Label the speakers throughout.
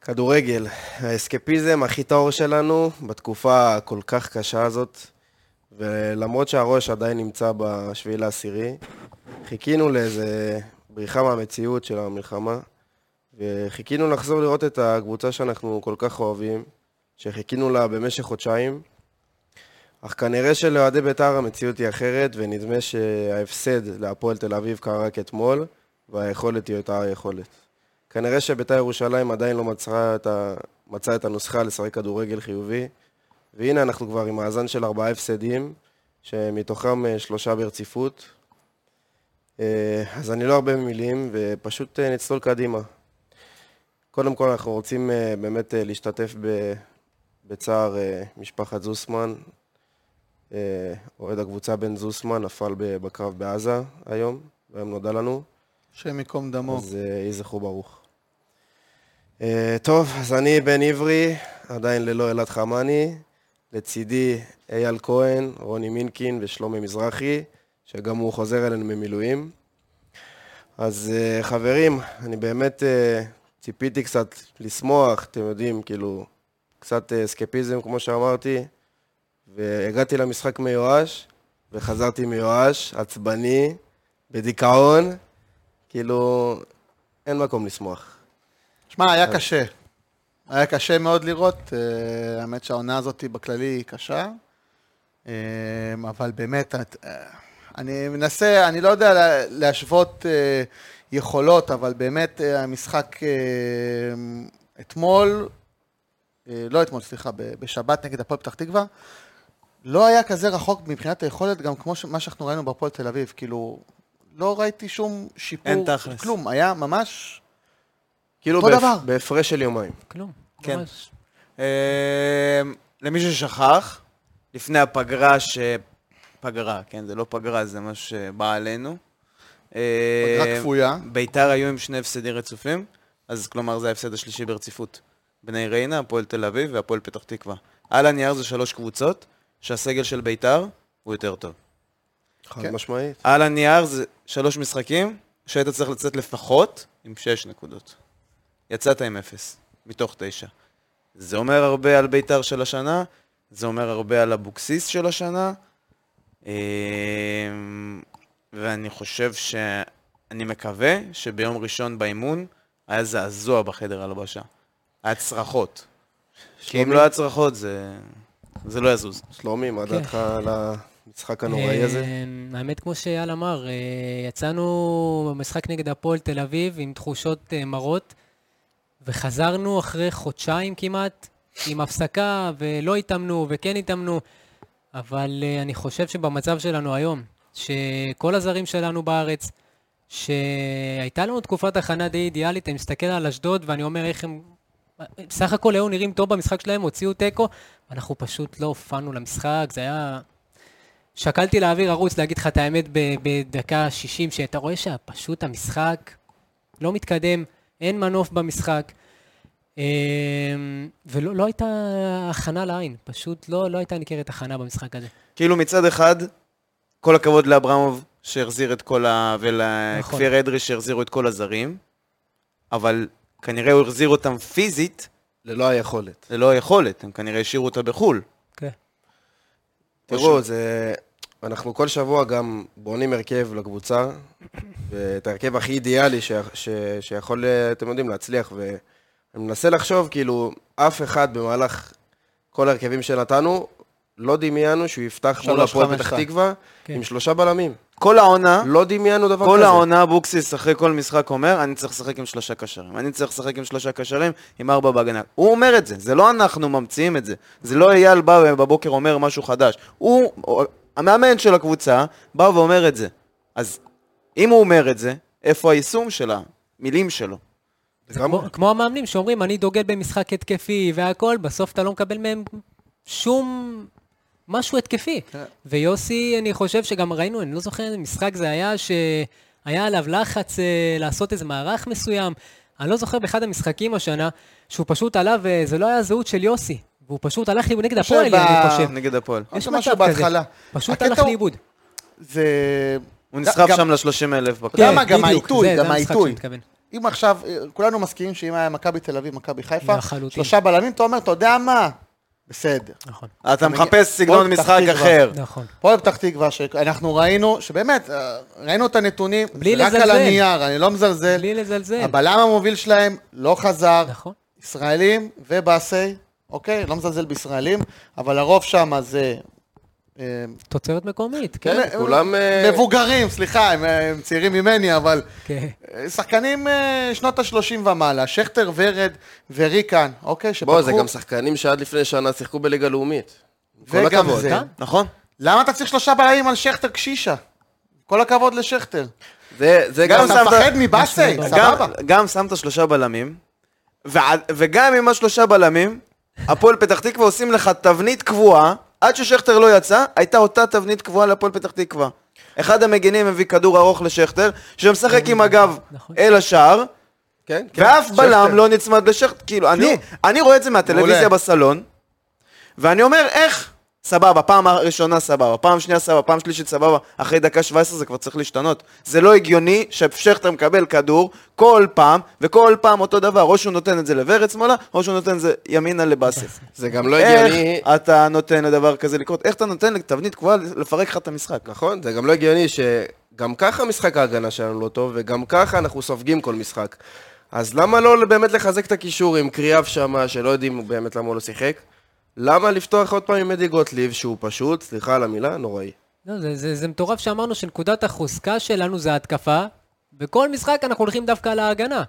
Speaker 1: כדורגל, האסקפיזם הכי טהור שלנו בתקופה הכל כך קשה הזאת, ולמרות שהראש עדיין נמצא בשביעי לעשירי, חיכינו לאיזה בריחה מהמציאות של המלחמה, וחיכינו לחזור לראות את הקבוצה שאנחנו כל כך אוהבים, שחיכינו לה במשך חודשיים, אך כנראה שלאוהדי בית"ר המציאות היא אחרת, ונדמה שההפסד להפועל תל אביב קרה רק אתמול, והיכולת היא אותה היכולת. כנראה שבית"ר ירושלים עדיין לא מצאה את, ה... מצאה את הנוסחה לשחק כדורגל חיובי, והנה אנחנו כבר עם מאזן של ארבעה הפסדים, שמתוכם אה, שלושה ברציפות. אה, אז אני לא הרבה מילים, ופשוט אה, נצלול קדימה. קודם כל אנחנו רוצים אה, באמת אה, להשתתף ב... בצער אה, משפחת זוסמן. אה, אוהד הקבוצה בן זוסמן נפל ב- בקרב בעזה היום, היום נודע לנו.
Speaker 2: השם ייקום דמו.
Speaker 1: אז אה, יהי זכרו ברוך. אה, טוב, אז אני בן עברי, עדיין ללא אלעד חמני. לצידי אייל כהן, רוני מינקין ושלומי מזרחי, שגם הוא חוזר אלינו ממילואים. אז אה, חברים, אני באמת אה, ציפיתי קצת לשמוח, אתם יודעים, כאילו, קצת אה, אסקפיזם, כמו שאמרתי, והגעתי למשחק מיואש, וחזרתי מיואש, עצבני, בדיכאון, כאילו, אין מקום לשמוח.
Speaker 2: שמע, היה קשה. היה קשה מאוד לראות. אה, האמת שהעונה הזאת בכללי היא קשה. אה, אבל באמת, את- אה, אני מנסה, אני לא יודע לה- להשוות אה, יכולות, אבל באמת אה, המשחק אה, אתמול, אה, לא אתמול, סליחה, ב- בשבת נגד הפועל פתח תקווה, לא היה כזה רחוק מבחינת היכולת, גם כמו ש- מה שאנחנו ראינו בהפועל תל אביב, כאילו, לא ראיתי שום שיפור,
Speaker 3: אין תכלס.
Speaker 2: כלום, היה ממש
Speaker 1: כאילו,
Speaker 2: אותו
Speaker 1: בהפ-
Speaker 2: דבר.
Speaker 1: בהפרש של יומיים.
Speaker 4: כלום,
Speaker 3: כן.
Speaker 4: ממש.
Speaker 3: אה, למי ששכח, לפני הפגרה ש... פגרה, כן, זה לא פגרה, זה מה שבא עלינו. אה,
Speaker 2: פגרה כפויה.
Speaker 3: ביתר היו עם שני הפסדים רצופים, אז כלומר זה ההפסד השלישי ברציפות. בני ריינה, הפועל תל אביב והפועל פתח תקווה. על הנייר זה שלוש קבוצות, שהסגל של ביתר הוא יותר טוב.
Speaker 1: חד
Speaker 2: כן.
Speaker 1: משמעית.
Speaker 3: על הנייר זה שלוש משחקים, שהיית צריך לצאת לפחות עם שש נקודות. יצאת עם אפס, מתוך תשע. זה אומר הרבה על ביתר של השנה, זה אומר הרבה על אבוקסיס של השנה, אמ, ואני חושב ש... אני מקווה שביום ראשון באימון היה זעזוע בחדר הלבשה. היה צרחות. כי אם
Speaker 1: שלומי?
Speaker 3: לא היה צרחות, זה, זה לא יזוז.
Speaker 1: שלומי, מה
Speaker 4: כן.
Speaker 1: דעתך על המשחק הנוראי הזה?
Speaker 4: אה, האמת, כמו שאייל אמר, אה, יצאנו במשחק נגד הפועל תל אביב עם תחושות אה, מרות, וחזרנו אחרי חודשיים כמעט, עם הפסקה, ולא התאמנו וכן התאמנו, אבל אה, אני חושב שבמצב שלנו היום, שכל הזרים שלנו בארץ, שהייתה לנו תקופת הכנה די אידיאלית, אני מסתכל על אשדוד ואני אומר איך הם... בסך הכל היו נראים טוב במשחק שלהם, הוציאו תיקו, אנחנו פשוט לא הופענו למשחק, זה היה... שקלתי להעביר ערוץ, להגיד לך את האמת, ב- בדקה 60, שאתה רואה שפשוט המשחק לא מתקדם, אין מנוף במשחק, אמ, ולא לא הייתה הכנה לעין, פשוט לא, לא הייתה ניכרת הכנה במשחק הזה.
Speaker 3: כאילו מצד אחד, כל הכבוד לאברמוב שהחזיר את כל ה...
Speaker 4: נכון.
Speaker 3: ולכפיר אדרי שהחזירו את כל הזרים, אבל כנראה הוא החזיר אותם פיזית
Speaker 1: ללא היכולת.
Speaker 3: ללא היכולת, הם כנראה השאירו אותה בחו"ל.
Speaker 4: כן.
Speaker 1: תראו, זה... אנחנו כל שבוע גם בונים הרכב לקבוצה, ואת ההרכב הכי אידיאלי ש... ש... שיכול, אה, אתם יודעים, להצליח, ואני מנסה לחשוב, כאילו, אף אחד במהלך כל ההרכבים שנתנו, לא דמיינו שהוא יפתח מול
Speaker 2: שלוש,
Speaker 1: הפועל
Speaker 2: חמש,
Speaker 1: פתח
Speaker 2: שתיים.
Speaker 1: תקווה
Speaker 4: כן.
Speaker 1: עם שלושה בלמים.
Speaker 3: כל העונה,
Speaker 1: לא דמיינו דבר כזה.
Speaker 3: אה. כל העונה אבוקסיס אחרי כל משחק אומר, אני צריך לשחק עם שלושה קשרים, אני צריך לשחק עם שלושה קשרים, עם ארבע בהגנה. הוא אומר את זה, זה לא אנחנו ממציאים את זה. זה לא אייל בא בבוקר אומר משהו חדש. הוא, המאמן של הקבוצה, בא ואומר את זה. אז אם הוא אומר את זה, איפה היישום של המילים שלו?
Speaker 1: זה גם-
Speaker 4: כמו, כמו המאמנים שאומרים, אני דוגל במשחק התקפי והכל, בסוף אתה לא מקבל מהם שום משהו התקפי.
Speaker 2: כן.
Speaker 4: ויוסי, אני חושב שגם ראינו, אני לא זוכר איזה משחק זה היה, שהיה עליו לחץ אה, לעשות איזה מערך מסוים. אני לא זוכר באחד המשחקים השנה, שהוא פשוט עלה, וזה לא היה הזהות של יוסי. והוא פשוט הלך לי נגד
Speaker 2: חושב
Speaker 4: הפועל, אני
Speaker 2: ב-
Speaker 4: חושב.
Speaker 3: נגד הפועל.
Speaker 2: יש
Speaker 4: מצב
Speaker 2: משהו
Speaker 4: כזה.
Speaker 2: בהתחלה.
Speaker 4: פשוט
Speaker 2: הקטע
Speaker 4: הלך
Speaker 2: הוא-
Speaker 4: לאיבוד.
Speaker 2: זה...
Speaker 3: הוא
Speaker 2: גם-
Speaker 3: נסחב
Speaker 2: גם-
Speaker 3: שם ל-30 אלף.
Speaker 2: אתה יודע מה, גם
Speaker 4: כן, בדיוק,
Speaker 2: העיתוי,
Speaker 4: זה-
Speaker 2: גם
Speaker 4: זה המשחק
Speaker 2: העיתוי.
Speaker 4: שאני מתכוון.
Speaker 2: אם עכשיו, אה, כולנו מסכימים שאם היה מכבי תל אביב, מכבי חיפה,
Speaker 4: לחלוטין.
Speaker 2: שלושה בלמים, אתה אומר, אתה יודע מה? בסדר.
Speaker 4: נכון,
Speaker 3: אתה
Speaker 2: אתה מגיע-
Speaker 3: מחפש סגנון
Speaker 2: בוא, פתח
Speaker 3: משחק
Speaker 2: תקווה.
Speaker 3: אחר.
Speaker 4: נכון.
Speaker 2: הפועל פתח תקווה, שאנחנו ראינו, שבאמת, אה, ראינו את הנתונים,
Speaker 4: בלי
Speaker 2: זה רק
Speaker 4: לזלזל.
Speaker 2: על הנייר, אני לא מזלזל.
Speaker 4: בלי לזלזל.
Speaker 2: הבלם המוביל שלהם לא חזר,
Speaker 4: נכון.
Speaker 2: ישראלים ובאסי, אוקיי? לא מזלזל בישראלים, אבל הרוב שם זה... אה,
Speaker 4: תוצרת מקומית, כן.
Speaker 2: כן,
Speaker 1: כולם, אה,
Speaker 2: מבוגרים, סליחה, הם, אה, הם צעירים ממני, אבל
Speaker 4: כן.
Speaker 2: אה, שחקנים אה, שנות ה-30 ומעלה, שכטר, ורד וריקן, אוקיי? שפתחו...
Speaker 1: בוא, זה גם שחקנים שעד לפני שנה שיחקו בליגה לאומית. עם כל
Speaker 2: וגם
Speaker 1: הכבוד. כן.
Speaker 2: זה.
Speaker 3: נכון?
Speaker 2: למה אתה צריך שלושה בלמים על שכטר קשישה? כל הכבוד לשכטר.
Speaker 1: זה, זה
Speaker 3: גם
Speaker 1: גם...
Speaker 2: אתה
Speaker 3: שמת-
Speaker 2: מפחד מבאסי,
Speaker 3: אוקיי, גם,
Speaker 2: סבבה.
Speaker 3: גם שמת שלושה בלמים, ועד, וגם עם השלושה בלמים, הפועל פתח תקווה עושים לך תבנית קבועה, עד ששכטר לא יצא, הייתה אותה תבנית קבועה להפועל פתח תקווה. אחד המגינים הביא כדור ארוך לשכטר, שמשחק עם הגב
Speaker 4: נכון.
Speaker 3: אל השער,
Speaker 1: כן, כן.
Speaker 3: ואף בלם
Speaker 1: שכטר.
Speaker 3: לא נצמד לשכטר. כאילו, אני, אני רואה את זה מהטלוויזיה
Speaker 2: מעולה.
Speaker 3: בסלון, ואני אומר, איך? סבבה, פעם הראשונה סבבה, פעם שנייה סבבה, פעם שלישית סבבה, אחרי דקה 17 זה כבר צריך להשתנות. זה לא הגיוני ששכטר מקבל כדור כל פעם, וכל פעם אותו דבר, או שהוא נותן את זה לוורד שמאלה, או שהוא נותן את זה ימינה לבאסף.
Speaker 1: זה גם לא
Speaker 3: איך
Speaker 1: הגיוני...
Speaker 3: אתה נותן לדבר כזה לקרות? איך אתה נותן לתבנית קבועה לפרק לך את המשחק?
Speaker 1: נכון, זה גם לא הגיוני שגם ככה משחק ההגנה שלנו לא טוב, וגם ככה אנחנו סופגים כל משחק. אז למה לא באמת לחזק את הקישור עם קריאב שמה, שלא יודעים באמת למה הוא לא שיחק? למה לפתוח עוד פעם עם אדי גוטליב, שהוא פשוט, סליחה על המילה, נוראי.
Speaker 4: לא, זה, זה, זה מטורף שאמרנו שנקודת החוזקה שלנו זה ההתקפה, בכל משחק אנחנו הולכים דווקא על ההגנה.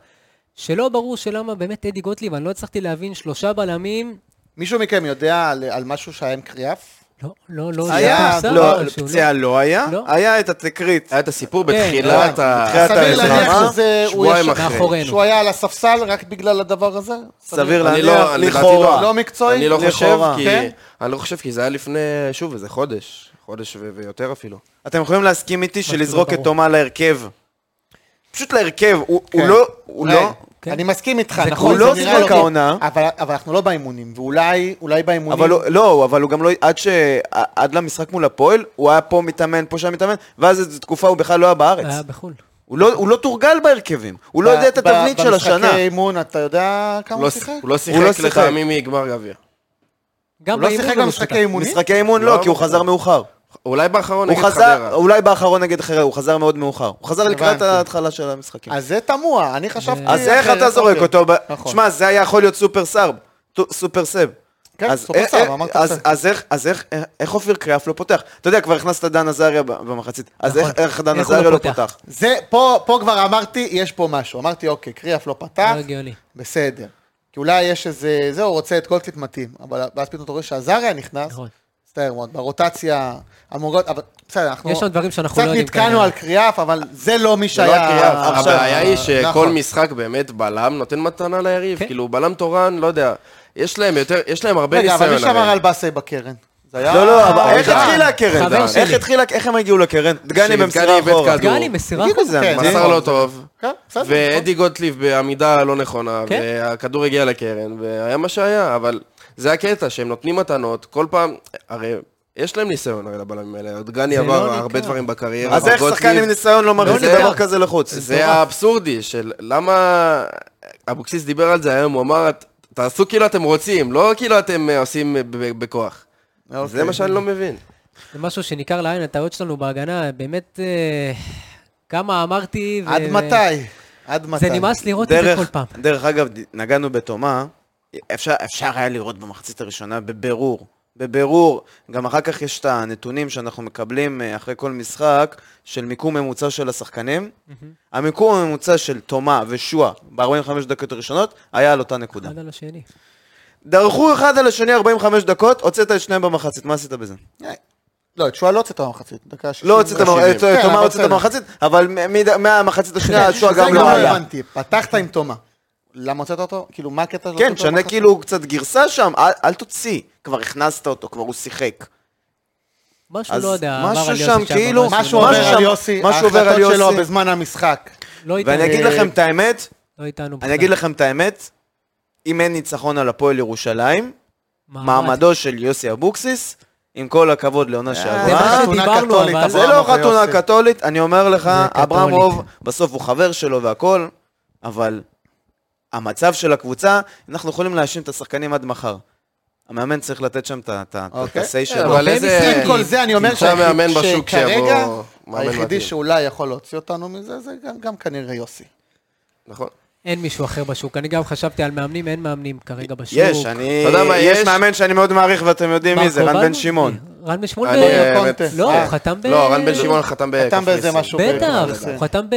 Speaker 4: שלא ברור שלמה באמת אדי גוטליב, אני לא הצלחתי להבין, שלושה בלמים,
Speaker 2: מישהו מכם יודע על, על משהו שהיה עם קריאף?
Speaker 4: לא, לא, לא,
Speaker 2: היה,
Speaker 4: פורסם
Speaker 3: לא,
Speaker 4: משהו,
Speaker 3: פציעה לא היה,
Speaker 4: לא.
Speaker 3: היה את התקרית.
Speaker 1: היה את הסיפור
Speaker 4: כן,
Speaker 1: בתחילת ה...
Speaker 3: בתחילת
Speaker 2: סביר להניח
Speaker 3: המלחמה,
Speaker 2: שזה... הוא
Speaker 1: שבועיים
Speaker 2: ישב-
Speaker 1: אחרי.
Speaker 4: מאחורינו.
Speaker 2: שהוא היה על הספסל רק בגלל הדבר הזה?
Speaker 3: סביר
Speaker 1: אני לא-
Speaker 3: להניח,
Speaker 1: אני לדעתי
Speaker 3: לכאורה.
Speaker 2: לא מקצועי?
Speaker 1: אני לא חושב,
Speaker 3: לכאורה.
Speaker 1: כי...
Speaker 2: כן?
Speaker 1: אני לא חושב, כי זה היה לפני, שוב, איזה חודש. חודש ו- ויותר אפילו.
Speaker 3: אתם יכולים להסכים איתי שלזרוק את
Speaker 4: לא ברור.
Speaker 3: תומה להרכב. פשוט להרכב, הוא הוא
Speaker 2: כן.
Speaker 3: לא, הוא
Speaker 2: אולי-
Speaker 3: לא,
Speaker 4: כן.
Speaker 2: אני מסכים איתך,
Speaker 4: זה
Speaker 2: נכון,
Speaker 3: כולו
Speaker 2: זה נראה
Speaker 3: שיחק
Speaker 2: לא-
Speaker 3: העונה.
Speaker 2: אבל אבל אנחנו לא באימונים, ואולי אולי באימונים...
Speaker 3: אבל הוא- לא, אבל הוא גם לא, עד ש... עד למשחק מול הפועל, הוא היה פה מתאמן, פה שם מתאמן, ואז איזו תקופה הוא בכלל לא היה בארץ.
Speaker 4: היה בחו"ל.
Speaker 3: הוא לא- הוא לא תורגל בהרכבים, הוא לא יודע את
Speaker 2: ב-
Speaker 3: התבנית של השנה.
Speaker 2: במשחקי אימון, אתה יודע כמה
Speaker 1: הוא לא
Speaker 2: הוא
Speaker 1: ש-
Speaker 2: שיחק?
Speaker 1: הוא לא
Speaker 3: לא
Speaker 1: שיחק לך
Speaker 3: שיחק.
Speaker 1: מימי גמר גביע.
Speaker 4: גם
Speaker 2: הוא לא
Speaker 4: באימון
Speaker 2: שיחק
Speaker 4: לא
Speaker 2: במשחקי
Speaker 4: משחק.
Speaker 2: אימונים?
Speaker 3: משחקי אימון
Speaker 1: לא,
Speaker 3: לא, כי הוא חזר מאוחר.
Speaker 1: אולי באחרון
Speaker 3: הוא
Speaker 1: נגד
Speaker 3: חזר,
Speaker 1: חדרה.
Speaker 3: אולי באחרון נגד חדרה, הוא חזר מאוד מאוחר. הוא חזר לקראת
Speaker 2: הבנתי.
Speaker 3: ההתחלה של המשחקים.
Speaker 2: אז זה תמוה, אני חשבתי...
Speaker 3: אז איך
Speaker 2: אחרת,
Speaker 3: אתה זורק
Speaker 2: אוקיי.
Speaker 3: אותו? ב-
Speaker 2: נכון.
Speaker 3: שמע, זה היה יכול להיות סופר סאב. טו- סופר סאב.
Speaker 2: כן,
Speaker 3: אז
Speaker 2: סופר
Speaker 3: איך-
Speaker 2: סאב,
Speaker 3: איך-
Speaker 2: אמרת
Speaker 3: אז-
Speaker 2: סאב.
Speaker 3: אז איך- אז איך- איך- איך אופיר קריאף לא פותח? אתה יודע, כבר הכנסת דן עזריה ב- במחצית. אז
Speaker 4: נכון.
Speaker 3: איך- איך דן
Speaker 4: איך הוא לא
Speaker 3: עזריה לא
Speaker 4: פותח?
Speaker 3: פותח?
Speaker 2: זה, פה, פה כבר אמרתי, יש פה משהו. אמרתי, אוקיי, קריאף לא פתח,
Speaker 4: לא הגיוני.
Speaker 2: בסדר. כי אולי יש איזה, זהו, הוא רוצה את גולדקליט מתאים. אבל ואז פתאום אתה רואה שעזריה נכנס,
Speaker 4: נכון.
Speaker 2: מצטער מאוד, ברוטציה המורגות, אבל בסדר, אנחנו...
Speaker 4: יש עוד דברים שאנחנו
Speaker 2: קצת
Speaker 4: לא יודעים
Speaker 2: נתקענו
Speaker 4: כנראה.
Speaker 2: על קריאף, אבל זה לא מי
Speaker 1: זה לא
Speaker 2: שהיה...
Speaker 1: הקריאה,
Speaker 2: עכשיו-
Speaker 1: הבעיה היא שכל
Speaker 2: נכון.
Speaker 1: משחק באמת בלם נותן מתנה ליריב,
Speaker 4: כן.
Speaker 1: כאילו בלם תורן, לא יודע, יש להם יותר, יש להם הרבה
Speaker 2: רגע,
Speaker 1: ניסיון.
Speaker 2: אבל מי שמר
Speaker 1: הרי.
Speaker 2: על באסי בקרן? זה היה...
Speaker 3: לא, לא,
Speaker 2: אה,
Speaker 3: אבל איך
Speaker 1: דן.
Speaker 3: התחילה הקרן?
Speaker 4: חבר
Speaker 3: דן.
Speaker 4: שלי.
Speaker 3: איך התחילה, איך הם הגיעו לקרן? דגני
Speaker 1: שדגני
Speaker 3: במסירה
Speaker 1: איבד
Speaker 3: אחורה.
Speaker 1: כדור.
Speaker 4: דגני מסירה
Speaker 3: תגידו,
Speaker 4: חוץ.
Speaker 3: זה
Speaker 2: כן,
Speaker 3: מדהים.
Speaker 1: מסר לא טוב,
Speaker 2: כן, בסדר, נכון.
Speaker 1: ואדי גוטליב בעמידה לא נכונה,
Speaker 4: כן.
Speaker 1: והכדור הגיע לקרן, והיה מה שהיה, אבל זה הקטע, שהם נותנים מתנות, כל פעם, הרי יש להם ניסיון הרי לבלמים האלה, דגני
Speaker 4: זה
Speaker 1: עבר
Speaker 4: לא
Speaker 1: הרבה
Speaker 4: ניכר.
Speaker 1: דברים בקריירה,
Speaker 3: אז איך
Speaker 1: גוטליב-
Speaker 3: שחקן עם ניסיון לא מרחיק
Speaker 1: ניכר.
Speaker 3: דבר כזה לחוץ?
Speaker 1: זה האבסורדי של למה אבוקסיס דיבר על זה היום, הוא אמר, "ת- תעשו כאילו אתם רוצים, לא כאילו אתם אה, עושים אה, ב- בכוח.
Speaker 2: כן.
Speaker 1: זה מה שאני לא מבין.
Speaker 4: זה משהו שניכר לעין, הטעויות שלנו בהגנה, באמת, אה, כמה אמרתי... ו-
Speaker 2: עד מתי? עד מתי?
Speaker 4: אה, זה נמאס לראות את זה
Speaker 3: דרך,
Speaker 4: כל פעם.
Speaker 3: דרך אגב, ד- נגענו בתומה, אפשר, אפשר היה לראות במחצית הראשונה בבירור. בבירור, גם אחר כך יש את הנתונים שאנחנו מקבלים אה, אחרי כל משחק של מיקום ממוצע של השחקנים. המיקום הממוצע של תומה ושועה ב-45 דקות הראשונות היה על אותה נקודה.
Speaker 4: אחד על השני.
Speaker 3: דרכו אחד על השני 45 דקות, הוצאת את שניהם במחצית, מה עשית בזה?
Speaker 2: לא, את שועה לא הוצאת במחצית, דקה שישים.
Speaker 3: לא הוצאת במחצית,
Speaker 2: כן,
Speaker 3: תומה
Speaker 2: אבל
Speaker 3: הוצאת
Speaker 2: בסדר. כן,
Speaker 3: במחצית, אבל מ- מ- מהמחצית השנייה שועה
Speaker 2: זה
Speaker 3: גם לא היה.
Speaker 2: הבנתי, פתחת עם תומה. למה הוצאת אותו? כאילו, מה הקטע של
Speaker 3: כן,
Speaker 2: הוצאת אותו
Speaker 3: תשנה
Speaker 2: במחצית?
Speaker 3: כאילו קצת גרסה שם, אל, אל תוציא. כבר הכנסת אותו, כבר הוא שיחק.
Speaker 2: לא
Speaker 4: משהו
Speaker 3: אז
Speaker 4: לא יודע, אמר על
Speaker 3: משהו
Speaker 4: יוסי
Speaker 3: שם
Speaker 4: שם,
Speaker 3: כאילו-
Speaker 2: משהו
Speaker 4: לא-
Speaker 2: עובר
Speaker 3: משהו
Speaker 2: על
Speaker 3: שם-
Speaker 2: יוסי,
Speaker 3: משהו עובר על
Speaker 2: ההחלטות שלו
Speaker 3: יוסי.
Speaker 2: בזמן המשחק.
Speaker 4: לא איתנו.
Speaker 3: ואני אגיד לכם את האמת,
Speaker 4: לא איתנו
Speaker 3: אני אגיד לכם את האמת, אם אין ניצחון על הפועל ירושלים, מעמדו של יוסי אבוקסיס, עם כל הכבוד לעונה
Speaker 2: אה, זה
Speaker 4: אה, מה
Speaker 3: שעברה,
Speaker 2: משהו חתונה
Speaker 4: שדיברנו,
Speaker 2: קתולית,
Speaker 4: אבל-
Speaker 3: זה
Speaker 2: אברהם
Speaker 3: לא
Speaker 2: אחרי
Speaker 3: חתונה
Speaker 2: יוסי.
Speaker 3: קתולית, אני אומר לך,
Speaker 4: זה קתולית.
Speaker 3: אברמוב, בסוף הוא חבר שלו והכל, אבל המצב של הקבוצה, אנחנו יכולים להאשים את השחקנים עד מחר. המאמן צריך לתת שם את ה- את ה- את
Speaker 2: אוקיי.
Speaker 3: ה-say
Speaker 2: כן,
Speaker 3: שלו.
Speaker 2: אבל
Speaker 1: אבל
Speaker 2: איזה...
Speaker 1: איזה-
Speaker 2: עם כל זה אני אומר
Speaker 1: תמצא
Speaker 2: שהיחיד-
Speaker 1: מאמן בשוק
Speaker 2: שכרגע
Speaker 1: שיבוא מאמן
Speaker 2: היחידי
Speaker 1: מתאים.
Speaker 2: שאולי יכול להוציא אותנו מזה זה גם- גם כנראה יוסי.
Speaker 1: נכון.
Speaker 4: אין מישהו אחר בשוק. אני גם חשבתי על מאמנים, אין מאמנים כרגע בשוק.
Speaker 3: יש, אני...
Speaker 1: אתה יודע מה,
Speaker 3: יש כן,
Speaker 1: יש-
Speaker 3: מאמן שאני מאוד מעריך ואתם יודעים מי
Speaker 4: ברק
Speaker 3: זה, רן
Speaker 4: קובן?
Speaker 3: בן שמעון.
Speaker 4: רן בן שמעון?
Speaker 1: אני,
Speaker 4: ב-
Speaker 1: אה,
Speaker 2: קונטה.
Speaker 4: לא,
Speaker 1: אה,
Speaker 4: הוא חתם ב...
Speaker 1: לא, רן בן שמעון חתם בקפריסין.
Speaker 2: חתם באיזה משהו.
Speaker 4: בטח,
Speaker 2: בקפריסין.
Speaker 4: הוא חתם ב...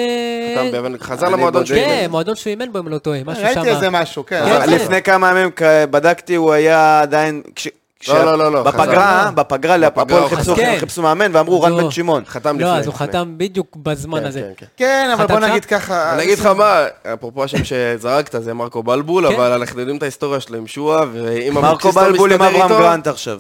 Speaker 1: חתם באבן- חזר
Speaker 3: אני
Speaker 1: למועדון
Speaker 3: בודק.
Speaker 1: שהוא אימן.
Speaker 4: כן, מועדון שהוא אימן בו, אם לא טועה, משהו שם.
Speaker 2: ראיתי איזה משהו, כן.
Speaker 1: אבל
Speaker 2: זה-
Speaker 1: זה-
Speaker 3: לפני כמה ימים כ- בדקתי, הוא היה עדיין... כש- כש-
Speaker 1: לא, לא, לא,
Speaker 3: בפגרה,
Speaker 1: חזר.
Speaker 3: בפגרה להפועל
Speaker 1: בפגרה הוא
Speaker 3: חיפשו-
Speaker 4: חזר. כן.
Speaker 3: חיפשו מאמן ואמרו רן
Speaker 4: לא.
Speaker 3: בן שמעון.
Speaker 1: חתם לפני.
Speaker 4: לא, אז הוא
Speaker 1: לפני.
Speaker 4: חתם בדיוק בזמן
Speaker 1: כן,
Speaker 4: הזה.
Speaker 1: כן, כן.
Speaker 2: כן, אבל בוא
Speaker 4: חתמת?
Speaker 2: נגיד ככה...
Speaker 1: אני אגיד לך מה, אפרופו השם שזרקת, זה מרקו בלבול,
Speaker 4: כן.
Speaker 1: אבל אנחנו יודעים את ההיסטוריה שלו עם שואה, ואם
Speaker 3: מרקו
Speaker 1: אבוקסיס לא
Speaker 3: בלבול עם
Speaker 1: מסתדר
Speaker 3: אברהם
Speaker 1: איתו,
Speaker 3: גרנט עכשיו.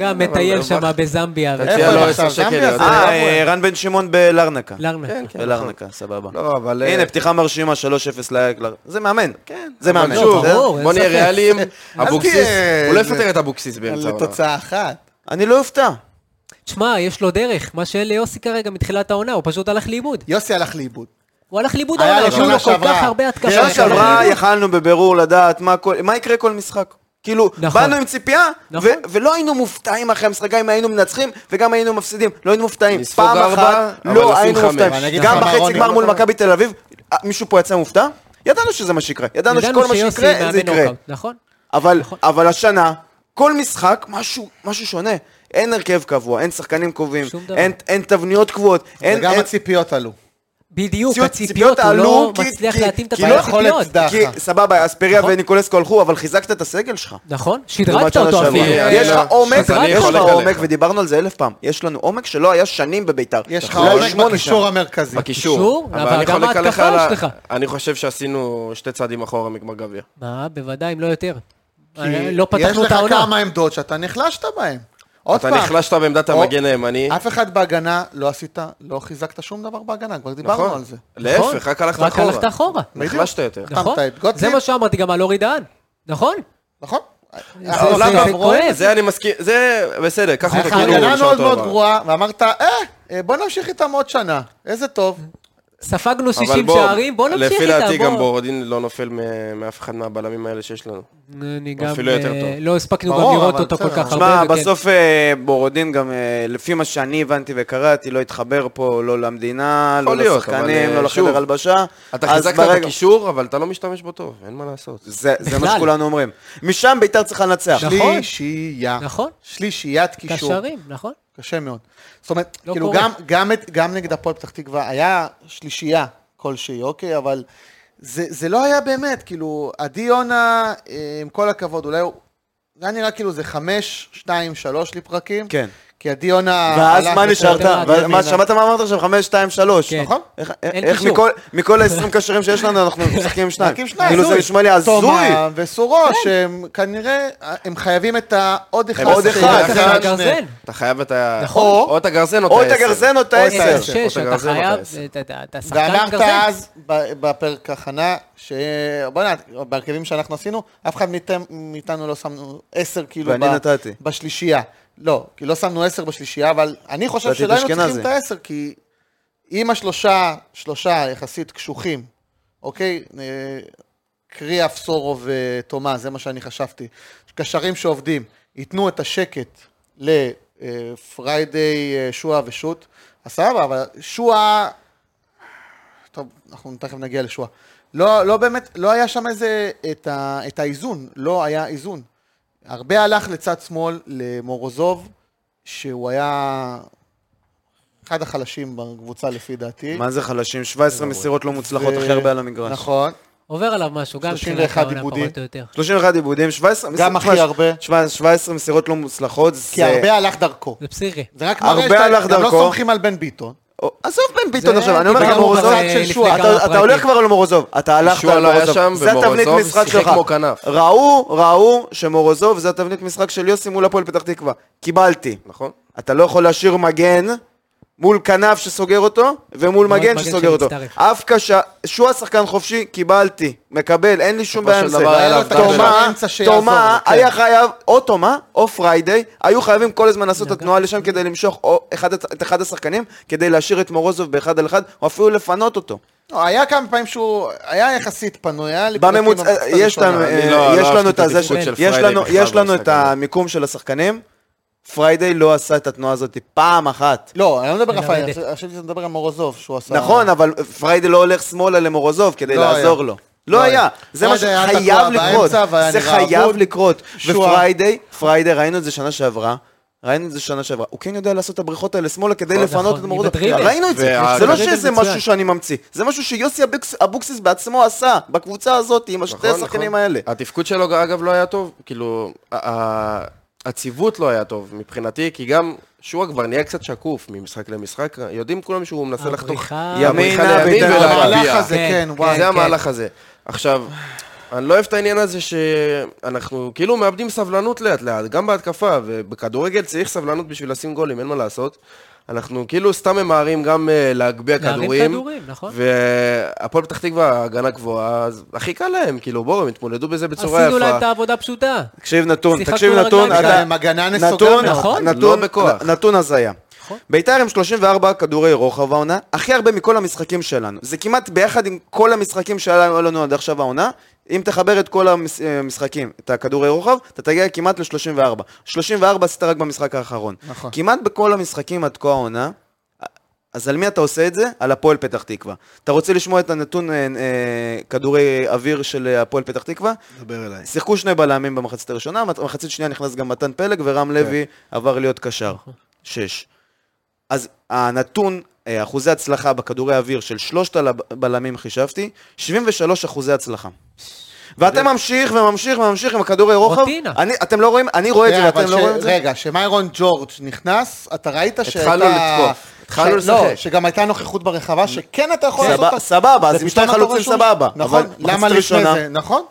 Speaker 4: גם
Speaker 1: אבל-
Speaker 4: מטייל
Speaker 1: אבל-
Speaker 4: שם בזמביה. ו-
Speaker 1: תציע
Speaker 2: איפה
Speaker 1: לו
Speaker 2: הוא עכשיו?
Speaker 1: 10 שקל.
Speaker 2: זמביה?
Speaker 1: להיות-
Speaker 2: זה
Speaker 3: אה,
Speaker 2: לגמרי.
Speaker 3: אה, נכון. רן בן שמעון בלרנקה.
Speaker 4: לרנר.
Speaker 3: כן. בלרנקה, סבבה.
Speaker 1: לא, אבל...
Speaker 3: הנה,
Speaker 1: אה,
Speaker 3: פתיחה מרשימה, 3-0 לאקלר. זה מאמן. כן. זה מאמן.
Speaker 1: אבל שוב,
Speaker 3: זה-
Speaker 4: ברור,
Speaker 1: בוא
Speaker 4: אין
Speaker 1: נהיה
Speaker 4: ספק.
Speaker 1: ריאליים,
Speaker 2: אל
Speaker 1: אבוקסיס,
Speaker 2: תהיה-
Speaker 1: הוא לא
Speaker 2: זה-
Speaker 1: יפטר את אבוקסיס באמצע העונה.
Speaker 2: לתוצאה אחת.
Speaker 3: אני לא אופתע.
Speaker 4: תשמע, יש לו דרך, מה שאין ליוסי כרגע מתחילת העונה, הוא פשוט הלך לאיבוד.
Speaker 2: יוסי הלך לאיבוד.
Speaker 4: הוא הלך לאיבוד
Speaker 2: היה
Speaker 4: העונה,
Speaker 2: לו
Speaker 4: יש לו
Speaker 2: שנה
Speaker 4: כל
Speaker 2: שעברה.
Speaker 4: כך הרבה כן. התקפות.
Speaker 2: שנה
Speaker 3: שנה
Speaker 4: הוא הלך
Speaker 3: שעברה
Speaker 4: לאיבוד.
Speaker 3: יכלנו בבירור לדעת מה כל- מה יקרה כל משחק. כאילו,
Speaker 4: נכון.
Speaker 3: באנו עם ציפייה, ו-
Speaker 4: נכון.
Speaker 3: ולא היינו מופתעים אחרי המשחק, גם אם היינו מנצחים וגם היינו מפסידים. לא היינו מופתעים.
Speaker 1: נספוג
Speaker 3: פעם
Speaker 1: ארבע,
Speaker 3: אחת
Speaker 1: אבל
Speaker 3: לא
Speaker 1: נשים
Speaker 3: היינו
Speaker 1: חמש.
Speaker 2: אבל אני
Speaker 3: מופתעים.
Speaker 2: אגיד
Speaker 3: גם
Speaker 2: לך מה,
Speaker 3: בחצי
Speaker 2: רוני,
Speaker 3: גמר
Speaker 2: לא
Speaker 3: מול
Speaker 2: קרה.
Speaker 3: מכבי תל אביב, אה, מישהו פה יצא מופתע? ידענו שזה מה שיקרה. ידענו שכל מה
Speaker 4: שיוסי
Speaker 3: שיקרה,
Speaker 4: מאמן
Speaker 3: זה יקרה.
Speaker 4: נוקאוט, נכון?
Speaker 3: אבל, אבל השנה, כל משחק, משהו, משהו שונה. אין הרכב קבוע, אין שחקנים קובעים,
Speaker 4: שום דבר.
Speaker 3: אין, אין תבניות קבועות, אין...
Speaker 2: וגם
Speaker 3: אין...
Speaker 2: הציפיות עלו.
Speaker 4: בדיוק,
Speaker 3: ציפיות-
Speaker 4: הציפיות, הוא
Speaker 3: עלו
Speaker 4: לא
Speaker 3: כי-
Speaker 4: מצליח
Speaker 3: כי-
Speaker 4: להתאים את
Speaker 3: כי
Speaker 4: עצמו
Speaker 3: לא
Speaker 2: יכול
Speaker 4: לציפיות.
Speaker 2: להצדק.
Speaker 3: כי,
Speaker 2: ככה.
Speaker 3: סבבה, אספריה
Speaker 4: נכון.
Speaker 3: וניקולסקו הלכו, אבל חיזקת את הסגל שלך.
Speaker 4: נכון,
Speaker 3: לעומת
Speaker 4: שדרגת
Speaker 3: שנה
Speaker 4: אותו
Speaker 3: שעברה. לא-
Speaker 4: אפילו.
Speaker 1: אה,
Speaker 3: יש לך
Speaker 1: אה,
Speaker 3: עומק,
Speaker 4: שדרגת
Speaker 3: יש לך
Speaker 1: אותו.
Speaker 3: עומק, ודיברנו על זה אלף פעם. יש לנו עומק שלא היה שנים בביתר.
Speaker 2: יש לך
Speaker 1: נכון.
Speaker 3: אולי
Speaker 2: עומק
Speaker 3: שמונה
Speaker 2: בקישור
Speaker 3: שנים.
Speaker 2: המרכזי.
Speaker 1: בקישור,
Speaker 4: קישור, אבל
Speaker 1: אני
Speaker 4: גם
Speaker 1: חולק עליך
Speaker 4: ההתקפה
Speaker 1: על ה-
Speaker 4: שלך.
Speaker 1: אני חושב שעשינו שתי צעדים אחורה מגמר גביע.
Speaker 4: מה, בוודאי, אם לא יותר.
Speaker 2: כי
Speaker 4: לא פתחנו את
Speaker 2: יש לך כמה
Speaker 4: העונה.
Speaker 2: עמדות שאתה נחלשת בהן. עוד
Speaker 1: אתה
Speaker 2: פעם.
Speaker 1: נחלשת בעמדת
Speaker 2: או- אה,
Speaker 1: המגן הימני.
Speaker 2: אף אחד בהגנה לא עשית, לא חיזקת שום דבר בהגנה, כבר דיברנו
Speaker 1: נכון.
Speaker 2: על זה.
Speaker 4: נכון,
Speaker 1: להפך, רק הלכת
Speaker 4: רק
Speaker 1: אחורה.
Speaker 4: הלכת אחורה.
Speaker 1: נחלשת יותר.
Speaker 2: החתמת
Speaker 4: נכון?
Speaker 2: את גוטליב.
Speaker 4: זה מה שאמרתי גם על אורי דהן, נכון?
Speaker 2: נכון?
Speaker 4: זה-
Speaker 2: העולם
Speaker 4: זה- זה
Speaker 2: עברו-
Speaker 4: כואב.
Speaker 1: זה אני מסכים, זה בסדר, כאילו, ככה
Speaker 2: היה לך אה, הגנה מאוד מאוד גרועה, ואמרת, אה, אה, בוא נמשיך איתם עוד שנה, איזה טוב.
Speaker 4: ספגנו 60 שערים, בוא נמשיך
Speaker 1: לפי
Speaker 4: איתה,
Speaker 1: דעתי
Speaker 4: בוא.
Speaker 1: גם בורודין לא נופל מ- מאף אחד מהבלמים האלה שיש לנו.
Speaker 4: אני גם,
Speaker 1: אפילו יותר
Speaker 4: אה,
Speaker 1: טוב.
Speaker 4: לא הספקנו גם
Speaker 2: ברור,
Speaker 4: לראות
Speaker 2: אבל
Speaker 4: אותו כל
Speaker 2: בסדר.
Speaker 4: כך
Speaker 3: תשמע,
Speaker 4: הרבה. וכן.
Speaker 3: בסוף אה, בורודין גם, אה, לפי מה שאני הבנתי וקראתי, לא התחבר פה, לא למדינה, לא
Speaker 1: יכול להיות,
Speaker 3: לשחקנים,
Speaker 1: אבל,
Speaker 3: לא
Speaker 1: אה, שוב,
Speaker 3: לחדר הלבשה.
Speaker 1: אתה
Speaker 3: אז
Speaker 1: חיזקת
Speaker 3: ברגע-
Speaker 1: את הקישור, אבל אתה לא משתמש בו טוב, אין מה לעשות.
Speaker 3: זה, זה מה
Speaker 4: בכלל.
Speaker 3: שכולנו אומרים. משם ביתר צריכה לנצח.
Speaker 4: נכון.
Speaker 2: שלישייה.
Speaker 4: נכון.
Speaker 2: שלישיית קישור.
Speaker 4: קשרים, נכון?
Speaker 2: קשה מאוד. זאת אומרת,
Speaker 4: לא
Speaker 2: כאילו
Speaker 4: קורה.
Speaker 2: גם, גם, את, גם נגד הפועל פתח תקווה היה שלישייה כלשהי, אוקיי? אבל זה, זה לא היה באמת, כאילו, עדי יונה, אה, עם כל הכבוד, אולי הוא... זה היה נראה כאילו זה חמש, שתיים, שלוש לפרקים.
Speaker 3: כן.
Speaker 2: כי עדי יונה...
Speaker 3: ואז
Speaker 2: הלך
Speaker 3: מה
Speaker 2: לפה,
Speaker 3: נשארת?
Speaker 4: יותר
Speaker 3: ואז-
Speaker 4: ימינה.
Speaker 3: מה שמעת מה אמרת עכשיו? חמש, שתיים, שלוש.
Speaker 4: כן.
Speaker 3: נכון? איך-
Speaker 4: אין
Speaker 3: איך
Speaker 4: קישור.
Speaker 3: מכל- מכל ה-20 קשרים שיש לנו אנחנו משחקים עם שניים?
Speaker 2: רק עם שניים.
Speaker 3: כאילו זה
Speaker 2: הזוי.
Speaker 3: נשמע לי הזוי. כן.
Speaker 2: תומה וסורו, שהם כנראה, הם חייבים את העוד אחד. כן.
Speaker 3: עוד
Speaker 2: שחקן
Speaker 3: אחד,
Speaker 2: שני.
Speaker 1: זה
Speaker 4: אתה אה, הגרזן.
Speaker 1: אתה חייב את ה...
Speaker 4: נכון.
Speaker 1: או את הגרזן או
Speaker 3: או את
Speaker 1: העשר.
Speaker 3: הגרזן או את
Speaker 2: או את
Speaker 3: העשר.
Speaker 2: העשר.
Speaker 4: שש,
Speaker 1: או את
Speaker 4: אתה
Speaker 1: הגרזן או את
Speaker 4: חייב,
Speaker 1: העשר.
Speaker 4: אתה- אתה- אתה שחקן
Speaker 2: ואמרת
Speaker 4: גרזן.
Speaker 2: אז, ב- בפרק הכנה, ש... בוא'נה, בהרכבים שאנחנו עשינו, אף אחד מאיתם- מאיתנו לא שמנו עשר כאילו
Speaker 3: ואני נתתי.
Speaker 2: בשלישייה. לא, כי לא שמנו עשר בשלישייה, אבל אני חושב
Speaker 3: נתתי את
Speaker 2: שלא היינו צריכים
Speaker 3: אשכנזי.
Speaker 2: את העשר, כי אם השלושה, שלושה יחסית קשוחים, אוקיי? אה, קריאף, סורו ותומה, זה מה שאני חשבתי. קשרים שעובדים, ייתנו את השקט לפריידיי, אה, שועה ושות. אז סבבה, אבל שועה... טוב, אנחנו תכף נגיע לשועה. לא, לא באמת, לא היה שם איזה, את, ה, את האיזון, לא היה איזון. הרבה הלך לצד שמאל למורוזוב, שהוא היה אחד החלשים בקבוצה לפי דעתי.
Speaker 3: מה זה חלשים? 17 מסירות לא מוצלחות הכי הרבה על המגרש.
Speaker 2: נכון.
Speaker 4: עובר עליו משהו, גם
Speaker 2: 31
Speaker 4: מבחינת העונה
Speaker 2: עיבודים.
Speaker 4: פחות או יותר.
Speaker 3: 31 עיבודים, 17
Speaker 2: גם הכי
Speaker 3: שמע,
Speaker 2: הרבה.
Speaker 3: שמע, 17 מסירות לא מוצלחות, זה...
Speaker 2: כי הרבה הלך דרכו.
Speaker 4: זה פסיכי.
Speaker 2: זה רק
Speaker 3: הרבה
Speaker 2: מראה שאתה
Speaker 3: הלך
Speaker 2: גם לא
Speaker 3: דרכו.
Speaker 2: סומכים על בן ביטון.
Speaker 3: או- עזוב בן ביטון
Speaker 4: זה
Speaker 3: עכשיו, אני אומר לך
Speaker 4: דיברנו
Speaker 3: מורוזוב,
Speaker 1: אה,
Speaker 4: בצד של
Speaker 3: לפני
Speaker 4: שועה.
Speaker 3: כמה
Speaker 4: אתה-
Speaker 3: אתה
Speaker 4: פרקים.
Speaker 3: הולך כבר על מורוזוב, אתה הלכת
Speaker 1: שועה
Speaker 3: על
Speaker 1: לא היה
Speaker 3: מורוזוב,
Speaker 1: שם,
Speaker 3: זה
Speaker 1: ומורוזוב
Speaker 3: תבנית משחק
Speaker 1: שיחק
Speaker 3: שלך.
Speaker 1: כמו כנף.
Speaker 3: ראו, ראו שמורוזוב זה התבנית משחק של יוסי מול הפועל פתח תקווה, קיבלתי.
Speaker 1: נכון.
Speaker 3: אתה לא יכול להשאיר מגן מול כנף שסוגר אותו, ומול
Speaker 4: מול
Speaker 3: מגן
Speaker 4: מגן
Speaker 3: שסוגר אותו.
Speaker 4: שמצטרף.
Speaker 3: אף קשה, שועה שחקן חופשי, קיבלתי, מקבל, אין לי שום
Speaker 1: בסופו
Speaker 3: בעיה עם
Speaker 1: של
Speaker 3: זה.
Speaker 1: דבר היה לו
Speaker 2: הבדל.
Speaker 3: תומה,
Speaker 2: באמצע שיעזור
Speaker 3: תומה,
Speaker 2: לו, כן.
Speaker 3: היה חייב, או תומה, או פריידיי, היו חייבים כל הזמן לעשות את התנועה לשם כדי למשוך או אחד- את אחד השחקנים, כדי להשאיר את מורוזוב באחד על אחד, או אפילו לפנות אותו.
Speaker 2: לא, היה כמה פעמים שהוא היה יחסית פנוי, היה לי...
Speaker 3: בממוצע,
Speaker 2: פרקים במחצית
Speaker 3: יש לנו,
Speaker 2: הראשונה.
Speaker 3: אה,
Speaker 5: לא- לא
Speaker 3: יש
Speaker 5: אהבתי
Speaker 3: לנו
Speaker 5: את
Speaker 3: את הזה,
Speaker 5: התפקוד של
Speaker 3: יש
Speaker 5: פריידי
Speaker 3: לנו-
Speaker 5: בכלל
Speaker 3: יש לנו את
Speaker 5: במשחק הזה.
Speaker 3: המיקום של השחקנים, פריידי לא עשה את התנועה הזאת פעם אחת.
Speaker 2: לא, אני לא מדבר על
Speaker 4: מלמדת.
Speaker 2: רפאי, אני חושב- חשבתי שאתה מדבר על מורוזוב, שהוא עשה...
Speaker 3: נכון, אבל פריידי לא הולך שמאלה למורוזוב כדי
Speaker 2: לא
Speaker 3: לעזור
Speaker 2: היה.
Speaker 3: לו. לא
Speaker 2: לא
Speaker 3: היה,
Speaker 2: היה.
Speaker 3: זה מה
Speaker 2: פריידי היה תקוע
Speaker 3: שחייב לקרות,
Speaker 2: באמצע והיה
Speaker 3: זה
Speaker 2: נראה
Speaker 3: חייב
Speaker 2: אבוד.
Speaker 3: לקרות.
Speaker 2: שועה.
Speaker 3: ופריידי, פריידי, ראינו את זה שנה שעברה. ראינו את זה שנה שעברה, הוא כן יודע לעשות את הבריחות האלה שמאלה כדי
Speaker 4: נכון,
Speaker 3: לפנות את
Speaker 4: נכון,
Speaker 3: מורדו.
Speaker 4: מבדריבל.
Speaker 3: ראינו את זה,
Speaker 5: וה-
Speaker 3: זה לא
Speaker 4: מבדריבל
Speaker 3: שזה
Speaker 4: מצוין.
Speaker 3: משהו שאני ממציא, זה משהו שיוסי אבוקס- אבוקסיס בעצמו עשה בקבוצה הזאת עם השתי
Speaker 1: נכון,
Speaker 3: השחקנים
Speaker 1: נכון.
Speaker 3: האלה.
Speaker 1: התפקוד שלו, אגב, לא היה טוב. כאילו, ה- ה- הציוות לא היה טוב מבחינתי, כי גם שועה כבר נהיה קצת שקוף ממשחק למשחק. יודעים כולם שהוא מנסה לחתוך.
Speaker 4: הבריחה...
Speaker 3: ימין,
Speaker 1: הבריחה
Speaker 3: ימינה,
Speaker 1: לימין
Speaker 3: ביטן,
Speaker 1: ולהרביע.
Speaker 2: המהלך הזה,
Speaker 4: כן,
Speaker 2: כן, וואי.
Speaker 1: זה המהלך הזה. עכשיו, אני לא אוהב את העניין הזה שאנחנו כאילו מאבדים סבלנות לאט לאט, גם בהתקפה, ובכדורגל צריך סבלנות בשביל לשים גולים, אין מה לעשות. אנחנו כאילו סתם ממהרים גם אה, להגביה
Speaker 4: להרים
Speaker 1: כדורים.
Speaker 4: כדורים, נכון.
Speaker 1: והפועל פתח תקווה, הגנה גבוהה, אז הכי קל להם, כאילו בואו, הם התמודדו בזה בצורה יפה.
Speaker 4: עשינו
Speaker 3: אה.
Speaker 4: להם את העבודה פשוטה.
Speaker 3: תקשיב נתון,
Speaker 4: שיחקנו
Speaker 3: תקשיב
Speaker 4: על
Speaker 3: נתון,
Speaker 4: הרגליים.
Speaker 2: גם
Speaker 3: אתה...
Speaker 2: עם הגנה נסוגה
Speaker 3: נתון,
Speaker 2: מאוד.
Speaker 4: נכון.
Speaker 3: נתון,
Speaker 1: לא בכוח.
Speaker 3: נ- נתון הזיה.
Speaker 4: נכון.
Speaker 3: ביתר עם 34 כדורי רוחב העונה, הכי הרבה מכל המשחקים שלנו. זה כמעט ביחד עם כל המשחקים שהיו לנו עד עכשיו העונה. אם תחבר את כל המשחקים, את הכדורי רוחב, אתה תגיע כמעט ל-34. 34 עשית רק במשחק האחרון.
Speaker 2: נכון.
Speaker 3: כמעט בכל המשחקים עד כה העונה, אז על מי אתה עושה את זה? על הפועל פתח תקווה. אתה רוצה לשמוע את הנתון אה, אה, כדורי אוויר של אה, הפועל פתח תקווה?
Speaker 1: דבר אליי.
Speaker 3: שיחקו שני בלמים במחצית הראשונה, מת- במחצית שנייה נכנס גם מתן פלג, ורם לוי עבר להיות קשר. שש. אז הנתון, אה, אחוזי הצלחה בכדורי האוויר של שלושת הבלמים חישבתי, 73 אחוזי הצלחה. ואתם ממשיך וממשיך וממשיך עם הכדורי רוחב.
Speaker 4: רוטינה.
Speaker 3: אני- אתם לא רואים, אני רואה את זה
Speaker 2: כן, אבל
Speaker 3: ואתם לא
Speaker 2: ש-
Speaker 3: רואים את זה.
Speaker 2: רגע, שמיירון ג'ורג' נכנס, אתה ראית שהייתה...
Speaker 1: לתקוף, התחלנו
Speaker 2: ש- לא,
Speaker 1: לשחק.
Speaker 2: שגם הייתה נוכחות ברחבה, שכן אתה יכול
Speaker 3: סבב-
Speaker 2: לעשות...
Speaker 3: סבבה, אז
Speaker 2: ופתאום
Speaker 3: עם
Speaker 2: אתה
Speaker 3: שני
Speaker 2: רואה
Speaker 3: חלוצים
Speaker 2: שהוא-
Speaker 3: סבבה.
Speaker 2: נכון,
Speaker 3: אבל מחצית
Speaker 2: למה לפני
Speaker 3: ראשונה,
Speaker 2: זה, נכון?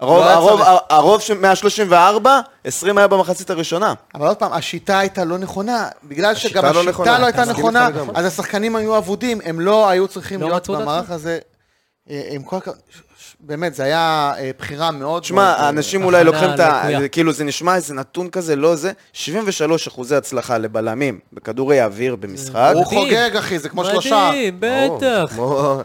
Speaker 3: הרוב,
Speaker 2: לא היה
Speaker 3: הרוב,
Speaker 2: צריך.
Speaker 3: הרוב ש- מה-34, 20 היה במחצית הראשונה.
Speaker 2: אבל עוד פעם, השיטה הייתה לא נכונה, בגלל שגם
Speaker 1: לא
Speaker 2: השיטה
Speaker 1: נכונה,
Speaker 2: לא הייתה
Speaker 1: אני מסכים
Speaker 2: נכונה,
Speaker 1: איתך לגמרי.
Speaker 2: אז השחקנים היו אבודים, הם לא היו צריכים
Speaker 4: לא
Speaker 2: להיות
Speaker 4: מצאו את
Speaker 2: במערך הזה. אה, עם כל הכ... ש- ש- באמת, זו הייתה בחירה מאוד... מאוד,
Speaker 3: תשמע,
Speaker 2: אה,
Speaker 3: אנשים אולי לוקחים את ה...
Speaker 4: אוקיי. לקויה.
Speaker 3: זה כאילו, זה נשמע איזה נתון כזה, לא זה. 73 אחוזי הצלחה לבלמים בכדורי האוויר במשחק.
Speaker 2: הוא
Speaker 4: מדהים.
Speaker 2: חוגג, אחי, זה כמו שלושה.
Speaker 4: מדהים, בטח.
Speaker 1: כמו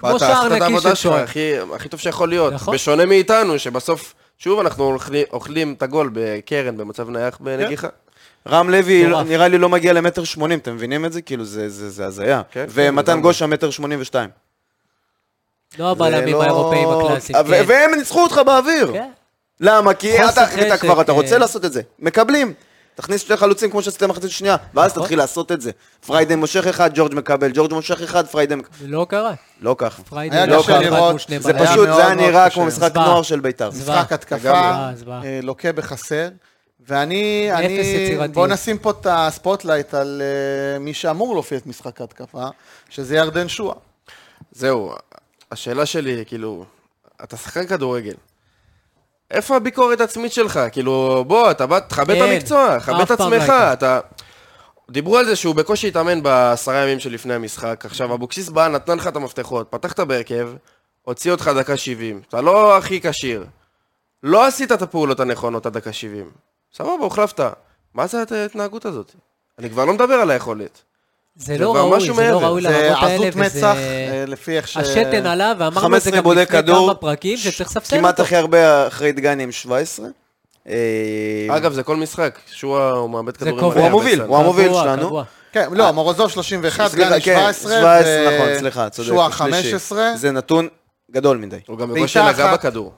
Speaker 4: כמו
Speaker 1: באת,
Speaker 4: שער
Speaker 1: עשית את
Speaker 4: נקי
Speaker 1: העבודה
Speaker 4: של
Speaker 1: שלך,
Speaker 4: שוער.
Speaker 1: הכי- הכי טוב שיכול להיות.
Speaker 4: נכון.
Speaker 1: בשונה מאיתנו, שבסוף, שוב אנחנו אוכלי- אוכלים את הגול בקרן במצב
Speaker 4: כן.
Speaker 1: נייח בנגיחה.
Speaker 3: רם לוי
Speaker 4: מטורף.
Speaker 3: נראה לי לא מגיע למטר שמונים, אתם מבינים את זה? כאילו, זה- זה זה הזיה.
Speaker 1: כן, כן,
Speaker 3: ומתן
Speaker 1: לגמרי.
Speaker 3: גושה מטר שמונים ושתיים.
Speaker 4: לא הבלמים
Speaker 3: לא-
Speaker 4: האירופאים הקלאסיים.
Speaker 3: ו-
Speaker 4: כן.
Speaker 3: והם ניצחו אותך באוויר.
Speaker 4: כן.
Speaker 3: למה? כי
Speaker 4: חוסר
Speaker 3: אתה- אתה
Speaker 4: חשק,
Speaker 3: כבר, אתה
Speaker 4: אה.
Speaker 3: רוצה לעשות את זה. מקבלים. תכניס שני חלוצים כמו שעשיתם מחצית שנייה, ואז
Speaker 4: נכון.
Speaker 3: תתחיל לעשות את זה. פריידי מושך אחד, ג'ורג' מקבל, ג'ורג' מושך אחד, פריידי מקבל.
Speaker 4: זה לא קרה.
Speaker 3: לא ככה.
Speaker 4: פריידי
Speaker 2: היה
Speaker 4: לא
Speaker 3: קשה
Speaker 4: קרה
Speaker 2: לראות,
Speaker 4: מול שני
Speaker 3: זה
Speaker 2: היה
Speaker 4: בלמים.
Speaker 3: פשוט,
Speaker 2: מאוד
Speaker 3: זה היה
Speaker 2: מאוד
Speaker 3: נראה
Speaker 2: קשה.
Speaker 3: כמו משחק
Speaker 4: זוועה.
Speaker 3: נוער של ביתר.
Speaker 4: זוועה.
Speaker 2: משחק התקפה,
Speaker 4: לגמרי. זוועה.
Speaker 2: אה, לוקה בחסר. ואני,
Speaker 4: אפס
Speaker 2: אני,
Speaker 4: יצירתיות.
Speaker 2: בואו נשים פה את הספוטלייט על אה, מי שאמור להופיע את משחק ההתקפה, שזה ירדן שועה.
Speaker 1: זהו, השאלה שלי, היא, כאילו, אתה שחקן כדורגל. איפה הביקורת העצמית שלך? כאילו, בוא, אתה בא, תכבד את
Speaker 4: כן,
Speaker 1: המקצוע, תכבד
Speaker 4: אף
Speaker 1: את
Speaker 4: פעם לא
Speaker 1: עצמך,
Speaker 4: הייתה.
Speaker 1: אתה... דיברו על זה שהוא בקושי התאמן בעשרה ימים שלפני המשחק. עכשיו, אבוקסיס בא, נתן לך את המפתחות, פתחת בהרכב, הוציא אותך דקה 70. אתה לא הכי כשיר. לא עשית את הפעולות הנכונות עד דקה 70. סבבה, הוחלפת. מה זה ההתנהגות הזאת? אני כבר לא מדבר על היכולת.
Speaker 4: זה
Speaker 1: זה
Speaker 4: לא
Speaker 1: כבר
Speaker 4: ראוי,
Speaker 1: משהו
Speaker 4: זה לא
Speaker 1: מעבר.
Speaker 4: ראוי
Speaker 2: זה
Speaker 4: לרמות האלה,
Speaker 2: עזות מצח,
Speaker 4: וזה...
Speaker 2: אה, לפי איך ש...
Speaker 4: השתן עלה, ואמרנו את זה
Speaker 3: 15
Speaker 4: גם
Speaker 3: בודק
Speaker 4: לפני
Speaker 3: כדור,
Speaker 4: כמה פרקים, שצריך לספסל אותו.
Speaker 3: כמעט הכי הרבה אחרי דגני עם 17. אה,
Speaker 1: אגב, זה כל משחק. שועה, הוא מאבד
Speaker 4: כן. זה
Speaker 1: כדורים. מהר
Speaker 3: הוא
Speaker 4: קבוע.
Speaker 3: המוביל,
Speaker 1: בסל.
Speaker 3: הוא המוביל
Speaker 4: קבוע,
Speaker 3: שלנו.
Speaker 4: קבוע.
Speaker 2: כן, לא, מורוזוב 31,
Speaker 3: סליחה,
Speaker 2: גני
Speaker 3: כן,
Speaker 2: 17,
Speaker 3: 17,
Speaker 2: ו-
Speaker 3: נכון, סליחה, צודק.
Speaker 2: שועה
Speaker 3: הוא שלישי.
Speaker 2: 15.
Speaker 3: זה נתון גדול מדי.
Speaker 1: הוא גם
Speaker 2: בעיטה
Speaker 1: בקושי נגע
Speaker 2: אחת.
Speaker 1: בכדור.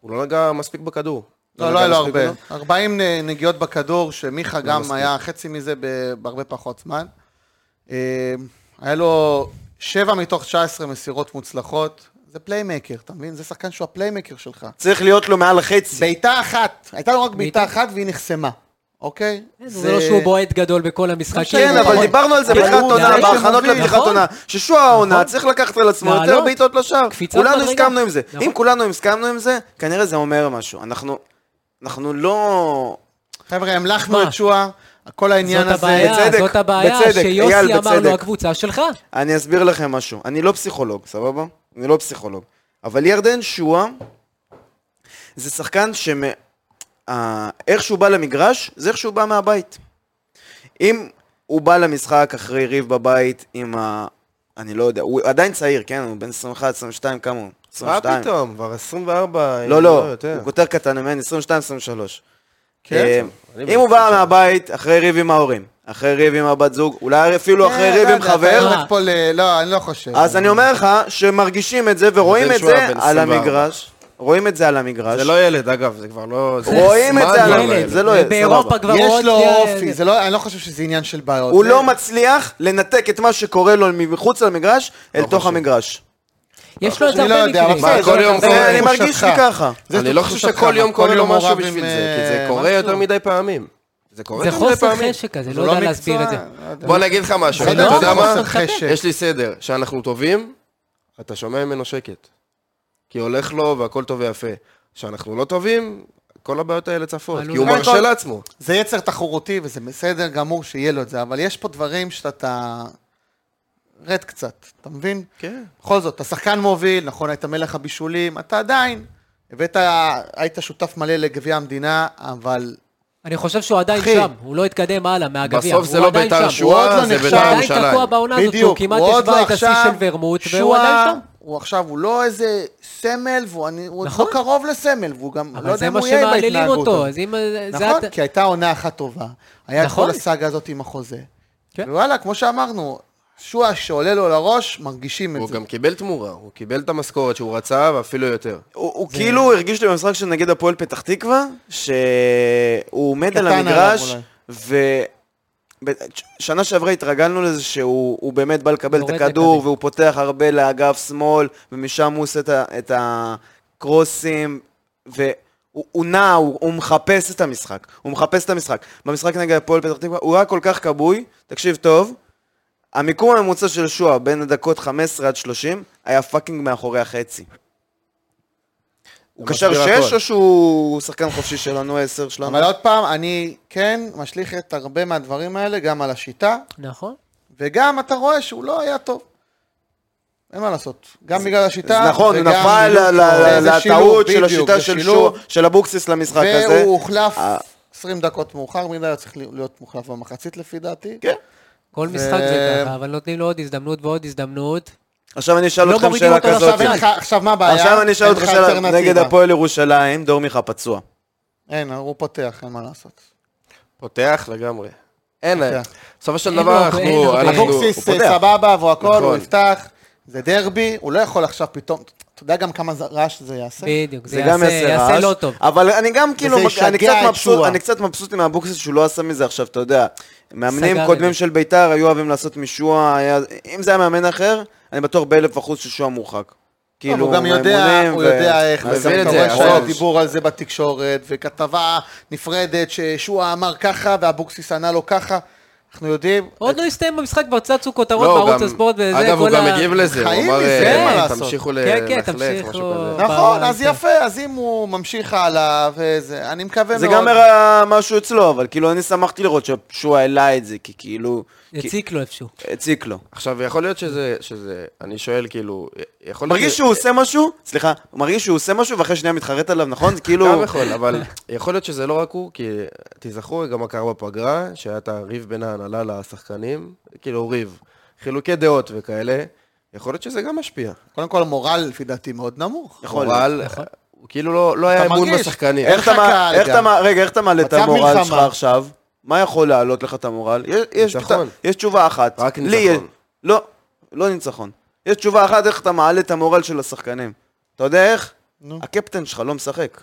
Speaker 1: הוא לא נגע מספיק בכדור.
Speaker 2: לא,
Speaker 1: נגע
Speaker 2: לא היה לו
Speaker 1: מספיק
Speaker 2: הרבה.
Speaker 1: בכדור.
Speaker 2: 40 נ- נגיעות בכדור, שמיכה גם
Speaker 1: מספיק.
Speaker 2: היה חצי מזה ב- בהרבה פחות זמן. אה, היה לו 7 מתוך 19 מסירות מוצלחות. זה פליימקר, אתה מבין? זה שחקן שהוא הפליימקר שלך.
Speaker 3: צריך להיות לו מעל החצי.
Speaker 2: בעיטה אחת, הייתה לו רק בעיטה אחת והיא נחסמה, אוקיי?
Speaker 4: זה לא שהוא בועט גדול בכל המשחקים.
Speaker 3: כן,
Speaker 2: הוא
Speaker 3: אבל
Speaker 2: נכון.
Speaker 3: דיברנו על זה
Speaker 2: כן,
Speaker 3: בתחילת
Speaker 2: הוא
Speaker 3: עונה,
Speaker 2: זה
Speaker 3: בהכנות
Speaker 2: שמוביל.
Speaker 3: לפתיחת
Speaker 4: נכון.
Speaker 3: עונה, ששועה העונה
Speaker 4: נכון.
Speaker 3: צריך לקחת על עצמו
Speaker 4: לעלות.
Speaker 3: יותר בעיטות לשער.
Speaker 4: קפיצת
Speaker 3: כולנו
Speaker 4: מדרגה.
Speaker 3: הסכמנו עם זה.
Speaker 4: נכון.
Speaker 3: אם כולנו הסכמנו עם זה, כנראה זה אומר משהו. אנחנו- אנחנו לא...
Speaker 2: חבר'ה, המלכנו
Speaker 4: מה?
Speaker 2: את שועה, כל העניין
Speaker 4: זאת
Speaker 2: הזה...
Speaker 4: הבעיה,
Speaker 3: בצדק,
Speaker 4: זאת הבעיה,
Speaker 3: בצדק, אייל,
Speaker 4: שיוסי אמר לו,
Speaker 3: בצדק.
Speaker 4: הקבוצה שלך.
Speaker 3: אני אסביר לכם משהו. אני לא פסיכולוג, סבבה? אני לא פסיכולוג. אבל ירדן שואה זה שחקן שמ... אה, איך שהוא בא למגרש, זה איך שהוא בא מהבית. אם הוא בא למשחק אחרי ריב בבית עם ה... אני לא יודע, הוא עדיין צעיר, כן? הוא בן 21, 22, כמה הוא?
Speaker 1: מה
Speaker 3: 22.
Speaker 1: פתאום? כבר 24, אם
Speaker 3: לא, לא,
Speaker 1: יותר.
Speaker 3: הוא יותר קטן ממני, 22, 23.
Speaker 1: כן,
Speaker 3: כן.
Speaker 1: אני
Speaker 3: אם
Speaker 1: בן
Speaker 3: הוא בא מהבית אחרי ריב עם ההורים, אחרי ריב עם הבת זוג, אולי אפילו אחרי ריב עם חבר,
Speaker 2: כן, לא אתה פה ל... לא, אני לא חושב.
Speaker 3: לא, אז אני אומר לך שמרגישים את זה ורואים
Speaker 1: בן
Speaker 3: את
Speaker 1: שועה,
Speaker 3: זה
Speaker 1: בן
Speaker 3: על
Speaker 1: 24.
Speaker 3: המגרש. רואים את זה על המגרש.
Speaker 1: זה לא ילד, אגב, זה כבר לא... זה
Speaker 3: רואים את
Speaker 1: זמן
Speaker 3: זה על
Speaker 1: כבר
Speaker 3: הילד,
Speaker 1: לילד.
Speaker 3: זה לא- סבבה.
Speaker 4: באירופה כבר
Speaker 2: יש
Speaker 4: עוד
Speaker 2: לו
Speaker 4: ילד.
Speaker 2: אופי, זה לא- אני לא חושב שזה עניין של בעיות.
Speaker 3: הוא
Speaker 2: זה-
Speaker 3: לא מצליח לנתק את מה שקורה לו מחוץ למגרש
Speaker 1: לא
Speaker 3: אל תוך המגרש.
Speaker 4: יש לו את זה
Speaker 2: אני לא
Speaker 4: הרבה
Speaker 2: יודע,
Speaker 4: מקרים.
Speaker 2: אבל
Speaker 1: מה, כל יום
Speaker 3: זה-
Speaker 1: קורה
Speaker 3: אני מרגיש לי
Speaker 2: תחושתך.
Speaker 3: ככה.
Speaker 2: זה
Speaker 1: אני לא חושב
Speaker 2: תחושתך,
Speaker 1: שכל
Speaker 2: מה,
Speaker 1: יום קורה לו
Speaker 2: יום
Speaker 1: משהו
Speaker 2: מעורב
Speaker 1: בשביל
Speaker 2: עם,
Speaker 1: זה, כי זה
Speaker 2: אה,
Speaker 1: קורה
Speaker 2: משהו.
Speaker 1: יותר מדי פעמים. זה קורה
Speaker 4: זה
Speaker 1: יותר מדי
Speaker 4: חוסר
Speaker 1: פעמים.
Speaker 4: חשק כזה,
Speaker 2: זה
Speaker 4: לא יודע להסביר את זה.
Speaker 2: מקצוע, לא יודע.
Speaker 1: בוא אני אגיד לך משהו,
Speaker 2: זה
Speaker 1: אתה
Speaker 2: לא
Speaker 1: יודע מה?
Speaker 2: חוסר חשק.
Speaker 1: יש לי סדר, שאנחנו טובים, אתה שומע ממנו שקט. כי הולך לו והכל טוב ויפה. כשאנחנו לא טובים, כל הבעיות האלה צפות.
Speaker 4: עלול-
Speaker 1: כי הוא
Speaker 2: קודם כל-
Speaker 1: מרשה לעצמו.
Speaker 2: זה יצר תחרותי, וזה בסדר גמור שיהיה לו את זה, אבל יש פה דברים שאתה... רד קצת, אתה מבין?
Speaker 1: כן.
Speaker 2: בכל זאת, אתה שחקן מוביל, נכון, היית מלך הבישולים, אתה עדיין הבאת, היית שותף מלא לגביע המדינה, אבל
Speaker 4: אני חושב שהוא עדיין
Speaker 2: אחי.
Speaker 4: שם, הוא לא התקדם הלאה מהגביע.
Speaker 1: בסוף זה
Speaker 4: הוא
Speaker 1: לא
Speaker 4: עדיין
Speaker 1: בית"ר
Speaker 4: שם.
Speaker 1: שועה,
Speaker 4: הוא עוד לא
Speaker 1: זה
Speaker 4: נחשב.
Speaker 1: בית"ר
Speaker 4: הוא
Speaker 1: ירושלים.
Speaker 4: עדיין תקוע בעונה הזאת, הוא כמעט
Speaker 2: הוא עוד
Speaker 4: השווה
Speaker 2: לא
Speaker 4: את השיא
Speaker 2: עכשיו-
Speaker 4: של ורמוט, והוא
Speaker 2: שועה,
Speaker 4: עדיין שם.
Speaker 2: הוא עכשיו, הוא לא איזה סמל, והוא אני- הוא עוד
Speaker 4: נכון.
Speaker 2: לא קרוב לסמל, והוא גם, לא
Speaker 4: אבל
Speaker 2: יודע
Speaker 4: זה
Speaker 2: אם
Speaker 4: מה
Speaker 2: הוא יהיה עם
Speaker 4: שמעלילים
Speaker 2: ההתנהגות
Speaker 4: אותו,
Speaker 2: הזאת.
Speaker 4: אז אם... זה
Speaker 2: נכון,
Speaker 4: הת-
Speaker 2: כי הייתה עונה אחת טובה. היה את
Speaker 4: נכון.
Speaker 2: כל הסאגה הזאת עם החוזה.
Speaker 4: כן.
Speaker 2: ווואלה, כמו שאמרנו, שועה שעולה לו לראש, מרגישים את
Speaker 1: הוא
Speaker 2: זה.
Speaker 1: גם קיבל תמורה, הוא קיבל את המשכורת שהוא רצה, ואפילו יותר.
Speaker 3: הוא הוא כאילו הרגיש לי במשחק של נגד הפועל פתח תקווה, שהוא עומד על
Speaker 2: קטן עליו
Speaker 3: המגרש,
Speaker 2: אולי.
Speaker 3: ו... ב- ש- שנה שעברה התרגלנו לזה שהוא הוא באמת בא לקבל את
Speaker 4: יורד
Speaker 3: הכדור,
Speaker 4: לקדימה.
Speaker 3: והוא פותח הרבה לאגף שמאל, ומשם הוא עושה את ה- את הקרוסים, והוא הוא נע, הוא, הוא מחפש את המשחק. הוא מחפש את המשחק. במשחק נגד הפועל פתח תקווה, הוא היה כל כך כבוי, תקשיב טוב, המיקום הממוצע של שועה בין הדקות 15 עד 30 היה פאקינג מאחורי החצי. הוא
Speaker 1: זה
Speaker 3: קשר
Speaker 1: מסביר
Speaker 3: 6
Speaker 1: הכל.
Speaker 3: או שהוא שחקן חופשי שלנו, 10 שלנו?
Speaker 2: אבל לא עוד פעם, אני כן משליך את הרבה מהדברים האלה, גם על השיטה,
Speaker 4: נכון.
Speaker 2: וגם אתה רואה שהוא לא היה טוב. אין מה לעשות. גם בגלל השיטה,
Speaker 3: אז נכון, הוא
Speaker 2: וגם
Speaker 3: נפל
Speaker 2: בדיוק,
Speaker 3: ל-
Speaker 2: זה-
Speaker 3: ל-
Speaker 2: זה שילוב,
Speaker 3: לטעות של
Speaker 2: בדיוק,
Speaker 3: השיטה
Speaker 2: זה
Speaker 3: של
Speaker 2: שילוב,
Speaker 3: שועה, של אבוקסיס למשחק הזה.
Speaker 2: והוא הוחלף
Speaker 3: אה.
Speaker 2: 20 דקות מאוחר מדי, הוא צריך להיות מוחלף במחצית לפי דעתי. לא
Speaker 3: כן.
Speaker 4: כל משחק זה ככה, אבל נותנים לו עוד הזדמנות ועוד הזדמנות.
Speaker 3: עכשיו אני אשאל
Speaker 4: לא
Speaker 3: אותך
Speaker 4: מורידים
Speaker 3: שאלה
Speaker 4: אותו
Speaker 3: כזאת.
Speaker 2: עכשיו אין לך- עכשיו מה הבעיה?
Speaker 3: עכשיו אני אשאל
Speaker 2: אין
Speaker 3: אותך
Speaker 2: לך
Speaker 3: שאלה
Speaker 2: אלטרנטיבה.
Speaker 3: נגד הפועל ירושלים, דורמיכה פצוע.
Speaker 2: אין, הוא פותח, אין מה לעשות.
Speaker 1: פותח לגמרי. אין,
Speaker 2: פותח.
Speaker 1: בסופו של
Speaker 4: אין לו
Speaker 1: דבר
Speaker 4: הרבה- אין לו
Speaker 1: אנחנו... לא,
Speaker 4: הרבה.
Speaker 1: אנחנו-
Speaker 2: אבוקסיס
Speaker 3: הוא פותח.
Speaker 2: אוקיי. סבבה והוא הכל, הוא
Speaker 1: נכון.
Speaker 2: יפתח, זה דרבי, הוא לא יכול עכשיו פתאום, אתה יודע גם כמה זה- רעש זה יעשה?
Speaker 4: בדיוק,
Speaker 3: זה גם
Speaker 4: יעשה-
Speaker 3: יעשה
Speaker 4: יעשה
Speaker 3: רעש.
Speaker 4: לא טוב.
Speaker 3: אבל אני גם כאילו,
Speaker 2: וזה
Speaker 3: אני
Speaker 2: ישגע
Speaker 3: קצת
Speaker 2: את
Speaker 3: מבסוט,
Speaker 2: שועה.
Speaker 3: אני קצת מבסוט עם אבוקסיס שהוא לא עשה מזה עכשיו, אתה יודע. מאמנים
Speaker 4: סגר
Speaker 3: קודמים
Speaker 4: את זה.
Speaker 3: של ביתר היו אוהבים לעשות משועה, היה- אם זה היה מאמן אחר, אני בטוח באלף אחוז ששועה מורחק.
Speaker 2: כאילו,
Speaker 3: כאילו,
Speaker 2: הוא גם יודע,
Speaker 3: מהאימונים
Speaker 2: הוא
Speaker 3: ו-
Speaker 2: יודע איך,
Speaker 1: מבין
Speaker 2: וגם
Speaker 1: את
Speaker 2: אתה
Speaker 1: זה,
Speaker 2: רואה שהיה
Speaker 1: הרוב.
Speaker 2: דיבור על זה בתקשורת, וכתבה נפרדת ששועה אמר ככה, ואבוקסיס ענה לו ככה, אנחנו יודעים,
Speaker 4: עוד לא הסתיים המשחק, כבר צצו כותרות
Speaker 1: לא, הוא
Speaker 4: בערוץ
Speaker 1: גם-
Speaker 4: הספורט וזה, כל ה...
Speaker 1: אגב, הוא גם הגיב לזה, הוא
Speaker 2: חיים
Speaker 1: אמר,
Speaker 2: מזה,
Speaker 1: אה,
Speaker 4: אין מה
Speaker 2: לעשות.
Speaker 1: תמשיכו
Speaker 4: כן, כן,
Speaker 1: ללכלך, משהו
Speaker 4: תמשיכו.
Speaker 1: כזה.
Speaker 2: נכון,
Speaker 4: ב-
Speaker 2: אז
Speaker 4: זה.
Speaker 2: יפה, אז אם הוא ממשיך הלאה, וזה, אני מקווה מאוד.
Speaker 3: זה גם הראה משהו אצלו, אבל כאילו אני שמחתי לראות ששועה העלה את זה, כי כאילו... כי-
Speaker 4: הציק לו איפשהו.
Speaker 3: הציק לו.
Speaker 1: עכשיו, יכול להיות שזה, שזה, אני שואל, כאילו, יכול להיות...
Speaker 3: מרגיש
Speaker 1: ש-
Speaker 3: שהוא עושה משהו, סליחה, מרגיש שהוא עושה משהו ואחרי שנייה מתחרט עליו, נכון? זה כאילו...
Speaker 1: גם יכול, אבל יכול להיות שזה לא רק הוא, כי תזכרו גם מה קרה בפגרה, שהיה את הריב בין ההנהלה לשחקנים, כאילו ריב, חילוקי דעות וכאלה, יכול להיות שזה גם משפיע.
Speaker 2: קודם כל, מורל, לפי דעתי, מאוד נמוך.
Speaker 4: נכון.
Speaker 3: יכול
Speaker 1: אבל, הוא כאילו לא, לא היה אמון
Speaker 2: מרגיש.
Speaker 1: בשחקנים.
Speaker 3: איך אתה
Speaker 2: לך
Speaker 3: מע-
Speaker 2: קהל
Speaker 3: איך
Speaker 2: גם.
Speaker 3: אתה מע- רגע, איך אתה מעלה את
Speaker 2: מצב
Speaker 3: המורל
Speaker 2: מלחמה.
Speaker 3: שלך עכשיו? מה יכול להעלות לך את המורל? יש- יש
Speaker 1: ניצחון.
Speaker 3: פת- יש תשובה אחת.
Speaker 1: רק
Speaker 3: לי
Speaker 1: ניצחון.
Speaker 3: יש- לא, לא ניצחון. יש תשובה אחת איך אתה מעלה את המורל של השחקנים. אתה יודע איך?
Speaker 2: נו. לא
Speaker 3: הקפטן שלך לא משחק.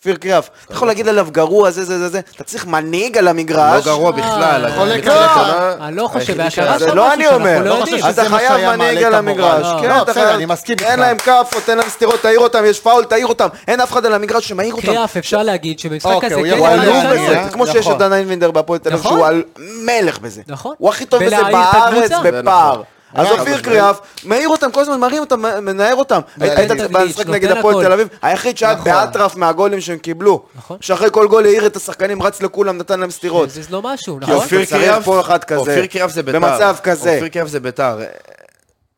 Speaker 3: אופיר קריאף, אתה יכול להגיד עליו גרוע, זה, זה, זה, זה, אתה צריך מנהיג על
Speaker 1: לא
Speaker 3: המגרש.
Speaker 1: גרוע בכלל.
Speaker 2: חולק
Speaker 1: בתחילת
Speaker 2: עליך.
Speaker 1: העונה,
Speaker 4: אני לא חושב,
Speaker 1: היחידי
Speaker 4: היה
Speaker 1: שהיה
Speaker 4: קרה
Speaker 1: זה.
Speaker 4: שם
Speaker 3: זה לא
Speaker 4: משהו
Speaker 3: אני
Speaker 4: שאנחנו
Speaker 3: אומר,
Speaker 4: לא
Speaker 2: לא
Speaker 4: יודעים.
Speaker 2: חושב
Speaker 3: אתה
Speaker 2: שזה מה
Speaker 3: חייב
Speaker 2: שהיה
Speaker 3: מנהיג
Speaker 2: מעלה
Speaker 3: על
Speaker 2: את המורל.
Speaker 3: המגרש.
Speaker 4: לא,
Speaker 3: כן,
Speaker 2: לא,
Speaker 3: אתה
Speaker 2: בסדר,
Speaker 3: חייב-
Speaker 2: אני מסכים
Speaker 3: אין
Speaker 2: איתך.
Speaker 3: להם כאפות, אין להם סטירות, תעיר אותם, יש פאול, תעיר אותם. אין אף אחד על המגרש שמעיר אותם.
Speaker 4: קריאף, אפשר להגיד שבמשחק
Speaker 2: אוקיי,
Speaker 4: הזה
Speaker 2: הוא
Speaker 4: כן
Speaker 2: יבוא
Speaker 3: הוא
Speaker 4: היה
Speaker 2: עלוב
Speaker 4: לו
Speaker 3: אלוף
Speaker 2: מעניין,
Speaker 4: שלו.
Speaker 3: בזה,
Speaker 2: אה?
Speaker 3: זה כמו שיש
Speaker 2: נכון.
Speaker 3: את דן איינבינדר בהפועל תל אביב,
Speaker 4: נכון.
Speaker 3: שהוא על- מלך בזה.
Speaker 4: נכון.
Speaker 3: הוא הכי טוב בזה
Speaker 4: ולהעיר את
Speaker 3: בארץ,
Speaker 4: הקבוצה.
Speaker 1: זה
Speaker 3: בפער.
Speaker 1: נכון.
Speaker 3: אז
Speaker 2: היה
Speaker 3: אופיר
Speaker 2: אבל-
Speaker 3: קריאף, מעיר אותם, כל הזמן מרים אותם, מנער אותם.
Speaker 2: נותן
Speaker 3: היית
Speaker 4: תגלית,
Speaker 3: במשחק
Speaker 4: נותן
Speaker 3: נגד הפועל
Speaker 4: הכל.
Speaker 3: תל אביב, היחיד שהיה
Speaker 2: נכון.
Speaker 3: באטרף מהגולים שהם קיבלו.
Speaker 4: נכון.
Speaker 3: שאחרי כל גול העיר את השחקנים, רץ לכולם, נתן להם סטירות.
Speaker 4: זה לא משהו,
Speaker 3: כי
Speaker 4: נכון?
Speaker 3: אופיר
Speaker 1: אופיר
Speaker 3: צריך
Speaker 1: קריאף-
Speaker 3: פה אחד כזה.
Speaker 1: אופיר קריאף זה ביתר.
Speaker 3: במצב כזה.
Speaker 1: אופיר קריאף זה ביתר.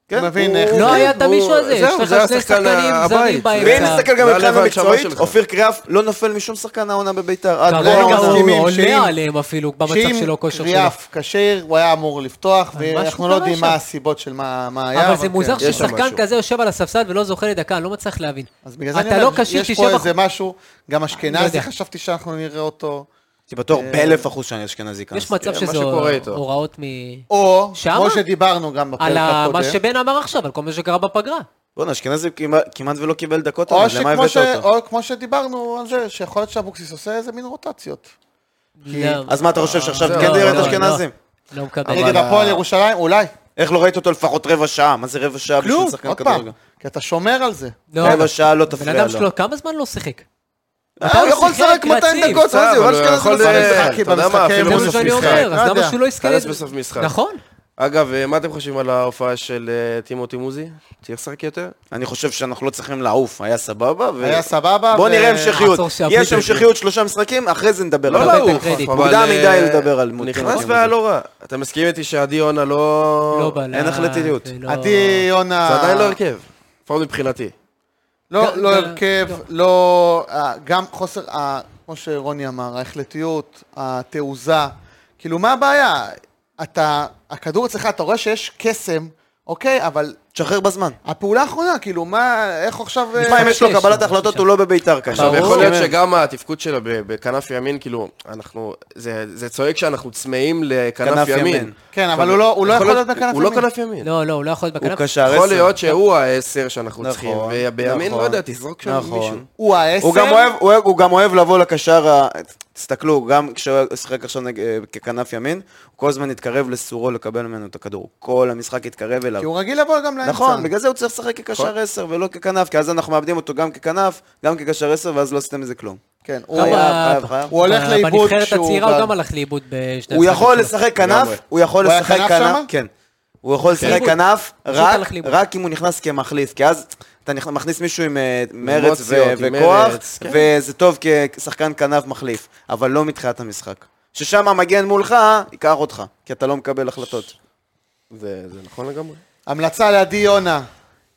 Speaker 2: כן, הוא מבין איך...
Speaker 4: לא היה את
Speaker 1: הוא-
Speaker 4: המישהו הזה,
Speaker 1: זהו,
Speaker 4: יש לך
Speaker 1: זה היה
Speaker 4: שני
Speaker 1: שחקן
Speaker 4: שחקנים
Speaker 1: הבית.
Speaker 4: זרים
Speaker 1: ואם
Speaker 3: ואם
Speaker 4: באמצע.
Speaker 3: נסתכל גם
Speaker 1: זה
Speaker 3: מבחינה
Speaker 1: הלבד שלוש
Speaker 3: מקצועית,
Speaker 1: שלך.
Speaker 3: אופיר קריאף לא נופל משום שחקן העונה בביתר. עד לא
Speaker 4: כרגע
Speaker 3: רגע
Speaker 2: כמוהו,
Speaker 3: זה.
Speaker 4: הוא
Speaker 2: מסכימים, שאם-
Speaker 4: עולה עליהם אפילו במצב
Speaker 2: שאם
Speaker 4: שלו, כושר שלו.
Speaker 2: קריאף כשיר, הוא היה אמור לפתוח,
Speaker 4: אבל משהו
Speaker 2: ואנחנו לא
Speaker 4: קרה
Speaker 2: יודעים
Speaker 4: שם.
Speaker 2: מה הסיבות של מה מה היה.
Speaker 4: אבל זה מוזר
Speaker 2: כן.
Speaker 1: יש שם
Speaker 4: ששחקן
Speaker 1: משהו.
Speaker 4: כזה יושב על הספסל ולא זוכה לדקה, אני לא מצליח להבין.
Speaker 2: אז בגלל זה אני
Speaker 4: אתה לא
Speaker 2: אומר,
Speaker 4: כשיר,
Speaker 2: יש פה
Speaker 4: תשב
Speaker 2: איזה
Speaker 4: בחוץ.
Speaker 2: משהו, גם אשכנזי
Speaker 4: לא יודע.
Speaker 2: חשבתי שאנחנו נראה אותו.
Speaker 3: הייתי בטוח באלף אחוז שאני אשכנזי
Speaker 4: יש
Speaker 3: ייכנס.
Speaker 4: מצב
Speaker 1: מה
Speaker 4: שזה
Speaker 1: שקורה איתו.
Speaker 4: הוראות מ...
Speaker 2: או,
Speaker 4: שמה?
Speaker 2: כמו שדיברנו גם בפרק
Speaker 4: על ה-
Speaker 2: הקודם,
Speaker 4: מה שבן אמר עכשיו, על כל מה שקרה בפגרה.
Speaker 3: בואנה, אשכנזי כמעט- כמעט ולא קיבל דקות,
Speaker 2: או,
Speaker 3: אבל למה
Speaker 2: שכמו ש...
Speaker 3: הבאת אותו?
Speaker 2: או כמו שדיברנו על זה, שיכול להיות שאבוקסיס עושה איזה מין רוטציות.
Speaker 4: לא,
Speaker 3: אז מה, אתה חושב שעכשיו
Speaker 1: זהו,
Speaker 3: כן
Speaker 1: לא,
Speaker 3: נראה את
Speaker 1: לא,
Speaker 3: אשכנזים?
Speaker 4: לא מקבל.
Speaker 2: נגד
Speaker 4: אבל-
Speaker 2: הפועל ירושלים, אולי.
Speaker 3: איך לא ראית אותו לפחות רבע שעה? מה זה רבע שעה בשביל
Speaker 2: כלום,
Speaker 3: שחקן
Speaker 2: עוד פעם.
Speaker 3: כדורגל?
Speaker 2: כי אתה שומר על זה.
Speaker 4: לא.
Speaker 3: רבע שעה לא תפריע
Speaker 4: בן אדם
Speaker 3: לו.
Speaker 4: שלו כמה זמן לא שיחק?
Speaker 3: אה,
Speaker 4: מתי
Speaker 3: הוא יכול
Speaker 4: שיחק
Speaker 3: לשחק 200
Speaker 4: רציף?
Speaker 3: דקות,
Speaker 1: בסדר,
Speaker 3: מה זה,
Speaker 1: אבל
Speaker 3: יובל
Speaker 1: הוא
Speaker 3: אשכנזי
Speaker 1: יכול,
Speaker 3: לא
Speaker 1: אה,
Speaker 3: משחק.
Speaker 2: משחק,
Speaker 1: אתה יודע
Speaker 2: במשחק,
Speaker 1: מה, אפילו
Speaker 4: זה
Speaker 2: בסוף
Speaker 4: מה שאני
Speaker 1: משחק.
Speaker 4: אומר,
Speaker 2: לא
Speaker 4: אז
Speaker 2: יודע.
Speaker 4: למה שהוא לא יזכה
Speaker 1: חלץ
Speaker 4: לזה?
Speaker 1: בסוף משחק.
Speaker 4: נכון.
Speaker 1: אגב, אה, מה אתם חושבים על ההופעה של אה, טימותי מוזי? צריך לשחק יותר?
Speaker 3: אני חושב שאנחנו לא צריכים לעוף, היה סבבה.
Speaker 4: לא-
Speaker 3: ו-
Speaker 2: היה סבבה, אה,
Speaker 3: בוא
Speaker 2: ו-
Speaker 3: נראה המשכיות.
Speaker 4: עצור שנייה,
Speaker 3: יש
Speaker 4: בלי
Speaker 3: המשכיות שלושה משחקים, אחרי זה נדבר.
Speaker 1: לא
Speaker 3: עליו.
Speaker 4: לקבל את
Speaker 1: לעוף,
Speaker 4: הקרדיט.
Speaker 1: אבל,
Speaker 3: מוקדם
Speaker 1: אה,
Speaker 3: מדי לדבר על מוטי
Speaker 1: נכנס
Speaker 3: מוזי.
Speaker 1: והיה לא רע. אתה מסכים איתי שעדי יונה לא...
Speaker 4: לא בלט.
Speaker 3: אין החלטיות.
Speaker 4: ולא-
Speaker 2: עדי יונה...
Speaker 1: זה עדיין לא הרכב. לפחות מבחינתי.
Speaker 2: לא,
Speaker 4: גם-
Speaker 2: לא
Speaker 4: גם-
Speaker 2: הרכב, לא... אה, גם חוסר, אה, כמו שרוני אמר, ההחלטיות, התעוזה. כאילו, מה הבעיה? אתה... הכדור אצלך, אתה רואה שיש קסם, אוקיי, אבל
Speaker 3: תשחרר בזמן.
Speaker 2: הפעולה האחרונה, כאילו, מה... איך עכשיו... אה,
Speaker 3: מה, אם יש לו
Speaker 4: שיש,
Speaker 3: קבלת
Speaker 4: לא,
Speaker 3: החלטות,
Speaker 4: שישה.
Speaker 3: הוא לא בביתר כנראה.
Speaker 1: עכשיו,
Speaker 4: ברור.
Speaker 1: יכול להיות
Speaker 3: כן.
Speaker 1: שגם התפקוד שלו ב- בכנף ימין, כאילו, אנחנו... זה זה צועק שאנחנו צמאים
Speaker 3: כנף
Speaker 1: לכנף
Speaker 3: ימין.
Speaker 1: ימין.
Speaker 2: כן, אבל
Speaker 1: עכשיו,
Speaker 2: הוא לא- הוא לא יכול להיות בכנף
Speaker 1: הוא לא
Speaker 2: ימין.
Speaker 1: כנף ימין.
Speaker 4: לא, לא, הוא לא יכול להיות
Speaker 3: הוא
Speaker 4: בכנף.
Speaker 3: קשר עשר.
Speaker 1: יכול להיות שהוא העשר שאנחנו צריכים,
Speaker 3: נכון,
Speaker 1: ובימין,
Speaker 3: נכון.
Speaker 1: לא יודע, תזרוק שם
Speaker 3: נכון.
Speaker 1: מישהו.
Speaker 2: הוא העשר?
Speaker 3: הוא גם אוהב- הוא אוהב- הוא גם אוהב לבוא לקשר, ה- תסתכלו, גם כשהוא שיחק עכשיו נג- אה, ככנף ימין, הוא כל הזמן התקרב לסורו לקבל ממנו את הכדור. כל המשחק התקרב אליו.
Speaker 2: כי הוא רגיל לבוא גם לאמצע.
Speaker 3: נכון, בגלל זה הוא צריך לשחק כקשר
Speaker 1: נכון.
Speaker 3: 10 ולא ככנף, כי אז אנחנו מאבדים אותו גם ככנף, גם כקשר 10, ואז לא עשיתם מזה כלום.
Speaker 2: כן, הוא-
Speaker 3: חייב,
Speaker 4: כמה-
Speaker 3: חייב, חייב.
Speaker 2: הוא הולך לאיבוד
Speaker 4: בנבחרת
Speaker 2: כשהוא
Speaker 4: הצעירה הוא
Speaker 2: בא.
Speaker 4: גם הלך לאיבוד בשני
Speaker 3: הוא יכול
Speaker 4: המשחקים שלו.
Speaker 3: לשחק כנף,
Speaker 1: לגמרי.
Speaker 3: הוא יכול
Speaker 2: הוא היה
Speaker 3: לשחק
Speaker 2: כנף
Speaker 3: כנף,
Speaker 2: שמה?
Speaker 3: כן. הוא יכול לשחק
Speaker 4: לאיבוד.
Speaker 3: כנף
Speaker 4: פשוט
Speaker 3: רק-
Speaker 4: הלך לאיבוד.
Speaker 3: רק אם הוא נכנס כמחליף, כי אז אתה נכנס- מכניס מישהו עם אה, מרץ ו-
Speaker 1: אמוציות, עם
Speaker 3: וכוח,
Speaker 1: מרץ, כן.
Speaker 3: וזה טוב כשחקן כנף מחליף, אבל לא מתחילת המשחק. ששם המגן מולך, ייקח אותך, כי אתה לא מקבל החלטות.
Speaker 1: זה זה נכון לגמרי.
Speaker 2: המלצה לעדי יונה.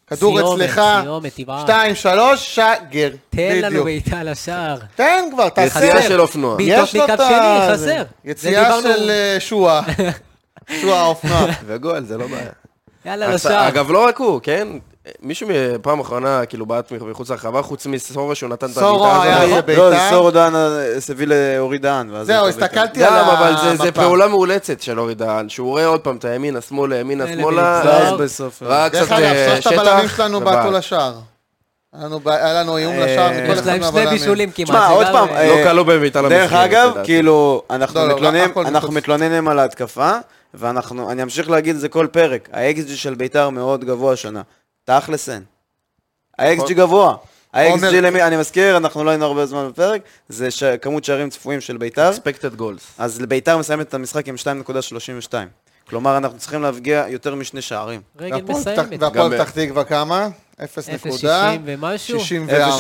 Speaker 2: כדור
Speaker 4: סיומת,
Speaker 2: אצלך.
Speaker 4: סיומת, טבעה.
Speaker 2: שתיים, שלוש, שגר.
Speaker 4: תן לנו
Speaker 2: בדיוק.
Speaker 4: בעיטה לשער.
Speaker 2: תן כבר, תעשה.
Speaker 1: יציאה של אופנוע.
Speaker 4: ב-
Speaker 2: יש לו
Speaker 4: בעיטות
Speaker 2: את
Speaker 4: מקו שני,
Speaker 2: ה-
Speaker 4: חסר.
Speaker 2: זה.
Speaker 4: זה
Speaker 2: יציאה
Speaker 4: דיברנו-
Speaker 2: של אה, שועה. שועה האופנוע.
Speaker 1: וגול, זה לא בעיה.
Speaker 4: יאללה,
Speaker 1: אז-
Speaker 4: לשער.
Speaker 1: אגב, לא רק הוא, כן? מישהו פעם אחרונה, כאילו, בעט מח- מחוץ לרחבה, חוץ מסורו שהוא נתן את
Speaker 2: סורו
Speaker 1: הבעיטה
Speaker 2: היה-
Speaker 1: הזאת.
Speaker 2: נכון.
Speaker 3: לא,
Speaker 2: בית"ר?
Speaker 3: סורו דהן אה, הביא לאורי דהן. ואז
Speaker 2: זהו,
Speaker 3: הוא הביא את ה-
Speaker 2: הסתכלתי על
Speaker 1: גם,
Speaker 2: המפה.
Speaker 1: אבל זה- זה פעולה מאולצת של אורי דהן, שהוא רואה עוד פעם את הימינה, שמאלה, ימינה,
Speaker 4: אלה
Speaker 1: שמאלה,
Speaker 4: בדיוק.
Speaker 1: אז
Speaker 4: ואז
Speaker 3: בסוף, אה.
Speaker 1: רק קצת
Speaker 2: דרך אגב,
Speaker 1: אה,
Speaker 2: שלושת הבלמים
Speaker 1: שטח.
Speaker 2: שלנו
Speaker 1: ובעט.
Speaker 2: בעטו לשער. היה לנו ב- היה לנו איום לשער
Speaker 3: אה,
Speaker 2: מכל
Speaker 4: יש
Speaker 2: אחד
Speaker 4: להם שני
Speaker 2: מהבלמים.
Speaker 4: בישולים כמעט.
Speaker 3: תשמע,
Speaker 4: זה
Speaker 3: עוד
Speaker 4: גם,
Speaker 3: פעם,
Speaker 4: אה,
Speaker 1: לא
Speaker 3: אה,
Speaker 1: קלו בביתה למסגרת.
Speaker 3: דרך אגב,
Speaker 1: לדעתי.
Speaker 3: כאילו, אנחנו
Speaker 2: לא, לא,
Speaker 3: מתלוננים-
Speaker 2: הכל
Speaker 3: אנחנו
Speaker 2: מחוץ.
Speaker 3: מתלוננים על ההתקפה, ואנחנו, אני אמשיך להגיד את זה כל פרק, ה-XG של ביתר מאוד גבוה השנה. תכלס אין. ה-XG גבוה. ה-XG,
Speaker 2: נכון. עומר- כן.
Speaker 3: למי- אני מזכיר, אנחנו לא היינו הרבה זמן בפרק, זה ש- כמות שערים צפויים של ביתר,
Speaker 1: expected goals.
Speaker 3: אז ביתר מסיימת את המשחק עם 2.32. כלומר, אנחנו צריכים להפגיע יותר משני שערים.
Speaker 4: רגל
Speaker 2: והפועל פתח-
Speaker 4: מסיימת.
Speaker 2: והפועל
Speaker 1: גם- אה,
Speaker 2: פתח תקווה כמה? אפס נקודה.
Speaker 4: 0.60 ומשהו?
Speaker 1: אה,
Speaker 2: 64.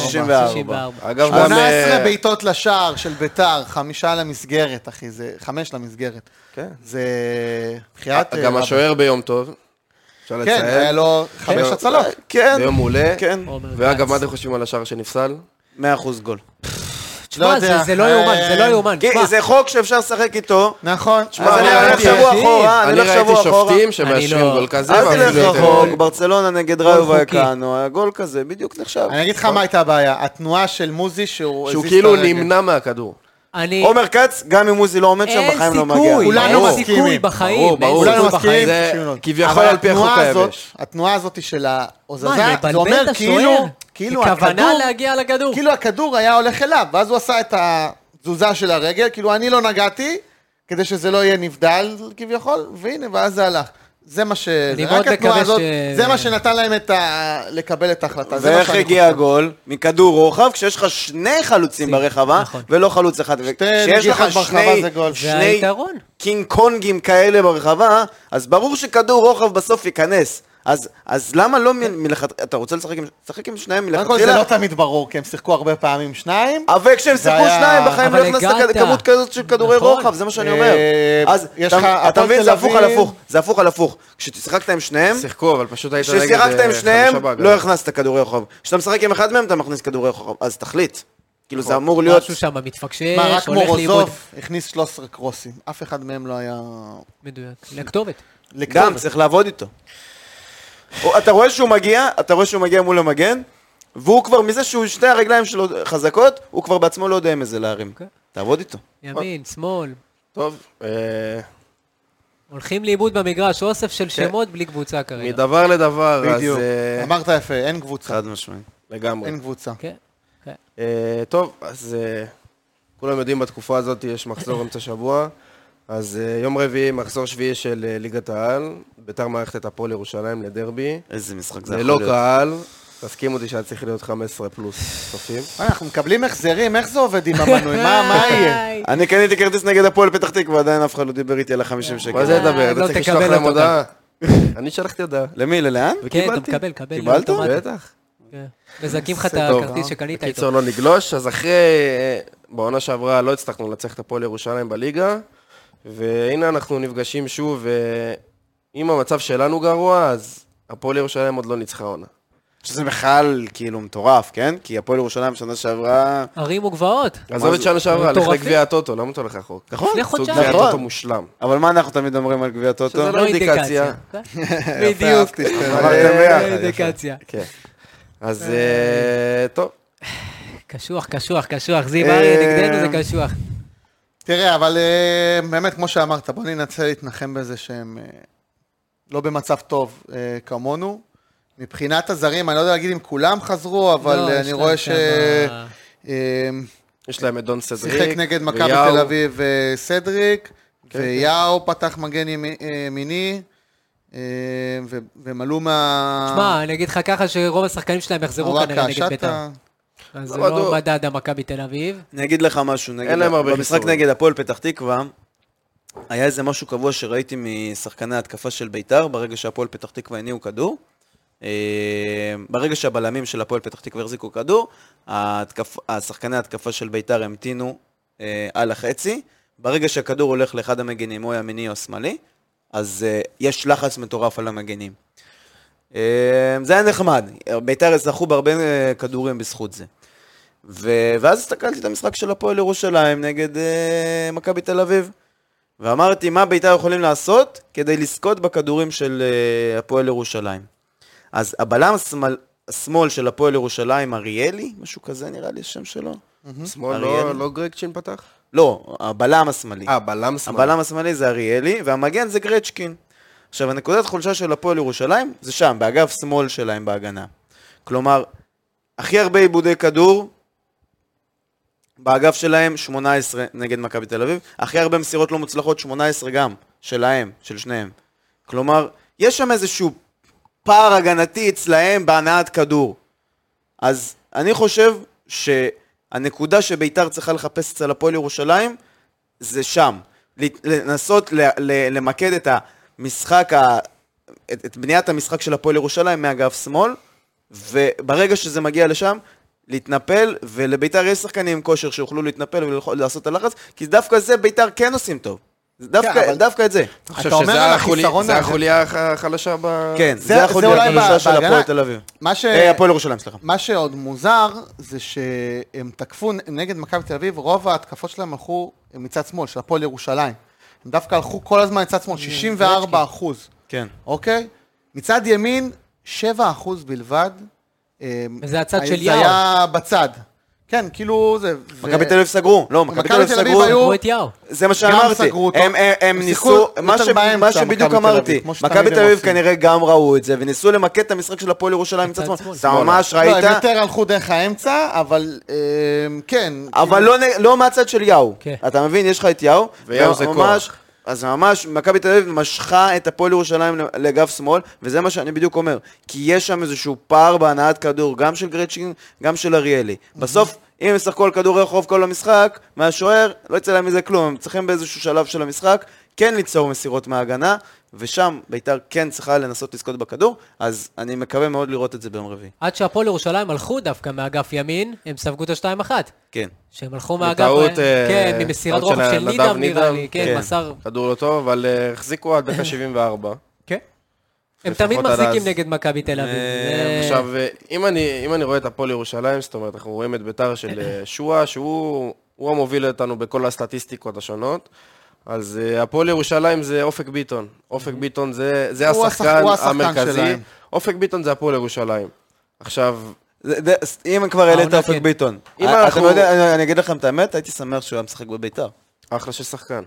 Speaker 4: 64.
Speaker 1: אגב, גם...
Speaker 2: 18
Speaker 1: אה,
Speaker 2: בעיטות לשער של ביתר, חמישה למסגרת, אחי, זה חמש למסגרת.
Speaker 1: כן.
Speaker 2: זה בחייאת... אה,
Speaker 1: גם
Speaker 2: רבא.
Speaker 1: השוער ביום טוב. אפשר
Speaker 2: כן, היה
Speaker 1: לציין.
Speaker 2: לו חמש
Speaker 1: כן.
Speaker 2: הצלות.
Speaker 3: כן,
Speaker 1: ביום מעולה.
Speaker 3: כן, אה,
Speaker 4: עומר
Speaker 1: ואגב,
Speaker 4: כץ.
Speaker 1: מה אתם חושבים על השער שנפסל?
Speaker 3: 100% גול.
Speaker 2: לא
Speaker 4: תשמע,
Speaker 2: יודע.
Speaker 4: זה- זה לא יאומן, זה לא
Speaker 2: אה,
Speaker 4: יאומן.
Speaker 3: כי
Speaker 4: תשמע,
Speaker 3: זה חוק שאפשר לשחק איתו,
Speaker 2: נכון.
Speaker 3: אז
Speaker 1: אבל
Speaker 3: אני הולך
Speaker 1: ראיתי-
Speaker 3: שבוע אחורה, אני
Speaker 1: אני
Speaker 3: הולך
Speaker 1: ראיתי
Speaker 3: שבוע אחורה.
Speaker 1: שופטים
Speaker 4: אני
Speaker 1: שמאשרים
Speaker 4: לא.
Speaker 1: גול כזה.
Speaker 3: אל
Speaker 1: ואני
Speaker 3: תלך
Speaker 1: לא יודע.
Speaker 3: רחוק, ברצלונה נגד ראיו
Speaker 4: חוקי.
Speaker 3: ויקנו, היה גול כזה, בדיוק נחשב.
Speaker 2: אני אגיד לך מה הייתה הבעיה, התנועה של מוזי
Speaker 1: שהוא
Speaker 2: שהוא... הזיז את
Speaker 1: כאילו
Speaker 2: הרגל.
Speaker 3: כן.
Speaker 1: נמנע מהכדור.
Speaker 4: אני...
Speaker 3: עומר כץ, גם אם עוזי לא עומד שם,
Speaker 4: אין
Speaker 3: בחיים לא מגיע.
Speaker 4: סיכוי,
Speaker 2: כולנו
Speaker 4: אין
Speaker 2: מסכימים.
Speaker 4: סיכוי בחיים.
Speaker 1: ברור,
Speaker 4: אין
Speaker 1: ברור.
Speaker 4: סיכוי
Speaker 2: כולנו
Speaker 1: בחיים.
Speaker 2: מסכימים?
Speaker 1: זה
Speaker 2: תקשיבו לו.
Speaker 1: כביכול
Speaker 2: אבל
Speaker 1: על פי החוק
Speaker 2: התנועה הזאת-
Speaker 1: היבש.
Speaker 2: התנועה הזאת של ההוזזה,
Speaker 4: מה,
Speaker 2: זה
Speaker 4: מבלבל
Speaker 2: אומר
Speaker 4: את
Speaker 2: כאילו...
Speaker 4: השוער?
Speaker 2: כאילו
Speaker 4: כוונה
Speaker 2: הכדור-
Speaker 4: להגיע לכדור.
Speaker 2: כאילו הכדור היה הולך אליו, ואז הוא עשה את התזוזה של הרגל, כאילו אני לא נגעתי, כדי שזה לא יהיה נבדל כביכול, והנה, ואז זה הלך. זה מה ש...
Speaker 4: אני
Speaker 2: רק
Speaker 4: מאוד
Speaker 2: התנועה
Speaker 4: מקווה
Speaker 2: הזאת,
Speaker 4: ש-
Speaker 2: זה מה שנתן להם את ה... לקבל את ההחלטה. זה מה
Speaker 3: ואיך
Speaker 2: שאני
Speaker 3: הגיע
Speaker 2: חושב.
Speaker 3: הגול? מכדור רוחב, כשיש לך שני חלוצים
Speaker 4: שים,
Speaker 3: ברחבה,
Speaker 4: נכון.
Speaker 3: ולא חלוץ אחד. וכשיש לך
Speaker 2: נגיחות ברחבה
Speaker 3: שני-
Speaker 2: זה גול. זה
Speaker 3: שני
Speaker 4: היתרון.
Speaker 3: קינג קונגים כאלה ברחבה, אז ברור שכדור רוחב בסוף ייכנס. אז, אז למה לא מ- מלכתחילה, אתה רוצה לשחק עם, לשחק עם שניהם
Speaker 2: קודם כל זה
Speaker 3: מלכתחילה?
Speaker 2: לא תמיד ברור, כי הם שיחקו הרבה פעמים שניים.
Speaker 4: אה,
Speaker 3: אבל כשהם שיחקו
Speaker 2: היה-
Speaker 3: שניים בחיים
Speaker 4: אבל
Speaker 3: לא הכנסת
Speaker 4: הגעת.
Speaker 3: כמות כזאת של כדורי
Speaker 4: נכון.
Speaker 3: רוחב, זה מה שאני אומר.
Speaker 2: אה,
Speaker 3: אז
Speaker 2: יש
Speaker 3: אתה-
Speaker 2: לך-
Speaker 3: אתה
Speaker 2: הפועל
Speaker 3: מבין,
Speaker 2: תל
Speaker 3: זה הפוך על
Speaker 2: אביב-
Speaker 3: הפוך, זה הפוך על הפוך. כששיחקת עם שניהם,
Speaker 1: שיחקו, אבל פשוט היית נגד...
Speaker 3: כששיחקת
Speaker 1: אה,
Speaker 3: עם שניהם,
Speaker 1: חמישה בהגנה.
Speaker 3: לא הכנסת כדורי רוחב. כשאתה משחק עם אחד מהם, אתה מכניס כדורי רוחב, אז תחליט. כאילו זה אמור להיות...
Speaker 4: משהו שם מתפקשש,
Speaker 2: מה, רק
Speaker 4: הולך לאיבוד.
Speaker 2: מורוזוב הכניס 13 קרוסים. אף אחד מהם לא היה...
Speaker 4: מדויק. לכתובת.
Speaker 3: גם,
Speaker 2: לכתובת.
Speaker 3: צריך לעבוד איתו. או, אתה רואה שהוא מגיע, אתה רואה שהוא מגיע מול המגן, והוא כבר, מזה שהוא, שתי הרגליים שלו חזקות, הוא כבר בעצמו לא יודע עם איזה להרים.
Speaker 4: אוקיי.
Speaker 3: תעבוד איתו.
Speaker 2: אה.
Speaker 4: ימין, שמאל.
Speaker 1: טוב, אה,
Speaker 4: הולכים לאיבוד במגרש, אוסף
Speaker 2: כן.
Speaker 4: של שמות בלי קבוצה כרגע.
Speaker 1: מדבר לדבר, אז...
Speaker 2: בדיוק.
Speaker 1: אה,
Speaker 2: אמרת יפה, אין קבוצה.
Speaker 3: חד משמעי.
Speaker 1: לגמרי.
Speaker 2: אין קבוצה.
Speaker 4: כן, כן.
Speaker 1: אה, טוב, אז אה, כולם יודעים, בתקופה הזאת יש מחזור אמצע שבוע. אז אה, יום רביעי, מחזור שביעי של אה, ליגת העל. ביתר מערכת את הפועל ירושלים לדרבי.
Speaker 3: איזה משחק זה יכול
Speaker 1: ללא
Speaker 3: להיות.
Speaker 1: קהל. תסכים אותי שהיה צריך להיות 15 פלוס צופים.
Speaker 2: אה, אנחנו מקבלים החזרים, איך זה עובד עם המנוי? מה
Speaker 4: כן.
Speaker 2: מה יהיה?
Speaker 4: היי.
Speaker 3: אני קניתי כרטיס נגד הפועל פתח תקווה, עדיין אף אחד לא דיבר איתי על ה-50 שקל.
Speaker 1: מה זה
Speaker 4: אה,
Speaker 1: לדבר?
Speaker 4: לא
Speaker 1: אתה צריך
Speaker 4: תקבל
Speaker 1: לשלוח להם
Speaker 4: אותו
Speaker 1: הודעה. אני שלחתי הודעה.
Speaker 3: למי, ללאן?
Speaker 4: כן, אתה
Speaker 1: וקיבלתי.
Speaker 4: מקבל, קבל.
Speaker 3: קיבלת?
Speaker 4: אוטומטית.
Speaker 1: בטח.
Speaker 4: כן. מזכים לך את
Speaker 1: זה טוב.
Speaker 4: הכרטיס שקנית איתו.
Speaker 1: בקיצור, לא נגלוש. אז אחרי... אה, בעונה שעברה לא הצלחנו לנצח את הפועל ירושלים בליגה, והנה אנחנו נפגשים שוב, ואם המצב שלנו גרוע, אז הפועל ירושלים עוד לא ניצחה עונה.
Speaker 3: שזה בכלל כאילו מטורף, כן? כי הפועל ירושלים שנה שעברה...
Speaker 4: ערים וגבעות.
Speaker 1: עזוב את שנה שעברה, לך
Speaker 4: מטורפים.
Speaker 1: לגביע הטוטו, למה אתה הולך רחוק?
Speaker 3: נכון.
Speaker 4: לפני
Speaker 1: סוג
Speaker 4: חודשיים.
Speaker 1: גביע
Speaker 3: נכון.
Speaker 1: הטוטו מושלם.
Speaker 3: אבל מה אנחנו תמיד אומרים על גביע הטוטו?
Speaker 1: שזה לא אינדיקציה.
Speaker 4: כן.
Speaker 2: יפה,
Speaker 4: בדיוק.
Speaker 2: אהבתי שאתה-
Speaker 3: אמרתם ביחד,
Speaker 4: לא
Speaker 3: יפה.
Speaker 4: אינדיקציה.
Speaker 1: כן. אז אה, טוב,
Speaker 4: קשוח, קשוח, קשוח. זיו
Speaker 2: אה,
Speaker 4: אריה נגדנו זה קשוח.
Speaker 2: תראה, אבל אה, באמת, כמו שאמרת, בוא ננסה להתנחם בזה שהם אה, לא במצב טוב אה, כמונו. מבחינת הזרים, אני לא יודע להגיד אם כולם חזרו, אבל
Speaker 4: לא,
Speaker 2: אה,
Speaker 4: יש
Speaker 2: אני
Speaker 4: להם
Speaker 2: רואה ש...
Speaker 4: כמה-
Speaker 2: אה,
Speaker 1: יש להם את דון סדריק.
Speaker 2: שיחק נגד מכבי
Speaker 1: ויאו.
Speaker 2: תל אביב אה, סדריק,
Speaker 1: כן,
Speaker 2: ויאו פתח מגן ימי- אה, ימיני, אה, ו- ומלאו מה...
Speaker 4: תשמע, אני אגיד לך ככה שרוב השחקנים שלהם יחזרו
Speaker 2: אוואקה,
Speaker 4: כנראה נגד
Speaker 2: שטה.
Speaker 4: בית"ר. אז זה
Speaker 1: לא
Speaker 4: לא
Speaker 1: בטוח.
Speaker 4: מדד המכבי תל אביב.
Speaker 3: אני אגיד לך משהו, נגד,
Speaker 1: אין להם הרבה
Speaker 3: במשחק
Speaker 1: חיסורים.
Speaker 3: נגד הפועל פתח תקווה, היה איזה משהו קבוע שראיתי משחקני ההתקפה של ביתר, ברגע שהפועל פתח תקווה הניעו כדור. אה, ברגע שהבלמים של הפועל פתח תקווה החזיקו כדור, ההתקפ... השחקני ההתקפה של ביתר המתינו אה, על החצי. ברגע שהכדור הולך לאחד המגנים, או ימיני או שמאלי, אז אה, יש לחץ מטורף על המגנים. אה, זה היה נחמד, ביתר זכו בהרבה אה, כדורים בזכות זה. ו... ואז הסתכלתי את המשחק של הפועל ירושלים נגד אה, מכבי תל אביב. ואמרתי, מה ביתר יכולים לעשות כדי לזכות בכדורים של אה, הפועל ירושלים. אז הבלם השמאל, השמאל של הפועל ירושלים, אריאלי, משהו כזה נראה לי השם שלו?
Speaker 1: שמאל
Speaker 3: אריאל.
Speaker 1: לא- לא גרקצ'ין פתח?
Speaker 3: לא, הבלם השמאלי.
Speaker 1: אה, בלם שמאל.
Speaker 3: הבלם השמאלי זה אריאלי, והמגן זה גרצ'קין. עכשיו, הנקודת חולשה של הפועל ירושלים זה שם, באגף שמאל שלהם בהגנה. כלומר, הכי הרבה עיבודי כדור באגף שלהם, 18 נגד מכבי תל אביב. הכי הרבה מסירות לא מוצלחות, 18 גם, שלהם, של שניהם. כלומר, יש שם איזשהו פער הגנתי אצלהם בהנעת כדור. אז אני חושב שהנקודה שביתר צריכה לחפש אצל הפועל ירושלים זה שם. לת- לנסות ל- ל- למקד את המשחק, ה- את, את בניית המשחק של הפועל ירושלים מאגף שמאל, וברגע שזה מגיע לשם, להתנפל, ולביתר יש שחקנים עם כושר שיוכלו להתנפל ולעשות את הלחץ, כי דווקא זה ביתר כן עושים טוב. זה דווקא,
Speaker 2: כן, אבל-
Speaker 3: דווקא את זה.
Speaker 1: אני חושב
Speaker 2: אתה אומר
Speaker 1: שזה
Speaker 2: על
Speaker 1: החולי-
Speaker 2: החיסרון
Speaker 1: זה
Speaker 2: הזה.
Speaker 1: החוליה הח- החלשה ב...
Speaker 3: כן,
Speaker 2: זה-
Speaker 3: זה יכול
Speaker 2: זה
Speaker 3: להיות
Speaker 2: אולי ב-
Speaker 3: החולשה של
Speaker 2: בהגנה-
Speaker 3: הפועל תל אביב.
Speaker 2: מה ש...
Speaker 3: אה, הפועל ירושלים, סליחה.
Speaker 2: מה שעוד מוזר, זה שהם תקפו נגד מכבי תל אביב, רוב ההתקפות שלהם הלכו מצד שמאל, של הפועל ירושלים. הם דווקא הלכו כל הזמן מצד שמאל, 64 אחוז,
Speaker 3: כן.
Speaker 2: אוקיי? מצד ימין, 7 אחוז בלבד. אמ,
Speaker 4: וזה הצד של
Speaker 2: זה
Speaker 4: יאו.
Speaker 2: היה בצד. כן, כאילו זה... ו-
Speaker 3: מכבי תל אביב סגרו, לא, מכבי תל אביב
Speaker 2: מכבי תל אביב
Speaker 3: סגרו,
Speaker 2: היו-
Speaker 4: כמו את יאו.
Speaker 3: זה מה שאמרתי,
Speaker 2: סגרו אותו.
Speaker 3: הם, הם, הם
Speaker 2: הם
Speaker 3: ניסו,
Speaker 2: שיחקו
Speaker 3: מה,
Speaker 2: יותר
Speaker 3: ש... מה
Speaker 2: באמצע,
Speaker 3: שבדיוק
Speaker 2: מכבי תל אביב,
Speaker 3: אמרתי,
Speaker 2: כמו שתמיד
Speaker 3: מכבי
Speaker 2: הם
Speaker 3: תל אביב
Speaker 2: עושים.
Speaker 3: כנראה גם ראו את זה, וניסו למקד את המשחק של הפועל ירושלים מצד
Speaker 4: מצד
Speaker 3: שמאל,
Speaker 4: שמאל.
Speaker 3: אתה ממש
Speaker 2: לא,
Speaker 3: ראית,
Speaker 2: הם יותר הלכו דרך האמצע, אבל אמ, כן.
Speaker 3: אבל לא, נ- לא מהצד של יאו,
Speaker 4: כן.
Speaker 3: אתה מבין, יש לך את יאו,
Speaker 1: ויאו זה
Speaker 3: וממש- אז ממש, מכבי תל אביב משכה את הפועל ירושלים לגב שמאל, וזה מה שאני בדיוק אומר. כי יש שם איזשהו פער בהנעת כדור, גם של גרצ'קין, גם של אריאלי. בסוף, אם הם ישחקו על כדורי רחוב כל המשחק, מהשוער, לא יצא להם מזה כלום. הם צריכים באיזשהו שלב של המשחק כן ליצור מסירות מההגנה, ושם ביתר כן צריכה לנסות לזכות בכדור, אז אני מקווה מאוד לראות את זה ביום רביעי.
Speaker 4: עד שהפועל ירושלים הלכו דווקא מאגף ימין, הם ספגו את השתיים אחת.
Speaker 3: כן.
Speaker 4: שהם הלכו מאגף...
Speaker 1: בטעות, אה,
Speaker 4: כן, ממסירת
Speaker 1: טעות
Speaker 4: רוחב של
Speaker 1: נדב
Speaker 4: נידם נראה לי, כן,
Speaker 1: כן.
Speaker 4: מסר...
Speaker 1: כדור לא טוב, אבל אה, החזיקו עד דקה 74.
Speaker 4: כן. הם
Speaker 1: לפחות
Speaker 4: תמיד
Speaker 1: עד אז.
Speaker 4: מחזיקים נגד מכבי תל אביב.
Speaker 1: אה,
Speaker 4: זה-
Speaker 1: עכשיו, אה, אם אני- אם אני רואה את הפועל ירושלים, זאת אומרת, אנחנו רואים את ביתר של אה, שואה, שהוא הוא המוביל אותנו בכל הסטטיסטיקות השונות. אז אה, הפועל ירושלים זה אופק ביטון. אופק ביטון זה זה
Speaker 2: הוא
Speaker 1: השחקן
Speaker 2: השח- הוא השחקן
Speaker 1: המרכזי.
Speaker 2: שלהם.
Speaker 1: אופק ביטון זה הפועל ירושלים. עכשיו,
Speaker 3: זה- זה- אם כבר העלית
Speaker 4: העונה
Speaker 3: אופק
Speaker 4: כן.
Speaker 3: ביטון.
Speaker 1: אה, אם
Speaker 3: אה,
Speaker 1: אנחנו-
Speaker 3: אתם יודעים, אני- אני אגיד לכם את האמת, הייתי שמח שהוא היה משחק בביתר.
Speaker 1: אחלה של שחקן.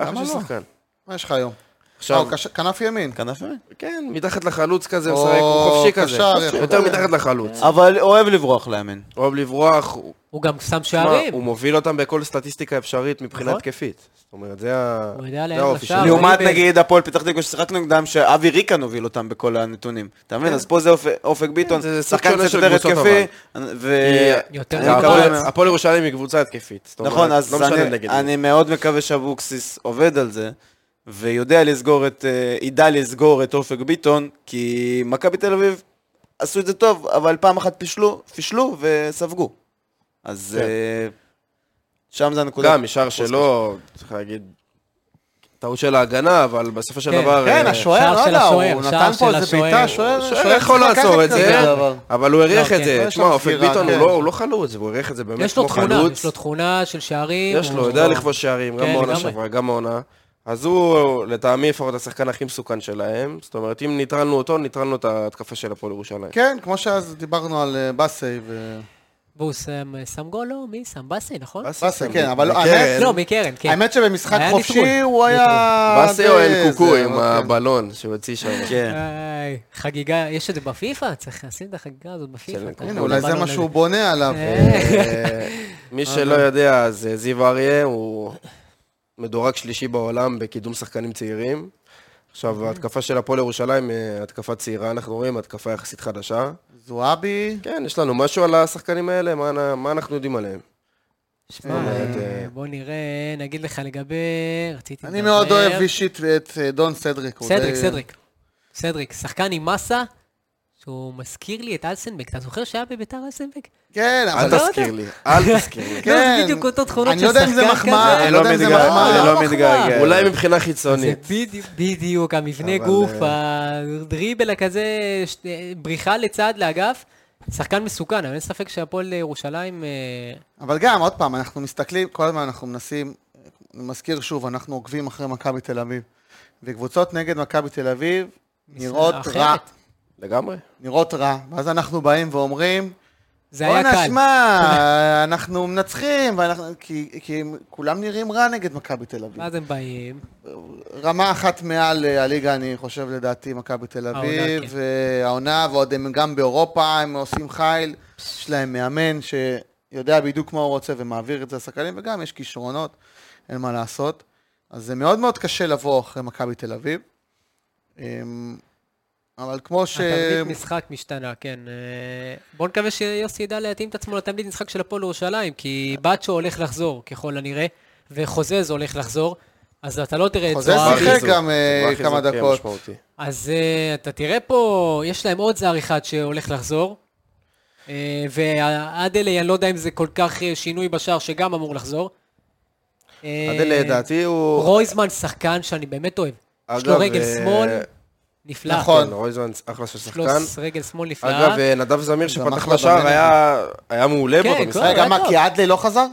Speaker 2: למה
Speaker 1: אחלה של
Speaker 2: לא?
Speaker 1: שחקן.
Speaker 2: מה יש לך היום?
Speaker 1: עכשיו,
Speaker 2: אה, הוא קש- כנף ימין.
Speaker 3: כנף ימין.
Speaker 1: כן, מתחת לחלוץ כזה, הוא
Speaker 2: או,
Speaker 1: משחק, הוא חופשי כזה.
Speaker 2: קשר, יפה
Speaker 1: יותר
Speaker 2: כזה.
Speaker 1: מתחת לחלוץ.
Speaker 3: אבל אוהב לברוח לימין.
Speaker 1: אוהב לברוח, הוא-
Speaker 4: הוא גם שם
Speaker 1: תשמע,
Speaker 4: שערים.
Speaker 1: הוא מוביל אותם בכל סטטיסטיקה אפשרית מבחינה
Speaker 4: נכון.
Speaker 1: התקפית. זאת אומרת, זה ה-
Speaker 4: הוא יודע
Speaker 1: זה
Speaker 4: לאן
Speaker 1: האופי
Speaker 4: לשער.
Speaker 1: שלו.
Speaker 3: לעומת
Speaker 4: אוהב-
Speaker 3: נגיד הפועל פתח תקווה ששיחקנו נגדם, שאבי ריקן הוביל אותם בכל הנתונים. אתה מבין? אז פה זה אופ- אופק ביטון,
Speaker 1: כן. זה- זה סוג
Speaker 3: שחקן
Speaker 1: שונה
Speaker 3: קצת
Speaker 1: של
Speaker 3: יותר
Speaker 1: קבוצות,
Speaker 3: התקפי. ו- אה,
Speaker 1: כי
Speaker 4: יותר
Speaker 3: אני מקווה-
Speaker 1: הפועל- הפועל ירושלים היא קבוצה התקפית. זאת אומרת,
Speaker 3: נכון, אז
Speaker 1: לא משנה
Speaker 3: אני-
Speaker 1: נגד מי.
Speaker 3: אני מאוד מקווה שאבוקסיס עובד על זה, ויודע לסגור את, אה, ידע לסגור את אופק ביטון, כי מכבי תל אביב עשו את זה טוב, אבל פעם אחת פישלו, פישלו וספגו. אז
Speaker 1: כן.
Speaker 3: אה, שם זה הנקודה.
Speaker 1: גם, משער שלו, צריך להגיד, טעות של ההגנה, אבל בסופו של
Speaker 4: כן.
Speaker 1: דבר...
Speaker 2: כן,
Speaker 1: אה,
Speaker 2: השוער,
Speaker 4: שער
Speaker 2: לא
Speaker 4: של
Speaker 2: יודע,
Speaker 4: השוער,
Speaker 2: הוא
Speaker 4: שער
Speaker 2: נתן פה
Speaker 4: של
Speaker 2: איזה
Speaker 4: השוער.
Speaker 2: בעיטה, שוער...
Speaker 1: השוער יכול
Speaker 2: צריך לקחת
Speaker 1: לעצור את
Speaker 2: כזה
Speaker 1: זה,
Speaker 4: כן,
Speaker 2: דבר.
Speaker 1: אבל הוא הריח
Speaker 4: לא,
Speaker 1: את
Speaker 4: כן,
Speaker 1: זה.
Speaker 4: יש
Speaker 1: תשמע,
Speaker 2: לו
Speaker 1: אופק
Speaker 2: סגירה,
Speaker 1: ביטון הוא
Speaker 2: כן.
Speaker 1: לא- הוא לא חלוץ, הוא הריח את זה באמת
Speaker 4: יש
Speaker 1: כמו
Speaker 4: לו תכונה,
Speaker 1: חלוץ.
Speaker 4: יש לו תכונה של שערים.
Speaker 1: יש לו,
Speaker 4: הוא-
Speaker 1: יודע לכבוש שערים, גם
Speaker 4: כן,
Speaker 1: בעונה
Speaker 4: לגמרי.
Speaker 1: שעברה, גם בעונה. אז הוא, לטעמי, לפחות השחקן הכי מסוכן שלהם. זאת אומרת, אם ניטרלנו אותו, ניטרלנו את ההתקפה של הפועל ירושלים.
Speaker 2: כן, כמו שאז דיברנו על אה, באסי ו...
Speaker 4: והוא שם שם גול, לא? מי שם? באסי, נכון?
Speaker 2: באסי, כן, אבל
Speaker 1: בקרן.
Speaker 2: האמת-
Speaker 4: לא, מקרן, כן.
Speaker 2: האמת שבמשחק
Speaker 4: היה
Speaker 2: חופשי
Speaker 4: נטרול.
Speaker 2: הוא היה...
Speaker 1: באסי או
Speaker 2: די-
Speaker 1: אל קוקו
Speaker 2: זה,
Speaker 1: עם
Speaker 2: אבל כן.
Speaker 1: הבלון שהוא הוציא שם.
Speaker 3: כן.
Speaker 4: איי, חגיגה, יש את זה בפיפא? צריך לשים את החגיגה הזאת בפיפא.
Speaker 1: בסדר,
Speaker 4: אתה
Speaker 2: הנה,
Speaker 4: יכול
Speaker 2: אולי זה
Speaker 4: לבלון
Speaker 2: מה
Speaker 4: הזה.
Speaker 2: שהוא בונה עליו.
Speaker 4: כן.
Speaker 1: אה, מי שלא יודע, אז אה, זיו אריה הוא מדורג שלישי בעולם בקידום שחקנים צעירים. עכשיו, ההתקפה של הפועל ירושלים, אה, התקפה צעירה, אנחנו רואים, התקפה יחסית חדשה.
Speaker 2: זועבי,
Speaker 1: כן, יש לנו משהו על השחקנים האלה, מה אנ- מה אנחנו יודעים עליהם?
Speaker 4: שמע,
Speaker 1: אומרת,
Speaker 4: אה,
Speaker 1: אה,
Speaker 4: בוא נראה, נגיד לך לגבי... רציתי
Speaker 2: אני
Speaker 4: לדבר.
Speaker 2: מאוד אוהב אה, אישית את אה, דון סדריק. הוא
Speaker 4: סדריק,
Speaker 2: די-
Speaker 4: סדריק. סדריק, שחקן עם מסה, שהוא מזכיר לי את אלסנבק. אתה זוכר שהיה בביתר אלסנבק?
Speaker 2: כן, אבל...
Speaker 1: אל תזכיר לי, אל תזכיר לי.
Speaker 4: לא, זה בדיוק אותו תכונות
Speaker 2: כן. אני
Speaker 4: של
Speaker 2: לא יודע אם זה
Speaker 4: שחקן
Speaker 2: מחמאה,
Speaker 4: כזה.
Speaker 2: אני לא יודע אם זה
Speaker 3: לא מתגעגע,
Speaker 2: מחמאה.
Speaker 4: לא,
Speaker 3: אני לא
Speaker 4: מחמאה.
Speaker 3: מתגעגע.
Speaker 1: אולי מבחינה
Speaker 4: זה
Speaker 1: חיצונית.
Speaker 4: בדיוק, בדיוק, המבנה
Speaker 1: אבל,
Speaker 4: גוף,
Speaker 2: אה,
Speaker 4: הדריבל הכזה, ש- בריחה לצד, לאגף. שחקן מסוכן, אבל אין ספק שהפועל ירושלים... אה,
Speaker 2: אבל גם, עוד פעם, אנחנו מסתכלים, כל הזמן אנחנו מנסים, אני מזכיר שוב, אנחנו עוקבים אחרי מכבי תל אביב. וקבוצות נגד מכבי תל אביב נראות
Speaker 4: אחרת.
Speaker 2: רע,
Speaker 1: לגמרי.
Speaker 2: נראות רע. ואז אנחנו באים ואומרים,
Speaker 4: זה היה קל.
Speaker 2: בואנה, שמע, אנחנו מנצחים, ואנחנו- כי כי הם כולם נראים רע נגד מכבי תל אביב.
Speaker 4: ואז הם באים,
Speaker 2: רמה אחת מעל אה, הליגה, אני חושב, לדעתי, מכבי תל
Speaker 4: העונה, כן.
Speaker 2: אביב. אה, העונה, ועוד הם גם באירופה, הם עושים חיל. יש להם מאמן שיודע בדיוק מה הוא רוצה ומעביר את זה לשחקנים, וגם יש כישרונות, אין מה לעשות. אז זה מאוד מאוד קשה לבוא אחרי מכבי תל אביב. אמ, אבל כמו ש...
Speaker 4: התמליט משחק משתנה, כן. אה, בוא נקווה שיוסי ידע להתאים את עצמו לתמליט משחק של הפועל ירושלים, כי באצ'ו הולך לחזור, ככל הנראה, וחוזז הולך לחזור, אז אתה לא תראה את
Speaker 2: חוזז
Speaker 4: זועבי.
Speaker 2: שיחק
Speaker 1: חיזוק,
Speaker 2: גם, אה,
Speaker 1: כבר חיזוק,
Speaker 2: כמה
Speaker 1: כן,
Speaker 2: דקות.
Speaker 1: משמעותי.
Speaker 4: אז אה, אתה תראה פה, יש להם עוד זר אחד שהולך לחזור. אה, ועדלי, אני לא יודע אם זה כל כך אה, שינוי בשער שגם אמור לחזור. אה,
Speaker 1: עד אלה, לדעתי הוא...
Speaker 4: רויזמן שחקן שאני באמת אוהב. יש לו
Speaker 1: אגב,
Speaker 4: רגל
Speaker 1: אה,
Speaker 4: שמאל נפלא.
Speaker 2: נכון.
Speaker 1: כן, רויזמן אחלה של
Speaker 4: יש לו
Speaker 1: שחקן.
Speaker 4: רגל שמאל נפלא.
Speaker 1: אגב, אה, נדב זמיר
Speaker 2: אחלה
Speaker 1: שפתח
Speaker 2: בבן
Speaker 1: לשער
Speaker 2: הזה.
Speaker 1: היה- היה מעולה
Speaker 4: כן,
Speaker 1: באותו
Speaker 4: כל-
Speaker 1: משחק.
Speaker 2: רגע,
Speaker 4: היה
Speaker 2: מה,
Speaker 4: טוב.
Speaker 2: כי עדלי לא חזר?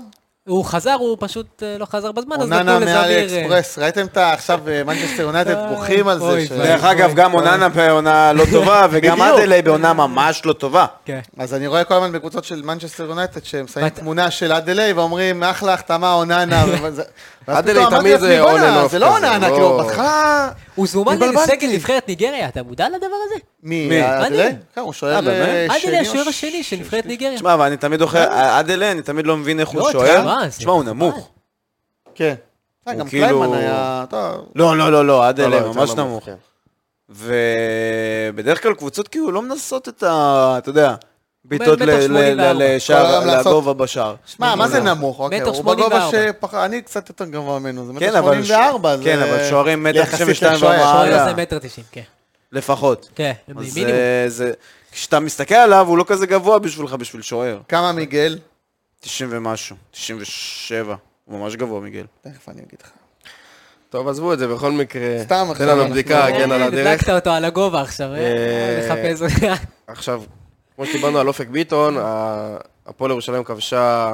Speaker 4: הוא חזר, הוא פשוט אה, לא חזר בזמן, אז
Speaker 2: אוננה
Speaker 4: נתנו
Speaker 2: מאלי
Speaker 4: לזמיר... אה,
Speaker 2: אקספרס, ראיתם את ה... עכשיו אה, מנצ'סטר יונייטד
Speaker 4: אה,
Speaker 2: בוכים על
Speaker 4: אוי,
Speaker 2: זה. ש-
Speaker 4: ואבוי.
Speaker 3: דרך אגב, גם אוננה בעונה לא טובה, וגם
Speaker 2: בדיוק.
Speaker 3: אדלי בעונה ממש לא טובה.
Speaker 4: כן.
Speaker 2: אז אני רואה כל הזמן בקבוצות של מנצ'סטר יונייטד שהם שמים
Speaker 4: בת-
Speaker 2: תמונה של אדלי ואומרים אחלה החתמה אוננה. וזה- ואז
Speaker 1: אדלי
Speaker 2: פתאום אמרתי
Speaker 1: תמיד זה
Speaker 2: לעצמי,
Speaker 1: on and
Speaker 2: "בואנה,
Speaker 1: off
Speaker 2: זה לא
Speaker 1: כזה,
Speaker 2: אוננה,
Speaker 1: לא-
Speaker 2: כאילו, פתחה...
Speaker 4: הוא זומן
Speaker 2: התבלבלתי.
Speaker 4: לסגל נבחרת ניגריה, אתה מודע לדבר הזה?
Speaker 2: מי?
Speaker 3: מי?
Speaker 2: אדלי?
Speaker 4: אדלי.
Speaker 2: כן, הוא
Speaker 3: אה,
Speaker 2: שוער
Speaker 3: באמת?
Speaker 2: אה,
Speaker 4: אדלי
Speaker 2: שני או
Speaker 4: השוער
Speaker 2: ש-
Speaker 4: השני של נבחרת ניגריה.
Speaker 3: תשמע, אבל אני תמיד אוכל, אדלי, אני תמיד לא מבין איך
Speaker 4: לא,
Speaker 3: הוא שוער.
Speaker 4: תשמע, זה
Speaker 3: תשמע, הוא
Speaker 4: חבל.
Speaker 3: נמוך.
Speaker 2: כן. אה, גם
Speaker 3: כאילו-
Speaker 2: קליימן היה... טוב,
Speaker 3: לא, לא, לא, לא,
Speaker 1: לא, לא,
Speaker 3: אדלי
Speaker 1: יותר
Speaker 3: ממש נמוך.
Speaker 1: כן.
Speaker 3: ובדרך כלל קבוצות כאילו לא מנסות את ה... אתה יודע, בעיטות
Speaker 4: מטר
Speaker 3: ל-
Speaker 4: שמונים
Speaker 3: ל-
Speaker 4: וארבע.
Speaker 3: ל-
Speaker 2: כל
Speaker 3: לשער,
Speaker 2: היום לעשות-
Speaker 3: לגובה בשער.
Speaker 2: שמע, מה זה נמוך? אוקיי,
Speaker 4: נכון. מטר
Speaker 2: הוא בגובה
Speaker 4: 84.
Speaker 2: שפח- אני קצת יותר גבוה ממנו, זה מטר
Speaker 3: כן, אבל...
Speaker 2: 84.
Speaker 3: כן,
Speaker 2: זה-
Speaker 3: אבל שוערים מטר
Speaker 2: יחסית
Speaker 3: 92
Speaker 2: לשוער.
Speaker 4: שוער
Speaker 3: ומעלה,
Speaker 4: זה מטר תשעים, כן.
Speaker 3: לפחות.
Speaker 4: כן,
Speaker 3: אז
Speaker 4: מינימום.
Speaker 2: אה,
Speaker 3: זה- זה... כשאתה מסתכל עליו, הוא לא כזה גבוה בשבילך, בשביל שוער.
Speaker 2: כמה מיגל?
Speaker 3: 90 ומשהו, 97. הוא ממש גבוה, מיגל.
Speaker 2: תכף אני אגיד לך.
Speaker 1: טוב, עזבו את זה, בכל מקרה.
Speaker 2: סתם
Speaker 1: תן
Speaker 2: עכשיו
Speaker 1: לנו
Speaker 2: אנחנו-
Speaker 1: בדיקה, כן, על
Speaker 4: אה,
Speaker 1: הדרך.
Speaker 4: הדלקת אותו על הגובה עכשיו, אה?
Speaker 1: אה,
Speaker 4: נחפש רגע.
Speaker 1: עכשיו, כמו שדיברנו על אופק ביטון, ה- הפועל ירושלים כבשה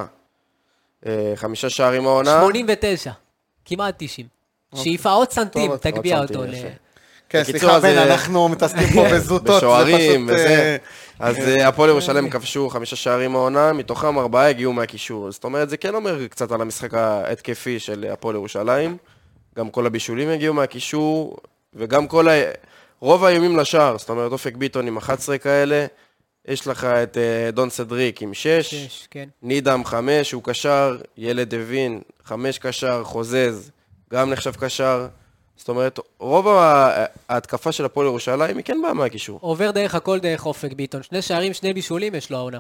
Speaker 1: אה, חמישה שערים העונה.
Speaker 4: 89, כמעט 90. שאיפה עוד סנטים,
Speaker 2: אוקיי. עוד
Speaker 4: תגביה
Speaker 1: סנטים,
Speaker 4: אותו. ל-
Speaker 1: יפה.
Speaker 2: כן,
Speaker 1: בקיצור,
Speaker 2: סליחה,
Speaker 1: אז,
Speaker 2: בן,
Speaker 1: אה,
Speaker 2: אנחנו מתעסקים פה בזוטות. זה
Speaker 1: בשוערים
Speaker 2: פשוט,
Speaker 1: וזה.
Speaker 2: אה,
Speaker 1: אז אה, הפועל ירושלים כבשו חמישה שערים העונה, מתוכם ארבעה הגיעו מהקישור. זאת אומרת, זה כן אומר קצת על המשחק ההתקפי של הפועל ירושלים. גם כל הבישולים הגיעו מהקישור, וגם כל ה... רוב האיומים לשער, זאת אומרת, אופק ביטון עם 11 כאלה. יש לך את אה, דון סדריק עם 6.
Speaker 4: שש, כן.
Speaker 1: נידם חמש, הוא קשר, ילד הבין, חמש קשר, חוזז, גם נחשב קשר. זאת אומרת, רוב ה- ההתקפה של הפועל ירושלים היא כן באה מהקישור.
Speaker 4: עובר דרך הכל דרך אופק ביטון. שני שערים, שני בישולים יש לו העונה.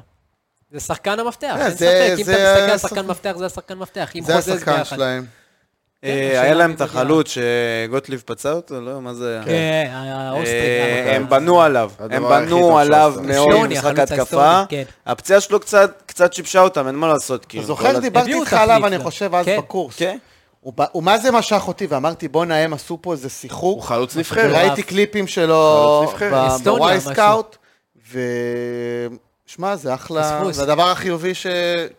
Speaker 4: זה שחקן המפתח,
Speaker 2: אה,
Speaker 4: אין
Speaker 2: זה-
Speaker 4: ספק. אם אתה
Speaker 2: זה
Speaker 4: מסתכל על
Speaker 2: השחק-
Speaker 4: שחקן מפתח, זה השחקן מפתח. אם
Speaker 2: זה
Speaker 4: חוזז
Speaker 2: השחקן
Speaker 4: ביחד.
Speaker 2: שלהם.
Speaker 3: אה,
Speaker 4: כן, השאלה
Speaker 3: היה להם
Speaker 4: מי
Speaker 3: את
Speaker 4: מגיע.
Speaker 3: החלוץ שגוטליב פצע אותו, לא? מה זה היה?
Speaker 4: כן, נכון.
Speaker 3: אה,
Speaker 4: האוסטרי. גם.
Speaker 3: הם בנו עליו,
Speaker 1: הדבר
Speaker 3: הם
Speaker 1: הכי טוב
Speaker 3: בנו עליו
Speaker 1: שעשתה.
Speaker 3: מאוד
Speaker 4: סטוני,
Speaker 3: במשחק
Speaker 4: החלוץ
Speaker 3: ההתקפה.
Speaker 4: הסטוני, כן.
Speaker 3: הפציעה שלו קצת קצת שיבשה אותם, אין מה לעשות, כאילו.
Speaker 2: אתה זוכר?
Speaker 3: כל ה-
Speaker 2: דיברתי
Speaker 4: הביאו
Speaker 2: איתך
Speaker 4: תחליף
Speaker 2: עליו,
Speaker 4: לה.
Speaker 2: אני חושב, אז
Speaker 4: כן.
Speaker 2: בקורס.
Speaker 3: כן.
Speaker 2: הוא בא- הוא מה זה משך אותי, ואמרתי, בואנה, הם עשו פה איזה
Speaker 1: הוא
Speaker 2: שיחוק.
Speaker 1: חלוץ נבחרת.
Speaker 2: ראיתי קליפים שלו
Speaker 1: חלוץ נבחרת.
Speaker 2: ב-
Speaker 4: אסטוניה,
Speaker 2: בוואי
Speaker 4: משהו.
Speaker 2: סקאוט, ושמע, זה אחלה,
Speaker 4: פספוס.
Speaker 2: זה הדבר החיובי ש...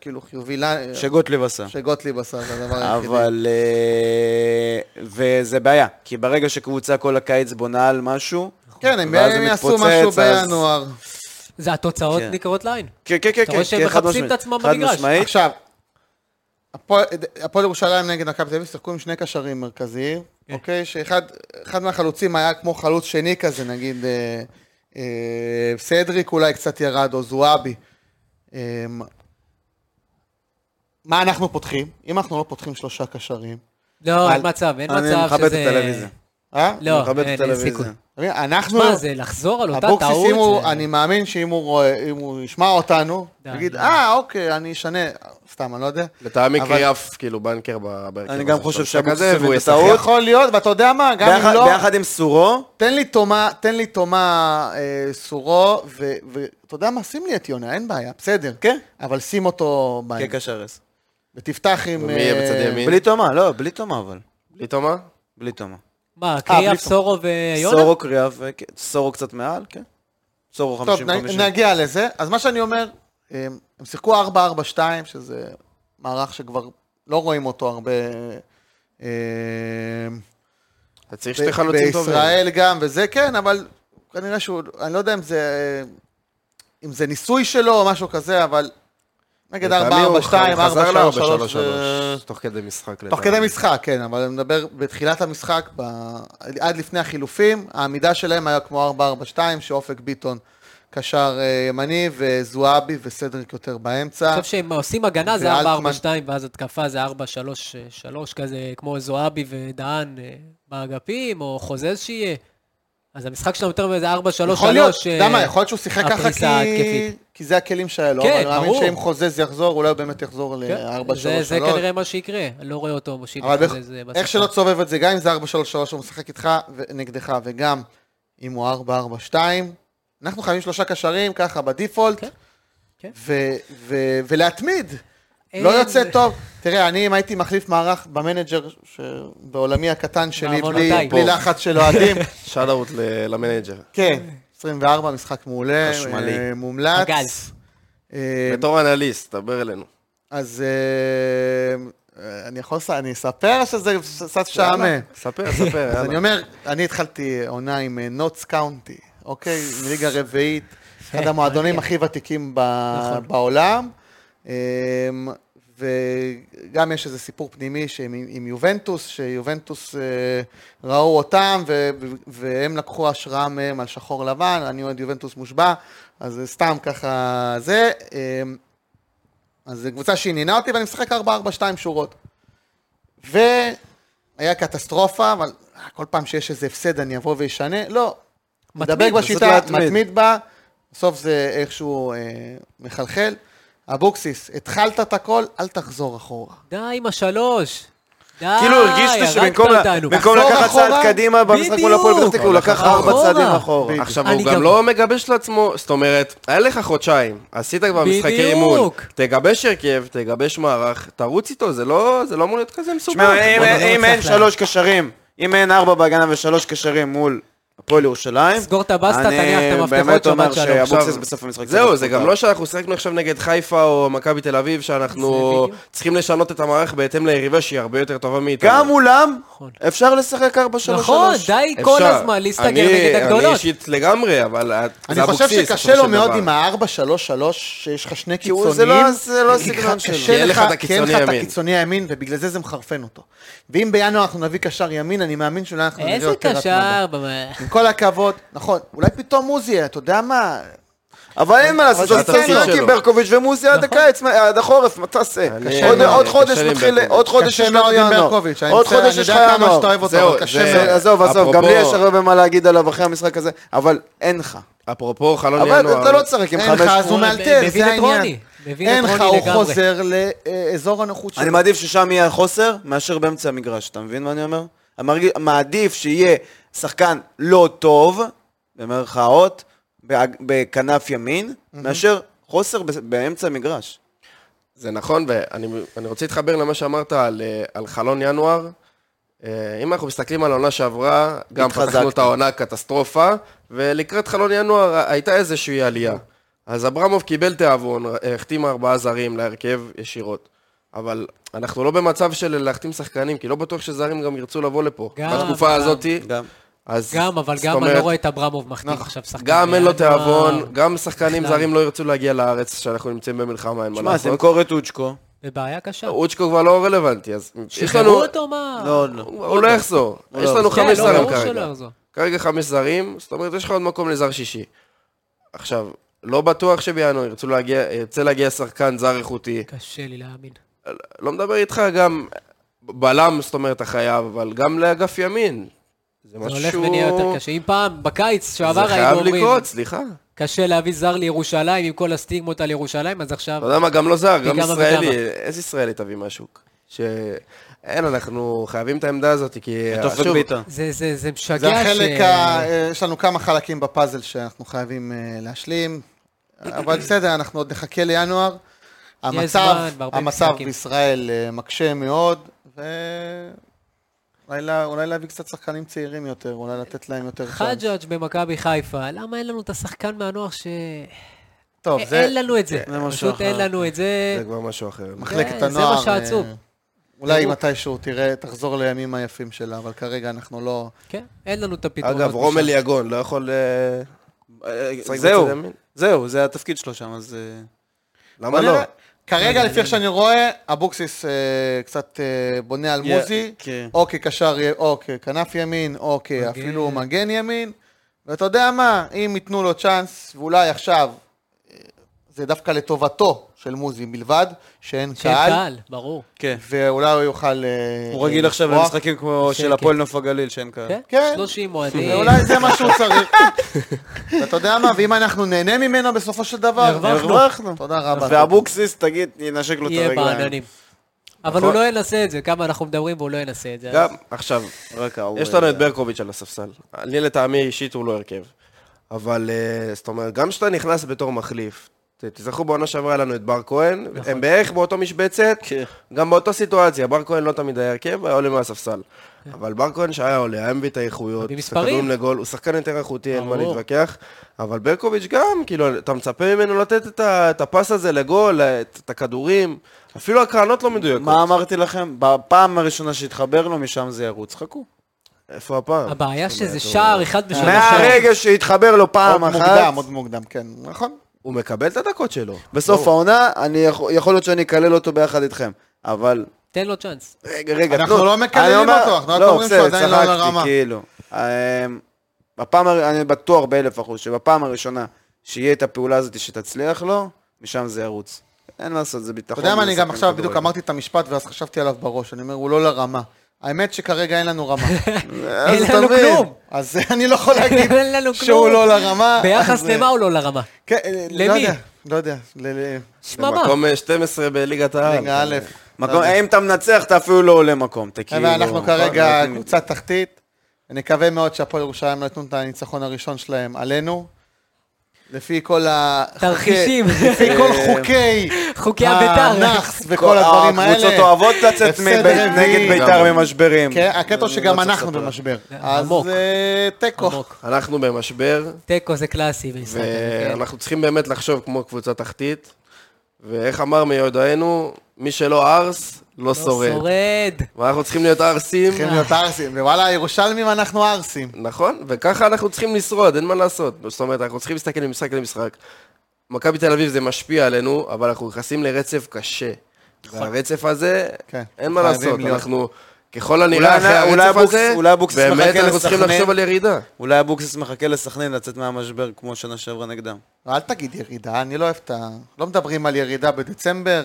Speaker 2: כאילו, חיובי לה-
Speaker 3: שגוטליב עשה.
Speaker 2: שגוטליב עשה, זה הדבר היחידי.
Speaker 3: אבל... אה, וזה בעיה, כי ברגע שקבוצה כל הקיץ בונה על משהו...
Speaker 2: כן, הם
Speaker 3: ואז
Speaker 2: הם
Speaker 3: זה
Speaker 2: יעשו
Speaker 3: מתפוצץ,
Speaker 2: משהו
Speaker 3: אז-
Speaker 2: בינואר.
Speaker 4: זה התוצאות
Speaker 3: כן.
Speaker 4: נקראות לעין.
Speaker 3: כן, כן, כן,
Speaker 4: אתה רואה
Speaker 3: כן,
Speaker 4: שהם
Speaker 3: כן, חד
Speaker 4: מחפשים
Speaker 3: משמעית.
Speaker 4: את עצמם
Speaker 3: חד
Speaker 4: במגרש.
Speaker 3: משמעית.
Speaker 2: עכשיו, הפועל הפועל ירושלים נגד מכבי תל אביב שיחקו עם שני קשרים מרכזיים,
Speaker 4: כן.
Speaker 2: אוקיי? שאחד אחד מהחלוצים היה כמו חלוץ שני כזה, נגיד אה, אה, סדריק אולי קצת ירד, או זועבי. אה, מה אנחנו פותחים? אם אנחנו לא פותחים שלושה קשרים,
Speaker 4: לא, אין
Speaker 2: על-
Speaker 4: מצב, אין מצב שזה...
Speaker 3: אני מכבד את הטלוויזיה.
Speaker 2: אה?
Speaker 4: לא,
Speaker 3: מכבד
Speaker 4: אין
Speaker 3: את
Speaker 4: אין
Speaker 3: הטלוויזיה.
Speaker 4: סיכוי.
Speaker 2: אתה מבין? אנחנו...
Speaker 4: מה, זה לחזור על אותה
Speaker 2: אבוקסיס,
Speaker 4: טעות?
Speaker 2: אם הוא-
Speaker 4: זה-
Speaker 2: אני מאמין שאם הוא רואה- אם הוא ישמע אותנו,
Speaker 4: די,
Speaker 2: יגיד,
Speaker 4: די.
Speaker 2: אה, אוקיי, אני אשנה, סתם, אני לא יודע.
Speaker 1: לטעמי
Speaker 2: אבל-
Speaker 1: קריאף, כאילו, בנקר ב- בהרכב
Speaker 3: אני גם
Speaker 1: הזה
Speaker 3: חושב
Speaker 1: של המשחק
Speaker 3: שאבוקסיס
Speaker 1: הזה,
Speaker 3: הביא
Speaker 1: והוא
Speaker 3: את
Speaker 1: ישחק.
Speaker 3: הטעות.
Speaker 2: יכול להיות, ואתה יודע מה, גם אם
Speaker 3: ביחד-
Speaker 2: לא,
Speaker 3: ביחד עם סורו,
Speaker 2: תן לי תומה, תן לי תומה אה, סורו, ו- ואתה יודע מה, שים לי את יונה, אין בעיה, בסדר.
Speaker 3: כן.
Speaker 2: אבל שים אותו בעין.
Speaker 3: כקשרס.
Speaker 2: ותפתח עם...
Speaker 1: ומי יהיה
Speaker 2: אה,
Speaker 1: בצד ימין?
Speaker 3: בלי תומה, לא, בלי תומה אבל.
Speaker 1: בלי תומה?
Speaker 3: בלי תומה. אה,
Speaker 4: מה,
Speaker 2: בלי
Speaker 4: קריאף, אה,
Speaker 2: סוף.
Speaker 4: סורו ויונה?
Speaker 3: סורו קריאף, וכן, סורו קצת מעל, כן. סורו
Speaker 2: טוב,
Speaker 3: 50-50.
Speaker 2: נ- נגיע לזה. אז מה שאני אומר, אה, הם שיחקו 4-4-2, שזה מערך שכבר לא רואים אותו הרבה... אה,
Speaker 1: אתה צריך
Speaker 2: ב-
Speaker 1: שתי חלוצים טובים.
Speaker 2: בישראל גם, וזה כן, אבל כנראה שהוא, אני לא יודע אם זה, אם זה ניסוי שלו או משהו כזה, אבל נגד 4-4-2, 4-3-3,
Speaker 1: לטעמי הוא חזר ל-4-3-3
Speaker 2: זה-
Speaker 1: תוך כדי משחק.
Speaker 2: אה, תוך
Speaker 1: לטעמי.
Speaker 2: כדי משחק, כן, אבל אני מדבר בתחילת המשחק, ב... עד לפני החילופים, העמידה שלהם היה כמו 4-4-2, שאופק ביטון קשר אה, ימני, וזועבי וסדריק יותר באמצע.
Speaker 3: אה,
Speaker 4: אני חושב שהם עושים הגנה זה
Speaker 2: ואלטמן.
Speaker 4: 4-4-2, ואז התקפה זה 4-3-3 כזה, כמו זועבי ודהן אה, באגפים, או חוזז שיהיה. אז המשחק שלנו יותר באיזה 4-3-3.
Speaker 2: יכול להיות, אתה
Speaker 4: אה,
Speaker 2: יודע מה, יכול להיות שהוא שיחק ככה
Speaker 4: הפריסה
Speaker 2: כי...
Speaker 4: ההתקפית.
Speaker 2: כי זה הכלים שהיה לו,
Speaker 4: כן,
Speaker 2: אבל אני מאמין
Speaker 4: ברור.
Speaker 2: שאם חוזז יחזור, אולי הוא באמת יחזור
Speaker 3: אה,
Speaker 4: כן,
Speaker 2: ל-4-3-3.
Speaker 4: זה- זה כנראה מה שיקרה, אני לא רואה אותו מושיב
Speaker 2: אבל
Speaker 4: חוזז אה,
Speaker 2: איך
Speaker 4: בשחקן.
Speaker 2: שלא תסובב את זה, גם אם זה 4-3-3, הוא משחק איתך ונגדך, וגם אם הוא 4-4-2, אנחנו חייבים שלושה קשרים, ככה, בדיפולט,
Speaker 4: כן, כן. אה,
Speaker 2: ו- ו- ולהתמיד.
Speaker 4: אין-
Speaker 2: לא יוצא טוב. תראה, אני אם הייתי מחליף מערך במנג'ר ש- בעולמי הקטן שלי, בלי
Speaker 4: בעוונותיי.
Speaker 2: בלי לחץ של אוהדים,
Speaker 1: שאט אאוט ל- למנג'ר.
Speaker 2: כן, 24, משחק מעולה,
Speaker 3: חשמלי.
Speaker 2: אה, מומלץ.
Speaker 4: הגל.
Speaker 2: אה,
Speaker 1: בתור אנליסט, דבר אלינו.
Speaker 2: אז אה, אה, אני יכול, לס- אני אספר או שזה קצת
Speaker 1: יאללה,
Speaker 2: שעמם?
Speaker 1: ספר, ספר,
Speaker 2: אז אני
Speaker 1: יאללה.
Speaker 2: אומר, אני התחלתי עונה עם נוטס קאונטי, אוקיי? מליגה רביעית, אחד המועדונים הכי ותיקים ב-
Speaker 4: נכון.
Speaker 2: בעולם. אמ, וגם יש איזה סיפור פנימי שהם עם עם יובנטוס, שיובנטוס אה, ראו אותם, ו- ו- והם לקחו השראה מהם על שחור לבן, אני אוהד יובנטוס מושבע, אז זה סתם ככה זה. אמ, אז זו קבוצה שעניינה אותי, ואני משחק 4-4-2 שורות. והיה קטסטרופה, אבל כל פעם שיש איזה הפסד אני אבוא ואשנה. לא,
Speaker 4: מתמיד,
Speaker 2: מדבק
Speaker 3: פשוט
Speaker 2: בשיטה,
Speaker 3: להתמיד.
Speaker 2: מתמיד בה, בסוף זה איכשהו אה, מחלחל. אבוקסיס, התחלת את הכל, אל תחזור אחורה.
Speaker 4: די עם השלוש. די,
Speaker 3: כאילו הרגשת שבמקום
Speaker 4: הרגת אותנו.
Speaker 3: במקום
Speaker 2: לחזור
Speaker 3: לקחת
Speaker 2: אחורה?
Speaker 3: צעד קדימה במשחק מול הפועל פתח
Speaker 4: בדיוק.
Speaker 3: תקווה, הוא לקח ארבע
Speaker 4: אחורה.
Speaker 3: צעדים אחורה.
Speaker 2: בדיוק.
Speaker 1: עכשיו,
Speaker 4: אני
Speaker 1: הוא גם
Speaker 4: גם-
Speaker 1: לא מגבש לעצמו, זאת אומרת, היה לך חודשיים, עשית כבר משחקי
Speaker 4: בדיוק.
Speaker 1: אימון. תגבש הרכב, תגבש מערך, תרוץ איתו, זה לא זה לא אמור להיות כזה מסובך.
Speaker 3: תשמע, אם-
Speaker 4: בוא, בוא,
Speaker 3: אם
Speaker 4: בוא,
Speaker 3: אין
Speaker 4: צריך
Speaker 3: שלוש קשרים, אם אין ארבע בהגנה ושלוש קשרים מול הפועל ירושלים,
Speaker 4: סגור את הבסטה,
Speaker 3: אני
Speaker 4: תניח את המפתחות,
Speaker 3: באמת
Speaker 4: שבת
Speaker 3: אומר
Speaker 4: שלום.
Speaker 3: שאבוקסיס
Speaker 1: עכשיו,
Speaker 3: בסוף המשחק...
Speaker 1: זהו,
Speaker 3: צריך
Speaker 1: זה
Speaker 3: אותו.
Speaker 1: גם לא שאנחנו שיחקנו עכשיו נגד חיפה או מכבי תל אביב, שאנחנו
Speaker 4: זה בדיוק.
Speaker 1: צריכים לשנות את המערך בהתאם ליריבה שהיא הרבה יותר טובה מאיתנו.
Speaker 3: גם מולם
Speaker 4: נכון.
Speaker 3: אפשר לשחק ארבע שלוש
Speaker 4: נכון,
Speaker 3: שלוש.
Speaker 4: די
Speaker 1: אפשר.
Speaker 4: כל הזמן להסתגר נגד
Speaker 1: אני- אני
Speaker 4: הגדולות.
Speaker 1: אישית לגמרי, אבל את-
Speaker 2: אני
Speaker 1: זה
Speaker 2: חושב
Speaker 1: אבוקסיס,
Speaker 2: שקשה
Speaker 1: בסופו
Speaker 2: לו
Speaker 1: של
Speaker 2: מאוד
Speaker 1: דבר.
Speaker 2: עם ה-4-3-3, שיש לך שני
Speaker 3: כי הוא-
Speaker 2: קיצוניים.
Speaker 3: זה לא- זה לא הסגנון
Speaker 2: כי
Speaker 3: שלו.
Speaker 2: קשה
Speaker 1: כי אין
Speaker 2: לך,
Speaker 1: לך את
Speaker 2: כי אין לך
Speaker 1: הקיצוני
Speaker 2: את
Speaker 1: ימין.
Speaker 2: הקיצוני הימין, ובגלל זה זה מחרפן אותו. ואם בינואר אנחנו נביא קשר ימין, אני מאמין שאולי אנחנו נראה
Speaker 4: איזה
Speaker 2: יותר התמדה.
Speaker 4: קשר. ב-
Speaker 2: עם כל הכבוד, נכון, אולי פתאום עוזי, אתה יודע מה?
Speaker 3: אבל אין מה לעשות,
Speaker 1: זה
Speaker 3: אז תן
Speaker 1: התפקיד
Speaker 3: רק עם
Speaker 1: שלו.
Speaker 3: ברקוביץ' ומוזי עד הקיץ, מה- עד החורף, מה תעשה?
Speaker 1: אני-
Speaker 3: עוד-
Speaker 2: מאוד,
Speaker 3: עוד
Speaker 1: קשה
Speaker 3: חודש
Speaker 1: לי עם
Speaker 3: מתחיל,
Speaker 1: ברקוביץ'.
Speaker 3: עוד חודש
Speaker 2: קשה
Speaker 3: יש לך
Speaker 2: מאוד עם
Speaker 3: ינואר.
Speaker 2: ברקוביץ', אני
Speaker 3: עוד
Speaker 2: מצטער,
Speaker 3: חודש
Speaker 2: אני
Speaker 3: יש לך
Speaker 2: יודע כמה
Speaker 3: ינואר.
Speaker 2: שאתה אוהב אותו,
Speaker 1: זהו,
Speaker 2: אבל קשה
Speaker 1: זה-
Speaker 2: מאוד.
Speaker 3: זה- עזוב, עזוב,
Speaker 1: אפרופו-
Speaker 3: גם לי יש הרבה מה להגיד עליו אחרי המשחק הזה, אבל אין לך.
Speaker 1: אפרופו חלון ינואר.
Speaker 3: אבל אתה לא תשחק עם
Speaker 2: אין לך,
Speaker 3: חמש...
Speaker 2: אז הוא
Speaker 4: שמונה,
Speaker 2: מאלתר,
Speaker 4: מבין
Speaker 2: זה
Speaker 4: את
Speaker 2: העניין.
Speaker 4: רוני, מבין את
Speaker 2: אין לך,
Speaker 4: רוני
Speaker 2: הוא
Speaker 4: לגמרי.
Speaker 2: חוזר לאזור הנוחות
Speaker 3: אני
Speaker 2: שלו.
Speaker 3: מעדיף ששם יהיה חוסר, מאשר באמצע המגרש, אתה מבין מה אני אומר? אני מרגיש- מעדיף שיהיה שחקן לא טוב, במרכאות, באג- בכנף ימין, מאשר חוסר ב- באמצע המגרש.
Speaker 1: זה נכון, ואני אני רוצה להתחבר למה שאמרת על, אה, על חלון ינואר. אה, אם אנחנו מסתכלים על העונה שעברה, גם
Speaker 3: התחזקת.
Speaker 1: פתחנו את העונה קטסטרופה, ולקראת חלון ינואר הייתה איזושהי עלייה. אז אברמוב קיבל תיאבון, אה, החתים ארבעה זרים להרכב ישירות. אבל אנחנו לא במצב של להחתים שחקנים, כי לא בטוח שזרים גם ירצו לבוא לפה.
Speaker 4: גם,
Speaker 1: בתקופה
Speaker 4: גם.
Speaker 1: הזאת.
Speaker 3: גם.
Speaker 1: אז-
Speaker 4: גם, אבל
Speaker 1: זאת
Speaker 4: גם אני לא
Speaker 1: אומרת, נכון.
Speaker 4: רואה את אברמוב מחתים עכשיו שחקן.
Speaker 1: גם אין לו
Speaker 4: בינואר.
Speaker 1: תיאבון, גם שחקנים
Speaker 4: בכלל.
Speaker 1: זרים לא ירצו להגיע לארץ, שאנחנו נמצאים במלחמה, אין מה
Speaker 3: שמע,
Speaker 1: לעשות.
Speaker 3: תמכור את אוצ'קו.
Speaker 4: בבעיה קשה.
Speaker 1: אוצ'קו כבר לא רלוונטי, אז יש
Speaker 4: שחררו
Speaker 1: לנו...
Speaker 4: אותו מה?
Speaker 3: לא, לא.
Speaker 1: הוא לא יחזור. יש לנו
Speaker 4: כן,
Speaker 1: חמש
Speaker 4: לא,
Speaker 1: זרים
Speaker 4: ברור שלא
Speaker 1: כרגע.
Speaker 4: יחזור.
Speaker 1: כרגע חמש זרים, זאת אומרת, יש לך עוד מקום לזר שישי. עכשיו, לא בטוח שבינואר ירצו להגיע, ירצה להגיע שחקן זר איכותי.
Speaker 4: קשה לי להאמין.
Speaker 1: לא מדבר איתך גם בלם, זאת אומרת, אתה חייב, אבל גם לאגף ימין. זה
Speaker 4: זה
Speaker 1: משהו
Speaker 4: הולך
Speaker 1: שהוא-
Speaker 4: ונהיה יותר קשה. אם פעם, בקיץ
Speaker 1: זה
Speaker 4: שעבר היינו
Speaker 1: חייב
Speaker 4: אומרים,
Speaker 1: לקרות, סליחה.
Speaker 4: קשה להביא זר לירושלים עם כל הסטיגמות על ירושלים, אז עכשיו...
Speaker 1: אתה יודע מה, גם לא זר, גם
Speaker 4: וגם
Speaker 1: ישראלי.
Speaker 4: אבידמה.
Speaker 1: איזה ישראלי תביא מהשוק? ש... אין, אנחנו חייבים את העמדה הזאת, כי...
Speaker 3: טוב,
Speaker 1: שוב,
Speaker 3: וביטה.
Speaker 4: זה- זה זה משגע ש...
Speaker 2: זה החלק,
Speaker 4: אה,
Speaker 2: ה... אה, יש לנו כמה חלקים בפאזל שאנחנו חייבים אה, להשלים, אבל בסדר, אנחנו עוד נחכה לינואר. המצב,
Speaker 4: זמן, בהרבה
Speaker 2: המצב
Speaker 4: משחקים.
Speaker 2: בישראל אה, מקשה מאוד, ו... אולי לה- אולי להביא קצת שחקנים צעירים יותר, אולי לתת להם יותר צ'אנס.
Speaker 4: חג'אג' במכבי חיפה, למה אין לנו את השחקן מהנוער ש...
Speaker 2: טוב,
Speaker 4: אין-
Speaker 2: זה
Speaker 4: אה, אין לנו את זה.
Speaker 3: זה משהו
Speaker 4: פשוט אין
Speaker 3: אחר.
Speaker 4: לנו את זה.
Speaker 1: זה כבר משהו אחר.
Speaker 4: זה-
Speaker 2: מחלקת
Speaker 4: זה
Speaker 2: הנוער.
Speaker 4: מה שעצוב.
Speaker 2: אה, אולי
Speaker 4: בדיוק.
Speaker 2: מתישהו תראה, תחזור לימים היפים שלה, אבל כרגע אנחנו לא...
Speaker 4: כן, אין לנו את הפתרונות.
Speaker 1: אגב, רומל
Speaker 4: משם.
Speaker 1: יגון לא יכול... אה, לשחק
Speaker 3: זהו,
Speaker 1: בצד ימין?
Speaker 3: זהו, זה התפקיד שלו שם, אז... אה,
Speaker 1: למה
Speaker 2: בוא
Speaker 1: לא?
Speaker 2: נראה. כרגע, לפי איך שאני רואה, אבוקסיס אה, קצת אה, בונה על
Speaker 3: יא-
Speaker 2: מוזי, אוקיי,
Speaker 3: כן.
Speaker 2: או כקשר, י- או ככנף ימין, או כאפילו
Speaker 4: מגן.
Speaker 2: מגן ימין. ואתה יודע מה, אם ייתנו לו צ'אנס, ואולי עכשיו, אה, זה דווקא לטובתו של מוזי בלבד, שאין
Speaker 4: שאין
Speaker 2: קהל,
Speaker 4: קהל, ברור.
Speaker 3: כן.
Speaker 2: ואולי הוא יוכל... אה,
Speaker 3: הוא רגיל
Speaker 2: אה,
Speaker 3: עכשיו
Speaker 2: לפרוח.
Speaker 3: למשחקים כמו
Speaker 4: כן,
Speaker 3: של
Speaker 4: כן.
Speaker 3: הפועל נוף הגליל, שאין קהל.
Speaker 4: כן?
Speaker 2: כן.
Speaker 4: 30 אוהדים.
Speaker 2: ואולי זה מה שהוא צריך. ואתה יודע מה, ואם אנחנו נהנה ממנו בסופו של דבר,
Speaker 4: הרווחנו.
Speaker 2: תודה רבה.
Speaker 3: ואבוקסיס, תגיד, ינשק לו את
Speaker 4: יהיה
Speaker 3: הרגליים.
Speaker 4: בעננים. אבל הוא לא ינסה את זה, כמה אנחנו מדברים והוא לא ינסה את זה.
Speaker 1: גם,
Speaker 4: אז-
Speaker 1: עכשיו,
Speaker 3: רק ההוא,
Speaker 1: יש לנו
Speaker 3: אה,
Speaker 1: את ברקוביץ' על הספסל. אני לטעמי אישית הוא לא הרכב. אבל אה, זאת אומרת, גם כשאתה נכנס בתור מחליף, ת- תזכרו בעונה שעברה היה לנו את בר כהן, הם בערך באותו משבצת,
Speaker 3: נכון. כן.
Speaker 1: גם באותה סיטואציה, בר כהן לא תמיד היה הרכב, היה עולה מהספסל.
Speaker 3: כן.
Speaker 1: אבל בר כהן שהיה עולה, היה מביא את האיכויות,
Speaker 4: מביא
Speaker 1: את
Speaker 4: מספרים.
Speaker 1: הכדורים לגול, הוא שחקן יותר איכותי, אין מה
Speaker 4: ברור.
Speaker 1: להתווכח, אבל ברקוביץ' גם, כאילו, אתה מצפה ממנו לתת את ה- את הפס הזה לגול, את את הכדורים, אפילו הקרנות לא מדויקות.
Speaker 3: מה אמרתי לכם? בפעם הראשונה שהתחבר לו, משם זה ירוץ. חכו. אה,
Speaker 1: איפה הפעם?
Speaker 4: הבעיה שזה שער אחד בשלוש שעות.
Speaker 3: מהרגע שהתחבר לו
Speaker 2: עוד
Speaker 3: פעם אחת,
Speaker 2: מוקדם, עוד מוקדם, כן, נכון.
Speaker 1: הוא מקבל את הדקות שלו.
Speaker 3: בסוף העונה, אני יכול יכול להיות שאני אקלל אותו ביחד איתכם. אבל...
Speaker 4: תן לו צ'אנס.
Speaker 3: רגע, רגע,
Speaker 2: אנחנו
Speaker 3: תנו.
Speaker 2: לא מקללים
Speaker 3: אני אומר-
Speaker 2: אותו, אנחנו רק
Speaker 3: לא,
Speaker 2: אומרים שהוא
Speaker 3: בסדר,
Speaker 2: עדיין לא על
Speaker 3: צחקתי,
Speaker 2: הרמה.
Speaker 3: כאילו. אמ, בפעם, הר- אני בטוח באלף אחוז, שבפעם הראשונה שיהיה את הפעולה הזאת שתצליח לו, משם זה ירוץ. אין מה לעשות, זה
Speaker 2: אתה
Speaker 3: ביטחון.
Speaker 2: יודע מה,
Speaker 3: זה
Speaker 2: אני גם
Speaker 3: שחקן
Speaker 2: עכשיו
Speaker 3: כדורגל.
Speaker 2: בדיוק אמרתי את המשפט ואז חשבתי עליו בראש, אני אומר, הוא לא לרמה. האמת שכרגע אין לנו רמה.
Speaker 3: אז
Speaker 4: אין
Speaker 3: אתה
Speaker 4: לנו
Speaker 3: מבין.
Speaker 4: כלום.
Speaker 2: אז אני לא יכול להגיד
Speaker 4: אין לנו
Speaker 2: שהוא
Speaker 4: כלום.
Speaker 2: לא לרמה.
Speaker 4: ביחס
Speaker 2: אז,
Speaker 4: למה הוא לא לרמה?
Speaker 2: כן, אה, לא
Speaker 4: למי?
Speaker 2: יודע, לא יודע. ל- ל-
Speaker 4: שמע מה?
Speaker 1: במקום אה, 12 בליגת העל.
Speaker 2: ליגה א'.
Speaker 3: אה, מקום- אם אתה מנצח, אתה אפילו לא עולה מקום. אתה כאילו...
Speaker 2: חבר'ה, אה, אנחנו כרגע
Speaker 3: אנחנו-
Speaker 2: קבוצה תחתית. נקווה מאוד שהפועל ירושלים לא יתנו את הניצחון הראשון שלהם עלינו. לפי כל ה...
Speaker 4: תרחישים.
Speaker 2: לפי כל
Speaker 3: אה,
Speaker 2: חוקי...
Speaker 4: חוקי הבית"ר.
Speaker 2: הנאחס וכל הדברים האלה.
Speaker 3: הקבוצות אוהבות לצאת
Speaker 2: הפסד
Speaker 3: מב-
Speaker 2: רביעי.
Speaker 3: נגד בית"ר ממשברים.
Speaker 2: כן, הקטע שגם
Speaker 1: לא צריך
Speaker 2: אנחנו
Speaker 1: לספר.
Speaker 2: במשבר.
Speaker 3: כן,
Speaker 4: זה
Speaker 2: אז
Speaker 4: עמוק.
Speaker 2: אה, תיקו.
Speaker 4: עמוק.
Speaker 1: אנחנו במשבר,
Speaker 4: תיקו זה קלאסי בישראל. כן.
Speaker 1: ואנחנו צריכים באמת לחשוב כמו קבוצה תחתית, ואיך אמר מיודענו, מי שלא ארס, לא
Speaker 4: לא
Speaker 1: שורד.
Speaker 4: שורד.
Speaker 1: ואנחנו צריכים להיות ערסים,
Speaker 2: צריכים להיות ערסים. ווואלה, הירושלמים אנחנו ערסים.
Speaker 1: נכון? וככה אנחנו צריכים לשרוד, אין מה לעשות. זאת אומרת, אנחנו צריכים להסתכל ממשחק למשחק. מכבי תל אביב זה משפיע עלינו, אבל אנחנו נכנסים לרצף קשה. והרצף הזה,
Speaker 2: נכון. כן,
Speaker 1: אין מה
Speaker 2: חייבים
Speaker 1: לעשות,
Speaker 2: להיות.
Speaker 1: אנחנו ככל הנראה
Speaker 3: אולי-
Speaker 1: אחרי
Speaker 3: אולי
Speaker 1: הרצף
Speaker 3: אבוקסיס-
Speaker 1: הזה,
Speaker 3: אולי אבוקסיס
Speaker 1: באמת
Speaker 3: מחכה
Speaker 1: אנחנו צריכים
Speaker 3: לסכנין.
Speaker 1: לחשוב על ירידה.
Speaker 3: אולי אבוקסיס מחכה לסכנין לצאת מהמשבר כמו שנה שעברה נגדם.
Speaker 2: אל תגיד ירידה, אני לא אוהב את ה... לא מדברים על ירידה בדצמבר,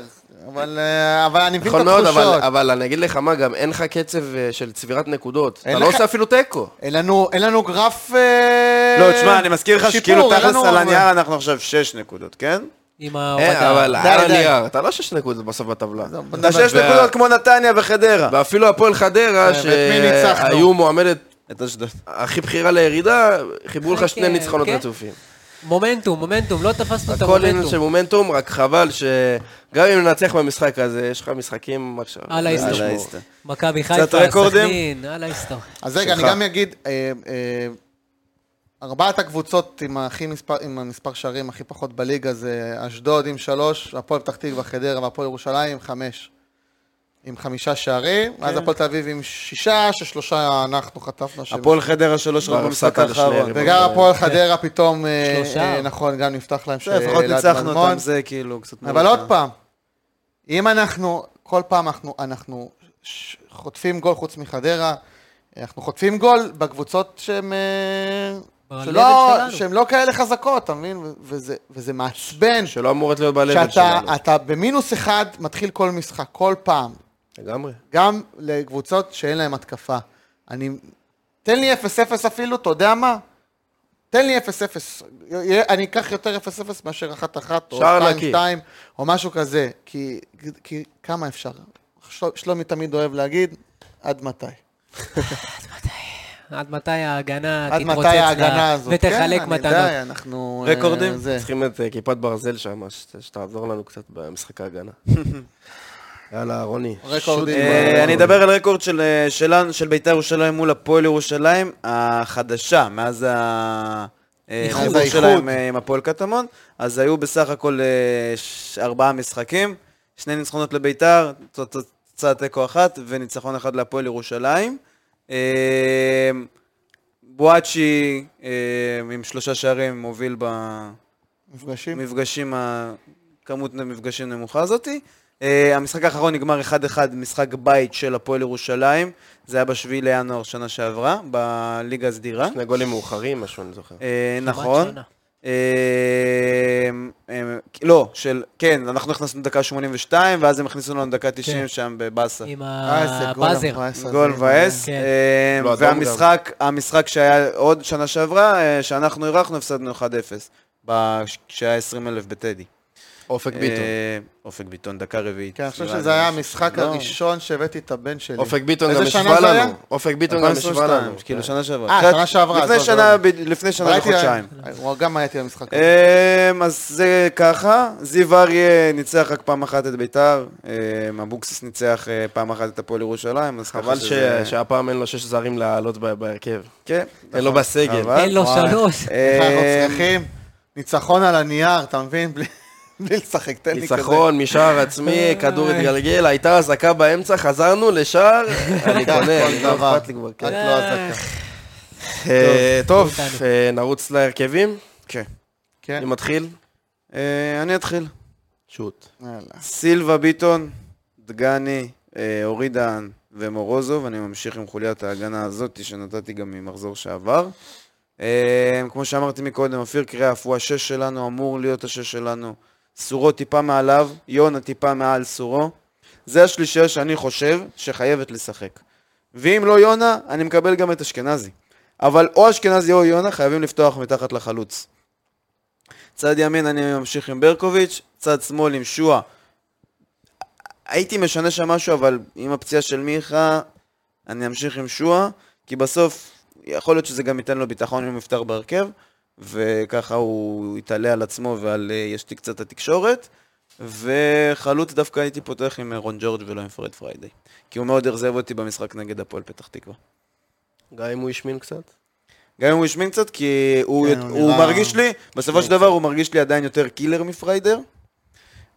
Speaker 2: אבל, אה, אבל אני מבין את
Speaker 1: נכון מאוד, אבל,
Speaker 2: התחושות.
Speaker 1: אבל אני אגיד לך מה, גם אין לך קצב אה, של צבירת נקודות. אתה
Speaker 2: אין
Speaker 1: לא
Speaker 2: לך-
Speaker 1: עושה אפילו תיקו.
Speaker 2: אין לנו, אין לנו גרף... אה,
Speaker 3: לא, תשמע, אני מזכיר לך
Speaker 2: שיפור,
Speaker 3: שכאילו
Speaker 2: אין
Speaker 3: תכלס
Speaker 2: לנו-
Speaker 3: על הנייר אנחנו עכשיו 6 נקודות, כן?
Speaker 4: עם
Speaker 1: אה,
Speaker 4: ההורדה.
Speaker 1: אבל
Speaker 2: די, לא,
Speaker 1: על
Speaker 2: די.
Speaker 1: הנייר, אתה לא שש נקודות בסוף בטבלה.
Speaker 3: אתה 6
Speaker 1: וה-
Speaker 3: נקודות כמו נתניה וחדרה.
Speaker 1: ואפילו הפועל חדרה,
Speaker 2: אה, ואת מי ניצחנו?
Speaker 1: שהיו מועמדת
Speaker 3: את אשדוד.
Speaker 1: הכי בכירה לירידה,
Speaker 2: אה,
Speaker 1: חיברו לך שני
Speaker 4: כן,
Speaker 1: ניצחונות
Speaker 4: כן.
Speaker 1: רצופים.
Speaker 4: מומנטום, מומנטום, לא תפסנו את
Speaker 1: הכל עניין של
Speaker 4: המומנטום.
Speaker 1: מומנטום, רק חבל שגם אם ננצח במשחק הזה, יש לך משחקים עכשיו.
Speaker 4: על האיסטר.
Speaker 1: לשמור.
Speaker 3: על האיסטר.
Speaker 4: מכבי חיפה,
Speaker 3: רקורדים?
Speaker 4: סכנין, על ההיסטוריה.
Speaker 2: אז רגע, אני
Speaker 1: שלך.
Speaker 2: גם אגיד, אה, אה, ארבעת הקבוצות עם, הכי מספר, עם המספר שערים הכי פחות בליגה זה אשדוד עם שלוש, הפועל פתח תקווה, חדרה והפועל ירושלים עם חמש. עם חמישה שערים, ואז
Speaker 3: כן.
Speaker 2: הפועל תל אביב עם שישה, ששלושה אנחנו חטפנו. שהם-
Speaker 3: הפועל כן. חדרה 3 רק
Speaker 1: כבר
Speaker 3: במשחק
Speaker 1: הפסדת שני
Speaker 3: האחרון.
Speaker 1: רבעים.
Speaker 2: וגם הפועל חדרה פתאום, אה,
Speaker 4: שלושה.
Speaker 2: אה, נכון, גם נפתח להם
Speaker 3: בסדר, לפחות
Speaker 2: שאלעד
Speaker 3: ניצחנו
Speaker 2: מדמון.
Speaker 3: אותם, זה כאילו קצת...
Speaker 2: אבל
Speaker 1: לא
Speaker 3: מרוצה.
Speaker 2: עוד פעם, אם אנחנו, כל פעם אנחנו, אנחנו ש- חוטפים גול חוץ מחדרה, אנחנו חוטפים גול בקבוצות שהן... אה,
Speaker 4: ב-level
Speaker 2: שלא,
Speaker 4: שלנו.
Speaker 2: שהן לא כאלה חזקות, אתה מבין? ו- וזה, וזה מעצבן,
Speaker 1: שלא אמורות להיות בלבל
Speaker 2: שאתה אה,
Speaker 1: שלנו.
Speaker 2: אתה במינוס אחד מתחיל כל משחק, כל פעם.
Speaker 1: לגמרי.
Speaker 2: גם לקבוצות שאין להן התקפה. אני... תן לי 0-0 אפילו, אתה יודע מה? תן לי 0-0. יהיה- אני אקח יותר 0-0 מאשר 1-1 או 2-2
Speaker 1: שער נקי.
Speaker 2: או משהו כזה. כי, כי כמה אפשר? של, שלומי תמיד אוהב להגיד, עד מתי?
Speaker 4: עד מתי ההגנה
Speaker 2: עד
Speaker 4: תתרוצץ
Speaker 2: מתי ההגנה
Speaker 4: לה
Speaker 2: הזאת?
Speaker 4: ותחלק
Speaker 2: כן, אני
Speaker 4: מתנות.
Speaker 2: די, אנחנו...
Speaker 3: רקורדים?
Speaker 2: אה, זה.
Speaker 1: צריכים את אה, כיפת ברזל שם, ש- שתעזור לנו קצת במשחק ההגנה. יאללה, רוני.
Speaker 2: רקורדים.
Speaker 1: שוט.
Speaker 3: אה, אני אדבר על רקורד של, אה, שלנו, של בית"ר ירושלים מול הפועל ירושלים החדשה, מאז ה- אה,
Speaker 4: איחוד.
Speaker 3: החיבור
Speaker 2: האיחוד.
Speaker 3: שלהם אה, עם הפועל קטמון, אז היו בסך הכל אה, ש- ארבעה משחקים, שני ניצחונות לבית"ר, תוצ- תוצ- תוצאת תיקו אחת וניצחון אחד להפועל ירושלים. אה, בואצ'י אה, עם שלושה שערים מוביל ב...
Speaker 2: מפגשים?
Speaker 3: מפגשים, ה- כמות המפגשים נמוכה הזאתי. אה, המשחק האחרון נגמר 1-1, משחק בית של הפועל ירושלים. זה היה בשביעי לינואר שנה שעברה, בליגה הסדירה.
Speaker 1: שני גולים מאוחרים, משהו אני זוכר.
Speaker 3: אה,
Speaker 4: כמעט
Speaker 3: נכון.
Speaker 4: שנה.
Speaker 3: אה, אה, לא, של, כן, אנחנו נכנסנו דקה 82, ואז הם הכניסו לנו דקה 90
Speaker 4: כן.
Speaker 3: שם בבאסה.
Speaker 4: עם
Speaker 2: אה, איזה גול
Speaker 4: הבאזר.
Speaker 2: המבאס הזה.
Speaker 3: גול מבאס.
Speaker 4: כן.
Speaker 3: אה,
Speaker 1: לא, אדום
Speaker 3: והמשחק המשחק שהיה עוד שנה שעברה, אה, שאנחנו אירחנו, הפסדנו 1-0, ב- כשהיה 20 אלף בטדי.
Speaker 1: אופק ביטון.
Speaker 3: אה, אופק ביטון, דקה רביעית.
Speaker 2: כן, אני חושב
Speaker 3: נראה
Speaker 2: שזה
Speaker 3: לי.
Speaker 2: היה המשחק
Speaker 3: לא.
Speaker 2: הראשון שהבאתי את הבן שלי.
Speaker 1: אופק ביטון
Speaker 2: איזה
Speaker 1: גם
Speaker 2: שנה
Speaker 1: השווה
Speaker 2: זה היה?
Speaker 1: לנו. אופק ביטון גם השווה
Speaker 3: 2022,
Speaker 1: לנו.
Speaker 3: כאילו
Speaker 1: כן.
Speaker 3: שנה שעברה.
Speaker 2: אה,
Speaker 3: קצת-
Speaker 2: שנה שעברה,
Speaker 3: לפני
Speaker 2: אז לא,
Speaker 3: שנה,
Speaker 2: לא.
Speaker 3: ב- לפני שנה
Speaker 2: אבל הייתי-
Speaker 3: וחודשיים.
Speaker 2: אה, גם הייתי במשחק. הזה. אה,
Speaker 3: אמ, אז זה ככה, זיו אריה ניצח רק פעם אחת את ביתר, אמ, אבוקסיס ניצח אה, פעם אחת את הפועל ירושלים, אז ככה
Speaker 1: חבל ש-
Speaker 3: שזה...
Speaker 1: שהפעם אין לו שש זרים לעלות ב- בהרכב.
Speaker 3: כן,
Speaker 1: אין לו בסגל.
Speaker 3: חבל.
Speaker 4: אין לו
Speaker 2: וואי.
Speaker 4: שלוש.
Speaker 2: איך
Speaker 3: אמ,
Speaker 2: נכון. אנחנו צריכים? ניצחון על הנייר, אתה מבין? בלי- בלי לשחק, תן לי כזה. אה,
Speaker 1: ניצחון משער עצמי, כדור התגלגל, הייתה אזעקה באמצע, חזרנו לשער, אני
Speaker 2: כך,
Speaker 1: קונה,
Speaker 2: כל
Speaker 1: לא
Speaker 2: דבר.
Speaker 1: אכפת לי כבר. כן.
Speaker 2: רק לא אזעקה.
Speaker 1: אה, טוב,
Speaker 4: תנו אותנו.
Speaker 1: אה, נרוץ להרכבים,
Speaker 3: כן.
Speaker 2: כן,
Speaker 1: אני מתחיל.
Speaker 3: אה, אני אתחיל.
Speaker 1: שוט.
Speaker 2: יאללה.
Speaker 3: סילבה ביטון, דגני, אה, אורי דהן ומורוזוב, אני ממשיך עם חוליית ההגנה הזאת שנתתי גם ממחזור שעבר. אה, כמו שאמרתי מקודם, אופיר קריאף הוא השש שלנו, אמור להיות השש שלנו. סורו טיפה מעליו, יונה טיפה מעל סורו. זה השלישייה שאני חושב שחייבת לשחק. ואם לא יונה, אני מקבל גם את אשכנזי. אבל או אשכנזי או יונה חייבים לפתוח מתחת לחלוץ. צד ימין אני ממשיך עם ברקוביץ', צד שמאל עם שועה. הייתי משנה שם משהו, אבל עם הפציעה של מיכה, אני אמשיך עם שועה, כי בסוף יכול להיות שזה גם ייתן לו ביטחון אם הוא יפתח בהרכב, וככה הוא יתעלה על עצמו ועל אה, ישתיק קצת התקשורת. וחלוץ דווקא הייתי פותח עם אה, רון ג'ורג' ולא עם פרד פריידי. כי הוא מאוד אכזב אותי במשחק נגד הפועל פתח תקווה.
Speaker 1: גם אם הוא השמין קצת?
Speaker 3: גם אם הוא השמין קצת, כי הוא,
Speaker 2: כן,
Speaker 3: הוא,
Speaker 2: הוא
Speaker 3: הוא
Speaker 2: נראה-
Speaker 3: מרגיש לי, בסופו של דבר הוא מרגיש לי עדיין יותר קילר מפריידר.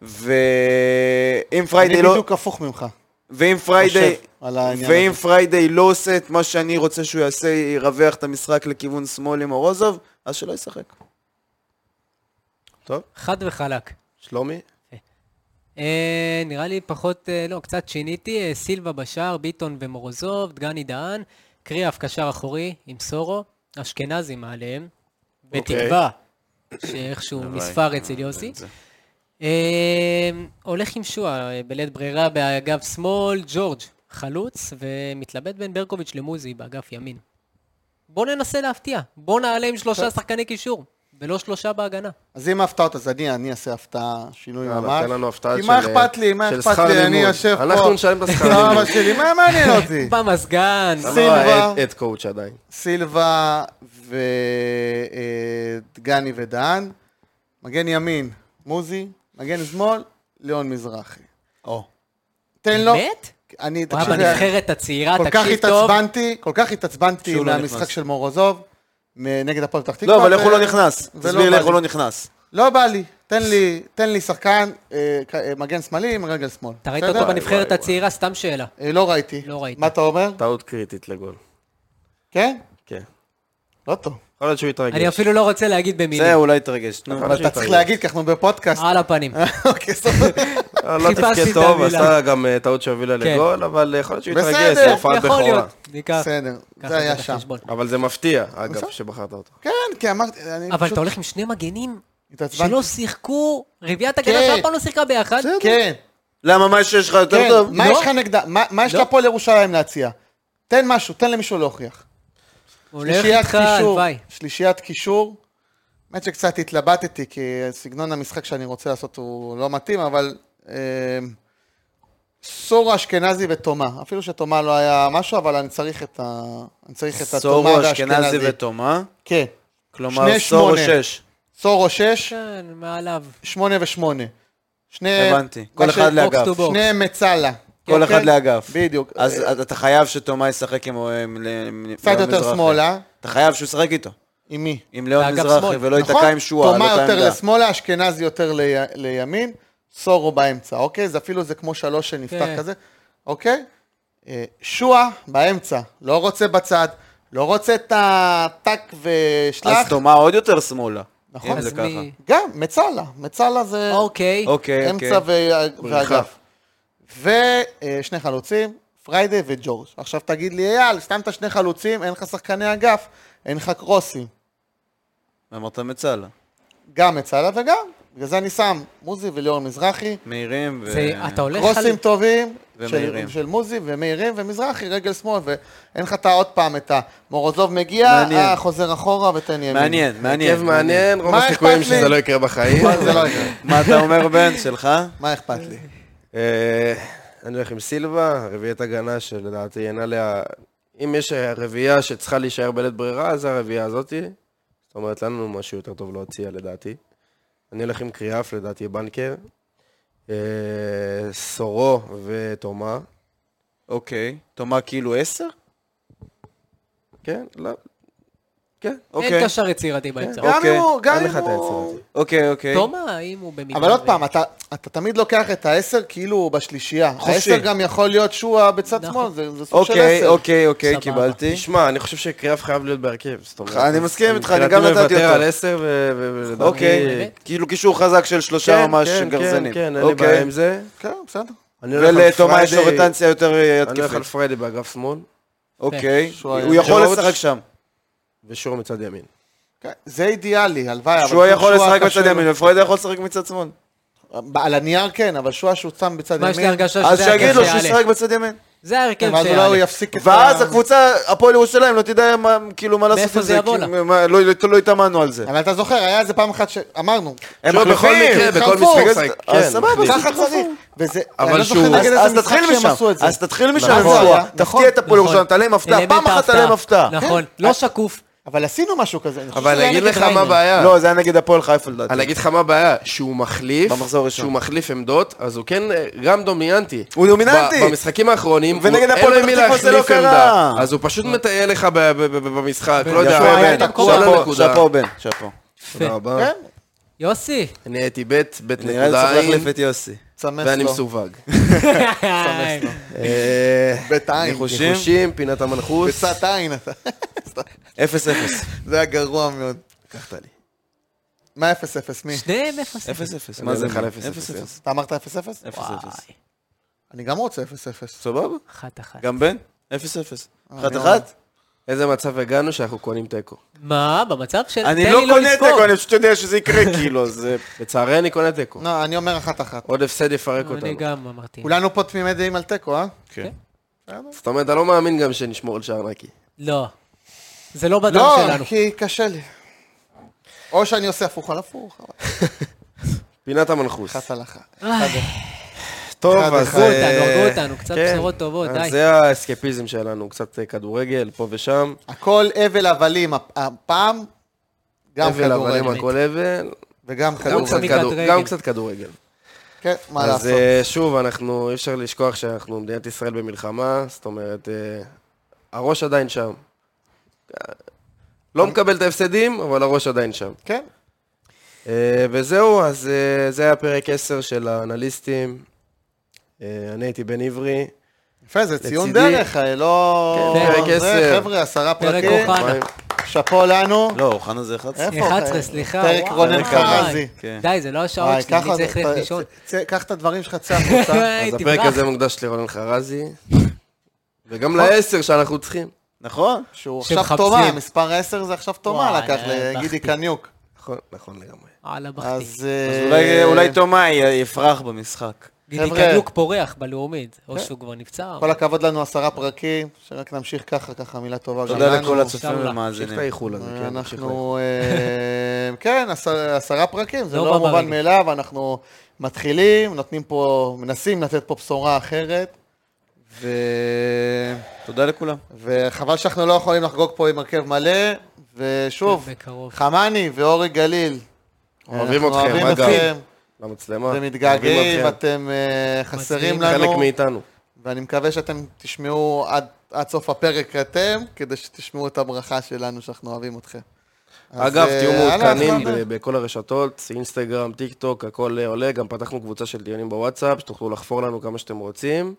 Speaker 3: ואם פריידי
Speaker 2: אני
Speaker 3: לא...
Speaker 2: בדיוק הפוך ממך.
Speaker 3: ואם פריידי...
Speaker 2: חושב על העניין
Speaker 3: ואם
Speaker 2: הזה.
Speaker 3: פריידי לא עושה את מה שאני רוצה שהוא יעשה, ירווח את המשחק לכיוון שמאל עם אורוזוב, אז שלא ישחק.
Speaker 1: טוב,
Speaker 4: חד וחלק.
Speaker 1: שלומי?
Speaker 4: אה, נראה לי פחות, אה, לא, קצת שיניתי. אה, סילבה בשער, ביטון ומורוזוב, דגני דהן, קריאף קשר אחורי עם סורו, אשכנזי מעליהם, בתקווה שאיכשהו נספר אצל יוסי. אה, הולך עם שועה, אה, בלית ברירה באגף שמאל, ג'ורג' חלוץ, ומתלבט בין ברקוביץ' למוזי באגף ימין. בוא ננסה להפתיע, בוא נעלה עם שלושה שחקני קישור, ולא שלושה בהגנה.
Speaker 2: אז אם ההפתעות, אז אני, אני אעשה הפתעה, שינוי
Speaker 1: יאללה,
Speaker 2: ממש.
Speaker 1: תן לנו הפתעה
Speaker 2: כי מה
Speaker 1: של, אה,
Speaker 2: אכפת לי, מה
Speaker 1: של
Speaker 2: אכפת
Speaker 1: שכר
Speaker 2: לי, אני
Speaker 1: לימוד.
Speaker 2: יושב פה.
Speaker 1: אנחנו נשלם את השכר
Speaker 2: לא,
Speaker 1: לימוד. לא,
Speaker 2: אבא שלי, מה מעניין אותי?
Speaker 4: במזגן,
Speaker 1: למה
Speaker 2: סילבה.
Speaker 1: הד- הד קואוצ' עדיין.
Speaker 2: סילבה ודגני ודהן, מגן ימין, מוזי, מגן שמאל, ליאון מזרחי.
Speaker 3: או.
Speaker 2: תן לו.
Speaker 4: באמת?
Speaker 2: אני,
Speaker 4: הוא היה
Speaker 2: תקשיב, אה,
Speaker 4: בנבחרת הצעירה,
Speaker 2: כל כך
Speaker 4: תקשיב טוב.
Speaker 2: התעצבנתי, כל כך התעצבנתי
Speaker 3: שהוא לא
Speaker 2: מהמשחק
Speaker 3: נכנס.
Speaker 2: של מורוזוב, מ- נגד הפועל פתח תקווה.
Speaker 3: לא, אבל איך
Speaker 2: ו-
Speaker 3: הוא לא נכנס?
Speaker 2: ולא
Speaker 3: תסביר
Speaker 2: בא
Speaker 3: לי איך הוא
Speaker 2: לי.
Speaker 3: לא נכנס.
Speaker 2: לא בא לי, תן לי, תן לי שחקן, אה, כ- אה, מגן שמאלי עם רגל שמאל.
Speaker 4: אתה ראית
Speaker 2: בסדר?
Speaker 4: אותו
Speaker 1: וואי,
Speaker 4: בנבחרת
Speaker 1: וואי.
Speaker 4: הצעירה? סתם שאלה.
Speaker 2: אה, לא ראיתי.
Speaker 4: לא ראיתי.
Speaker 2: מה אתה אומר?
Speaker 1: טעות קריטית לגול.
Speaker 2: כן?
Speaker 1: כן.
Speaker 2: לא טוב.
Speaker 1: יכול להיות שהוא יתרגש.
Speaker 4: אני אפילו לא רוצה להגיד במילים.
Speaker 3: זה אולי יתרגש. נו.
Speaker 2: אבל אתה צריך להגיד, כי אנחנו בפודקאסט.
Speaker 4: על הפנים.
Speaker 2: אוקיי, סוף.
Speaker 1: אה, לא
Speaker 4: חיפשתי
Speaker 1: תפקד
Speaker 4: את
Speaker 1: טוב,
Speaker 4: המילה.
Speaker 1: עשה גם אה, טעות שהובילה
Speaker 4: כן.
Speaker 1: לגול, אבל אה, יכול להיות שהוא
Speaker 2: בסדר,
Speaker 1: יתרגש, זה הופעת
Speaker 4: יכול
Speaker 1: בכורה.
Speaker 4: להיות. ניקח.
Speaker 2: בסדר,
Speaker 4: קח
Speaker 2: זה
Speaker 4: את
Speaker 2: היה שם.
Speaker 4: בחשבון.
Speaker 1: אבל זה מפתיע, אגב, שבחרת אותו.
Speaker 2: כן, כי אמרתי, אני פשוט...
Speaker 4: אבל אתה הולך עם שני מגנים
Speaker 2: התעצבנתי.
Speaker 4: שלא שיחקו, רביעיית הגנה
Speaker 2: כן.
Speaker 4: שאף פעם לא שיחקה ביחד.
Speaker 2: כן,
Speaker 3: למה, מה יש לך יותר
Speaker 2: כן.
Speaker 3: טוב?
Speaker 2: מה
Speaker 4: לא.
Speaker 2: יש לך נגדה? מה- מה יש
Speaker 4: לא.
Speaker 2: לפועל ירושלים להציע? תן משהו, תן למישהו להוכיח.
Speaker 4: הוא הולך איתך, הלוואי.
Speaker 2: שלישיית קישור. האמת שקצת התלבטתי, כי סגנון המשחק שאני רוצה לעשות הוא לא מתאים, אבל... אה, סורו אשכנזי ותומה. אפילו שתומה לא היה משהו, אבל אני צריך את ה... אני צריך את התומה
Speaker 3: סורו, אשכנזי
Speaker 2: והאשכנזי.
Speaker 3: ותומה.
Speaker 2: כן.
Speaker 3: כלומר,
Speaker 2: שני
Speaker 3: סורו
Speaker 2: שמונה.
Speaker 3: שש.
Speaker 2: סורו שש,
Speaker 4: כן, מעליו.
Speaker 2: שמונה ושמונה. שני...
Speaker 3: הבנתי.
Speaker 2: כן. מה
Speaker 3: כל
Speaker 2: ש-
Speaker 3: אחד
Speaker 4: box
Speaker 3: לאגף.
Speaker 4: to box.
Speaker 2: שני מצלה.
Speaker 3: כל אחד
Speaker 2: אוקיי?
Speaker 3: לאגף.
Speaker 2: בדיוק.
Speaker 3: אז
Speaker 2: אה,
Speaker 3: אז אתה חייב שתומה ישחק עם עם- עם-
Speaker 2: קצת
Speaker 3: ליאון
Speaker 2: יותר
Speaker 3: מזרחי.
Speaker 2: שמאלה.
Speaker 3: אתה חייב שהוא ישחק איתו.
Speaker 2: עם מי?
Speaker 3: עם ליאון
Speaker 4: באגף
Speaker 3: מזרחי,
Speaker 4: שמאל.
Speaker 3: ולא ייתקע עם לא שועה, לא על
Speaker 2: נכון. תומה
Speaker 3: אותה
Speaker 2: יותר
Speaker 3: עמדה.
Speaker 2: לשמאלה, אשכנזי יותר לי- לימין, סורו באמצע, אוקיי? זה אפילו זה כמו שלוש שנפתח
Speaker 4: כן.
Speaker 2: כזה, אוקיי? אה, שועה באמצע, לא רוצה בצד, לא רוצה את הטאק
Speaker 3: אז
Speaker 2: ושלח.
Speaker 3: תומה עוד יותר שמאלה.
Speaker 2: נכון.
Speaker 3: אם זה
Speaker 4: אז
Speaker 3: ככה.
Speaker 4: מי...
Speaker 2: גם, מצלה, מצלה זה
Speaker 4: אוקיי.
Speaker 3: אוקיי, אוקיי.
Speaker 2: אמצע וה-
Speaker 1: בריחה.
Speaker 2: ואגף. ושני חלוצים, פריידי וג'ורג'. עכשיו תגיד לי, אייל, שמת שני חלוצים, אין לך שחקני אגף, אין לך קרוסים.
Speaker 3: אמרת מצלה.
Speaker 2: גם מצלה וגם, בגלל זה אני שם מוזי וליאור מזרחי,
Speaker 3: מהירים ו...
Speaker 4: זה- אתה הולך על...
Speaker 2: קרוסים טובים, של,
Speaker 3: ומהירים.
Speaker 2: של מוזי ומהירים ומזרחי, רגל שמאל, ואין לך את עוד פעם את המורוזוב מגיע,
Speaker 3: מעניין.
Speaker 2: אה, חוזר אחורה ותן ימין.
Speaker 3: מעניין, מעניין.
Speaker 1: הרכב מעניין, רוב
Speaker 2: מה אכפת
Speaker 1: הסיכויים
Speaker 2: לי?
Speaker 1: שזה לא יקרה בחיים.
Speaker 2: מה, זה לא יקרה.
Speaker 3: מה אתה אומר, בן? שלך?
Speaker 2: מה אכפת לי?
Speaker 1: אה, אני הולך עם סילבה, רביעיית הגנה שלדעתי אין עליה... אם יש רביעייה שצריכה להישאר בלית ברירה, אז זה הרביעייה הזאתי. זאת אומרת, אין לנו משהו יותר טוב להציע לדעתי. אני הולך עם קריאף, לדעתי בנקר. אה, סורו ותומה.
Speaker 3: אוקיי. תומה כאילו עשר?
Speaker 1: כן, לא. כן.
Speaker 3: אוקיי.
Speaker 4: אין קשר יצירתי באמצע.
Speaker 2: אה, גם
Speaker 3: אוקיי.
Speaker 2: אם הוא, גם
Speaker 1: אין
Speaker 2: אם
Speaker 1: לך את
Speaker 2: הוא...
Speaker 1: העצם הזה.
Speaker 3: אוקיי, אוקיי.
Speaker 4: תומא, אם הוא במידה...
Speaker 2: אבל עוד
Speaker 4: ו-
Speaker 2: פעם, אתה, אתה תמיד לוקח את העשר כאילו הוא בשלישייה.
Speaker 3: חופשי.
Speaker 2: העשר גם יכול להיות שועה בצד
Speaker 4: נכון.
Speaker 2: שמאל, זה, זה סוג של
Speaker 3: אוקיי,
Speaker 2: עשר.
Speaker 3: אוקיי, אוקיי,
Speaker 4: סבבה.
Speaker 3: קיבלתי.
Speaker 1: תשמע, אני חושב שקריאף חייב להיות בהרכב. זאת אומרת,
Speaker 3: אני מסכים איתך, אני
Speaker 1: מבחינתי
Speaker 3: גם נתתי
Speaker 1: מוותר
Speaker 3: אותו.
Speaker 1: על עשר, ו- ו- ולדעתי...
Speaker 3: אוקיי. כאילו קישור חזק של שלושה
Speaker 1: כן,
Speaker 3: ממש
Speaker 1: כן,
Speaker 3: גרזנים.
Speaker 1: כן, כן, אין לי
Speaker 3: אוקיי.
Speaker 1: בעיה עם זה.
Speaker 2: כן, בסדר.
Speaker 1: אני הולך על
Speaker 3: ולתומה יש
Speaker 1: פריידי-
Speaker 3: אוריטנציה יותר
Speaker 1: אני
Speaker 3: אה,
Speaker 1: הולך על כן,
Speaker 3: התקפית.
Speaker 1: פריידי באגף שמאל,
Speaker 3: אוקיי.
Speaker 2: שהוא
Speaker 3: הוא
Speaker 2: היה-
Speaker 3: יכול
Speaker 1: ג'ורג'.
Speaker 3: לשחק שם.
Speaker 1: ושור מצד ימין.
Speaker 2: כן, זה אידיאלי, הלוואי. אבל
Speaker 3: שהוא
Speaker 2: כל
Speaker 3: יכול
Speaker 2: שועה
Speaker 3: לשחק
Speaker 2: קשה
Speaker 3: מצד
Speaker 2: לו.
Speaker 3: ימין, ופריידי יכול לשחק מצד שמאל.
Speaker 2: על הנייר כן, אבל שואה שהוא שם בצד ימין. כן,
Speaker 4: מה, יש לי הרגשה
Speaker 3: אז
Speaker 4: שזה
Speaker 3: שיגיד לו
Speaker 4: ההרכב
Speaker 3: שישחק
Speaker 4: שיעלה.
Speaker 3: בצד ימין.
Speaker 4: זה ההרכב
Speaker 2: ואז אולי הוא לא
Speaker 4: שיעלה.
Speaker 2: יפסיק את
Speaker 3: ואז הקבוצה, הפועל ירושלים, לא תדע מה- כאילו מה לעשות
Speaker 4: מאיפה
Speaker 3: עם
Speaker 4: זה
Speaker 3: זה.
Speaker 4: יבוא
Speaker 3: כי-
Speaker 4: לה?
Speaker 3: מה- לא- לא- לא התאמנו על זה.
Speaker 2: אבל אתה זוכר, היה איזה פעם אחת שאמרנו.
Speaker 3: הם
Speaker 1: לא, בכל
Speaker 3: מחליפים,
Speaker 1: מקרה, בכל
Speaker 2: חלפו,
Speaker 1: משחק,
Speaker 3: אז-
Speaker 1: כן,
Speaker 3: אז סבבה,
Speaker 1: מחליפים.
Speaker 2: ככה צריך. וזה,
Speaker 1: אבל
Speaker 2: אני לא זוכר
Speaker 1: שהוא-
Speaker 2: נגד
Speaker 3: אז
Speaker 2: איזה
Speaker 3: אז
Speaker 2: משחק
Speaker 3: תתחיל
Speaker 2: שהם
Speaker 3: משם,
Speaker 2: עשו את זה.
Speaker 3: אז תתחיל משם,
Speaker 2: נכון.
Speaker 3: שואה.
Speaker 2: נכון.
Speaker 3: תפתיע את הפועל ירושלים, תעלם הפתעה, פעם
Speaker 4: אלמנט
Speaker 3: אחת
Speaker 4: ההפתעה.
Speaker 3: תעלם הפתעה.
Speaker 4: נכון,
Speaker 2: כן.
Speaker 4: לא שקוף.
Speaker 2: אבל עשינו משהו כזה. אני חושב
Speaker 1: אבל
Speaker 2: שזה היה
Speaker 1: אני אגיד
Speaker 2: נגד
Speaker 1: לך מה
Speaker 4: ריינר.
Speaker 1: הבעיה.
Speaker 3: לא, זה היה נגד הפועל חיפה לדעתי.
Speaker 1: אני אגיד לך מה הבעיה, שהוא מחליף,
Speaker 3: אוקיי. במחזור הראשון.
Speaker 1: שהוא מחליף עמדות, אז הוא כן אה, גם דומיננטי.
Speaker 3: הוא דומיננטי.
Speaker 1: ב- במשחקים האחרונים, הוא-
Speaker 3: ונגד
Speaker 1: אין
Speaker 3: הפועל
Speaker 1: לו עם
Speaker 3: פתח
Speaker 1: מי
Speaker 3: תקווה זה
Speaker 1: להחליף
Speaker 3: לא קרה. אה.
Speaker 1: עמדה. אז הוא פשוט מטייל לך ב- ב- ב- ב- במשחק, לא יודע,
Speaker 3: יפה,
Speaker 1: הוא
Speaker 3: בן.
Speaker 1: היה תקוע על
Speaker 3: שאפו,
Speaker 1: הנקודה.
Speaker 3: שאפו, בן, שאפו.
Speaker 1: תודה
Speaker 4: יפה.
Speaker 1: רבה.
Speaker 2: כן,
Speaker 4: יוסי.
Speaker 1: אני הייתי בית, בית
Speaker 3: נראה לי
Speaker 1: נקודה
Speaker 3: צריך
Speaker 1: עין,
Speaker 3: להחליף את יוסי.
Speaker 2: צמס
Speaker 1: ואני
Speaker 2: לו.
Speaker 1: מסווג.
Speaker 4: היי.
Speaker 1: אה,
Speaker 2: בית עין.
Speaker 3: ניחושים?
Speaker 1: ניחושים, פינת המנחוס.
Speaker 2: בצעת עין אתה.
Speaker 3: אפס אפס.
Speaker 2: זה היה גרוע מאוד.
Speaker 1: לקחת לי.
Speaker 2: מה 0-0? מי?
Speaker 4: שניהם אפס.
Speaker 3: אפס אפס.
Speaker 1: מה זה בכלל
Speaker 3: אפס
Speaker 1: אפס אפס?
Speaker 3: אפס.
Speaker 2: אתה אמרת 0-0?
Speaker 3: אפס
Speaker 4: וואי.
Speaker 3: אפס.
Speaker 2: אני גם רוצה 0-0.
Speaker 3: סבבה?
Speaker 4: אחת אחת.
Speaker 3: גם בן? אפס אפס. אחת
Speaker 2: אני
Speaker 3: אחת?
Speaker 1: איזה מצב הגענו שאנחנו קונים תיקו.
Speaker 4: מה, במצב של...
Speaker 3: אני
Speaker 4: תן
Speaker 3: לא
Speaker 4: לי
Speaker 3: קונה
Speaker 4: לזכור.
Speaker 3: תיקו, אני פשוט יודע שזה יקרה, כאילו, זה...
Speaker 1: לצערי אני קונה תיקו.
Speaker 2: לא, אני אומר אחת-אחת.
Speaker 1: עוד הפסד
Speaker 3: לא
Speaker 1: יפרק אותנו.
Speaker 4: לא, אני גם אמרתי.
Speaker 2: כולנו פה תמימי דעים על תיקו, אה?
Speaker 3: כן.
Speaker 1: זאת אומרת, אתה לא מאמין גם שנשמור על שער נקי.
Speaker 4: לא. זה לא בדם
Speaker 2: לא,
Speaker 4: שלנו.
Speaker 2: כי קשה לי. או שאני עושה הפוך על הפוך, אבל
Speaker 1: פינת המנחוס.
Speaker 2: אחת על אחת.
Speaker 1: טוב,
Speaker 2: אחד
Speaker 1: אז...
Speaker 2: אחד.
Speaker 4: הרגו
Speaker 1: אה,
Speaker 4: אותנו, הרגו אותנו, קצת
Speaker 1: כן.
Speaker 4: בשורות טובות,
Speaker 1: אז
Speaker 4: די.
Speaker 1: זה האסקפיזם שלנו, קצת אה, כדורגל, פה ושם.
Speaker 2: הכל הבל הבלים, הפ- הפעם גם
Speaker 1: אבל
Speaker 2: כדורגל.
Speaker 1: אבל הכל הבל.
Speaker 2: וגם
Speaker 1: גם קצת
Speaker 2: כדורגל.
Speaker 4: מכת
Speaker 1: כדור-
Speaker 4: רגל.
Speaker 1: גם קצת כדורגל.
Speaker 2: כן, מה
Speaker 1: אז
Speaker 2: לעשות.
Speaker 1: אה, שוב, אנחנו, אי אפשר לשכוח שאנחנו מדינת ישראל במלחמה, זאת אומרת, אה, הראש עדיין שם. אה, לא מקבל את ההפסדים, אבל הראש עדיין שם.
Speaker 2: כן.
Speaker 1: אה, וזהו, אז אה, זה היה פרק 10 של האנליסטים. אה, אני הייתי בן עברי.
Speaker 2: יפה, זה ציון
Speaker 1: לצידי-
Speaker 2: דרך, אה, לא...
Speaker 4: כן, פרק
Speaker 2: זה,
Speaker 1: עשר.
Speaker 2: חבר'ה, עשרה
Speaker 4: פרק
Speaker 2: פרקים,
Speaker 4: אוחנה.
Speaker 1: ביי.
Speaker 2: שאפו לנו.
Speaker 3: לא, אוחנה זה 11.
Speaker 2: איפה?
Speaker 4: 11, סליחה.
Speaker 2: פרק
Speaker 4: וואו,
Speaker 2: רונן
Speaker 4: וואי.
Speaker 2: חרזי.
Speaker 3: כן.
Speaker 4: די, זה לא השעות
Speaker 2: וואי,
Speaker 4: שלי, אני
Speaker 2: ככה
Speaker 4: צריך
Speaker 2: זה,
Speaker 4: ללכת
Speaker 2: ת-
Speaker 4: לישון.
Speaker 2: צא- קח את הדברים שלך, צא החוצה.
Speaker 4: היי,
Speaker 1: אז הפרק
Speaker 4: תברח.
Speaker 1: הזה מוקדש לרונן חרזי, וגם לעשר שאנחנו צריכים.
Speaker 3: נכון?
Speaker 2: שהוא
Speaker 4: שהם
Speaker 2: עכשיו תומה,
Speaker 4: מחפשים.
Speaker 2: מספר 10 זה עכשיו תומה
Speaker 4: וואי,
Speaker 2: לקח
Speaker 4: אה,
Speaker 2: לגידי
Speaker 4: בכתי.
Speaker 2: קניוק.
Speaker 1: נכון, נכון לגמרי.
Speaker 4: וואלה, בכתי.
Speaker 2: אז... אה,
Speaker 3: אז אולי- אולי תומאי יפרח במשחק.
Speaker 4: גידי
Speaker 2: חבר'ה.
Speaker 4: קדלוק פורח בלאומית, או שהוא כבר נפצע.
Speaker 2: כל הכבוד לנו, עשרה פרקים, שרק נמשיך ככה, ככה מילה טובה. גם
Speaker 3: תודה
Speaker 2: לנו.
Speaker 3: לכל הצופים
Speaker 4: שלום לך.
Speaker 1: תמשיך
Speaker 3: ומאזינים.
Speaker 1: את האיחול הזה, כן, תמשיך את האיחול.
Speaker 2: אנחנו, אה, כן, עשר- עשרה פרקים, זה
Speaker 4: לא
Speaker 2: לא
Speaker 4: בא
Speaker 2: מובן
Speaker 4: ברגל.
Speaker 2: מאליו, אנחנו מתחילים, נותנים פה, מנסים לתת פה בשורה אחרת, ו-
Speaker 3: תודה לכולם.
Speaker 2: וחבל שאנחנו לא יכולים לחגוג פה עם הרכב מלא, ושוב,
Speaker 4: בקרוב.
Speaker 2: חמני ואורי גליל.
Speaker 1: אוהבים
Speaker 2: אנחנו
Speaker 1: אתכם,
Speaker 2: אוהבים
Speaker 1: אגב.
Speaker 2: אתכם,
Speaker 1: למצלמה.
Speaker 2: אתם
Speaker 1: אוהבים
Speaker 2: מתגעגעים,
Speaker 1: אתכם.
Speaker 2: אתם אה, חסרים
Speaker 4: מצדיעים.
Speaker 2: לנו.
Speaker 1: חלק מאיתנו.
Speaker 2: ואני מקווה שאתם תשמעו עד, עד סוף הפרק אתם, כדי שתשמעו את הברכה שלנו שאנחנו אוהבים אתכם. אז,
Speaker 1: אגב,
Speaker 2: אה,
Speaker 1: תהיו
Speaker 2: הלאה,
Speaker 1: מעודכנים
Speaker 2: אחלה.
Speaker 1: ב- בכל הרשתות, אינסטגרם, טיק טוק, הכל אה, עולה. גם פתחנו קבוצה של דיונים בוואטסאפ, שתוכלו לחפור לנו כמה שאתם רוצים.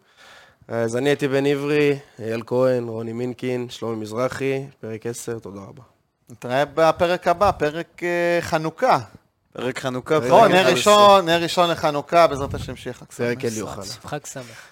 Speaker 1: אז אני הייתי בן עברי, אייל כהן, רוני מינקין, שלומי מזרחי, פרק 10, תודה רבה.
Speaker 2: נתראה בפרק הבא, פרק אה, חנוכה.
Speaker 3: פרק חנוכה. פרק
Speaker 2: נכון, נר
Speaker 3: אחד עשר.
Speaker 2: ראשון, נר ראשון לחנוכה, בעזרת השם שיהיה חג
Speaker 1: פרק
Speaker 2: שמח.
Speaker 1: אלי אוחנה.
Speaker 4: חג שמח.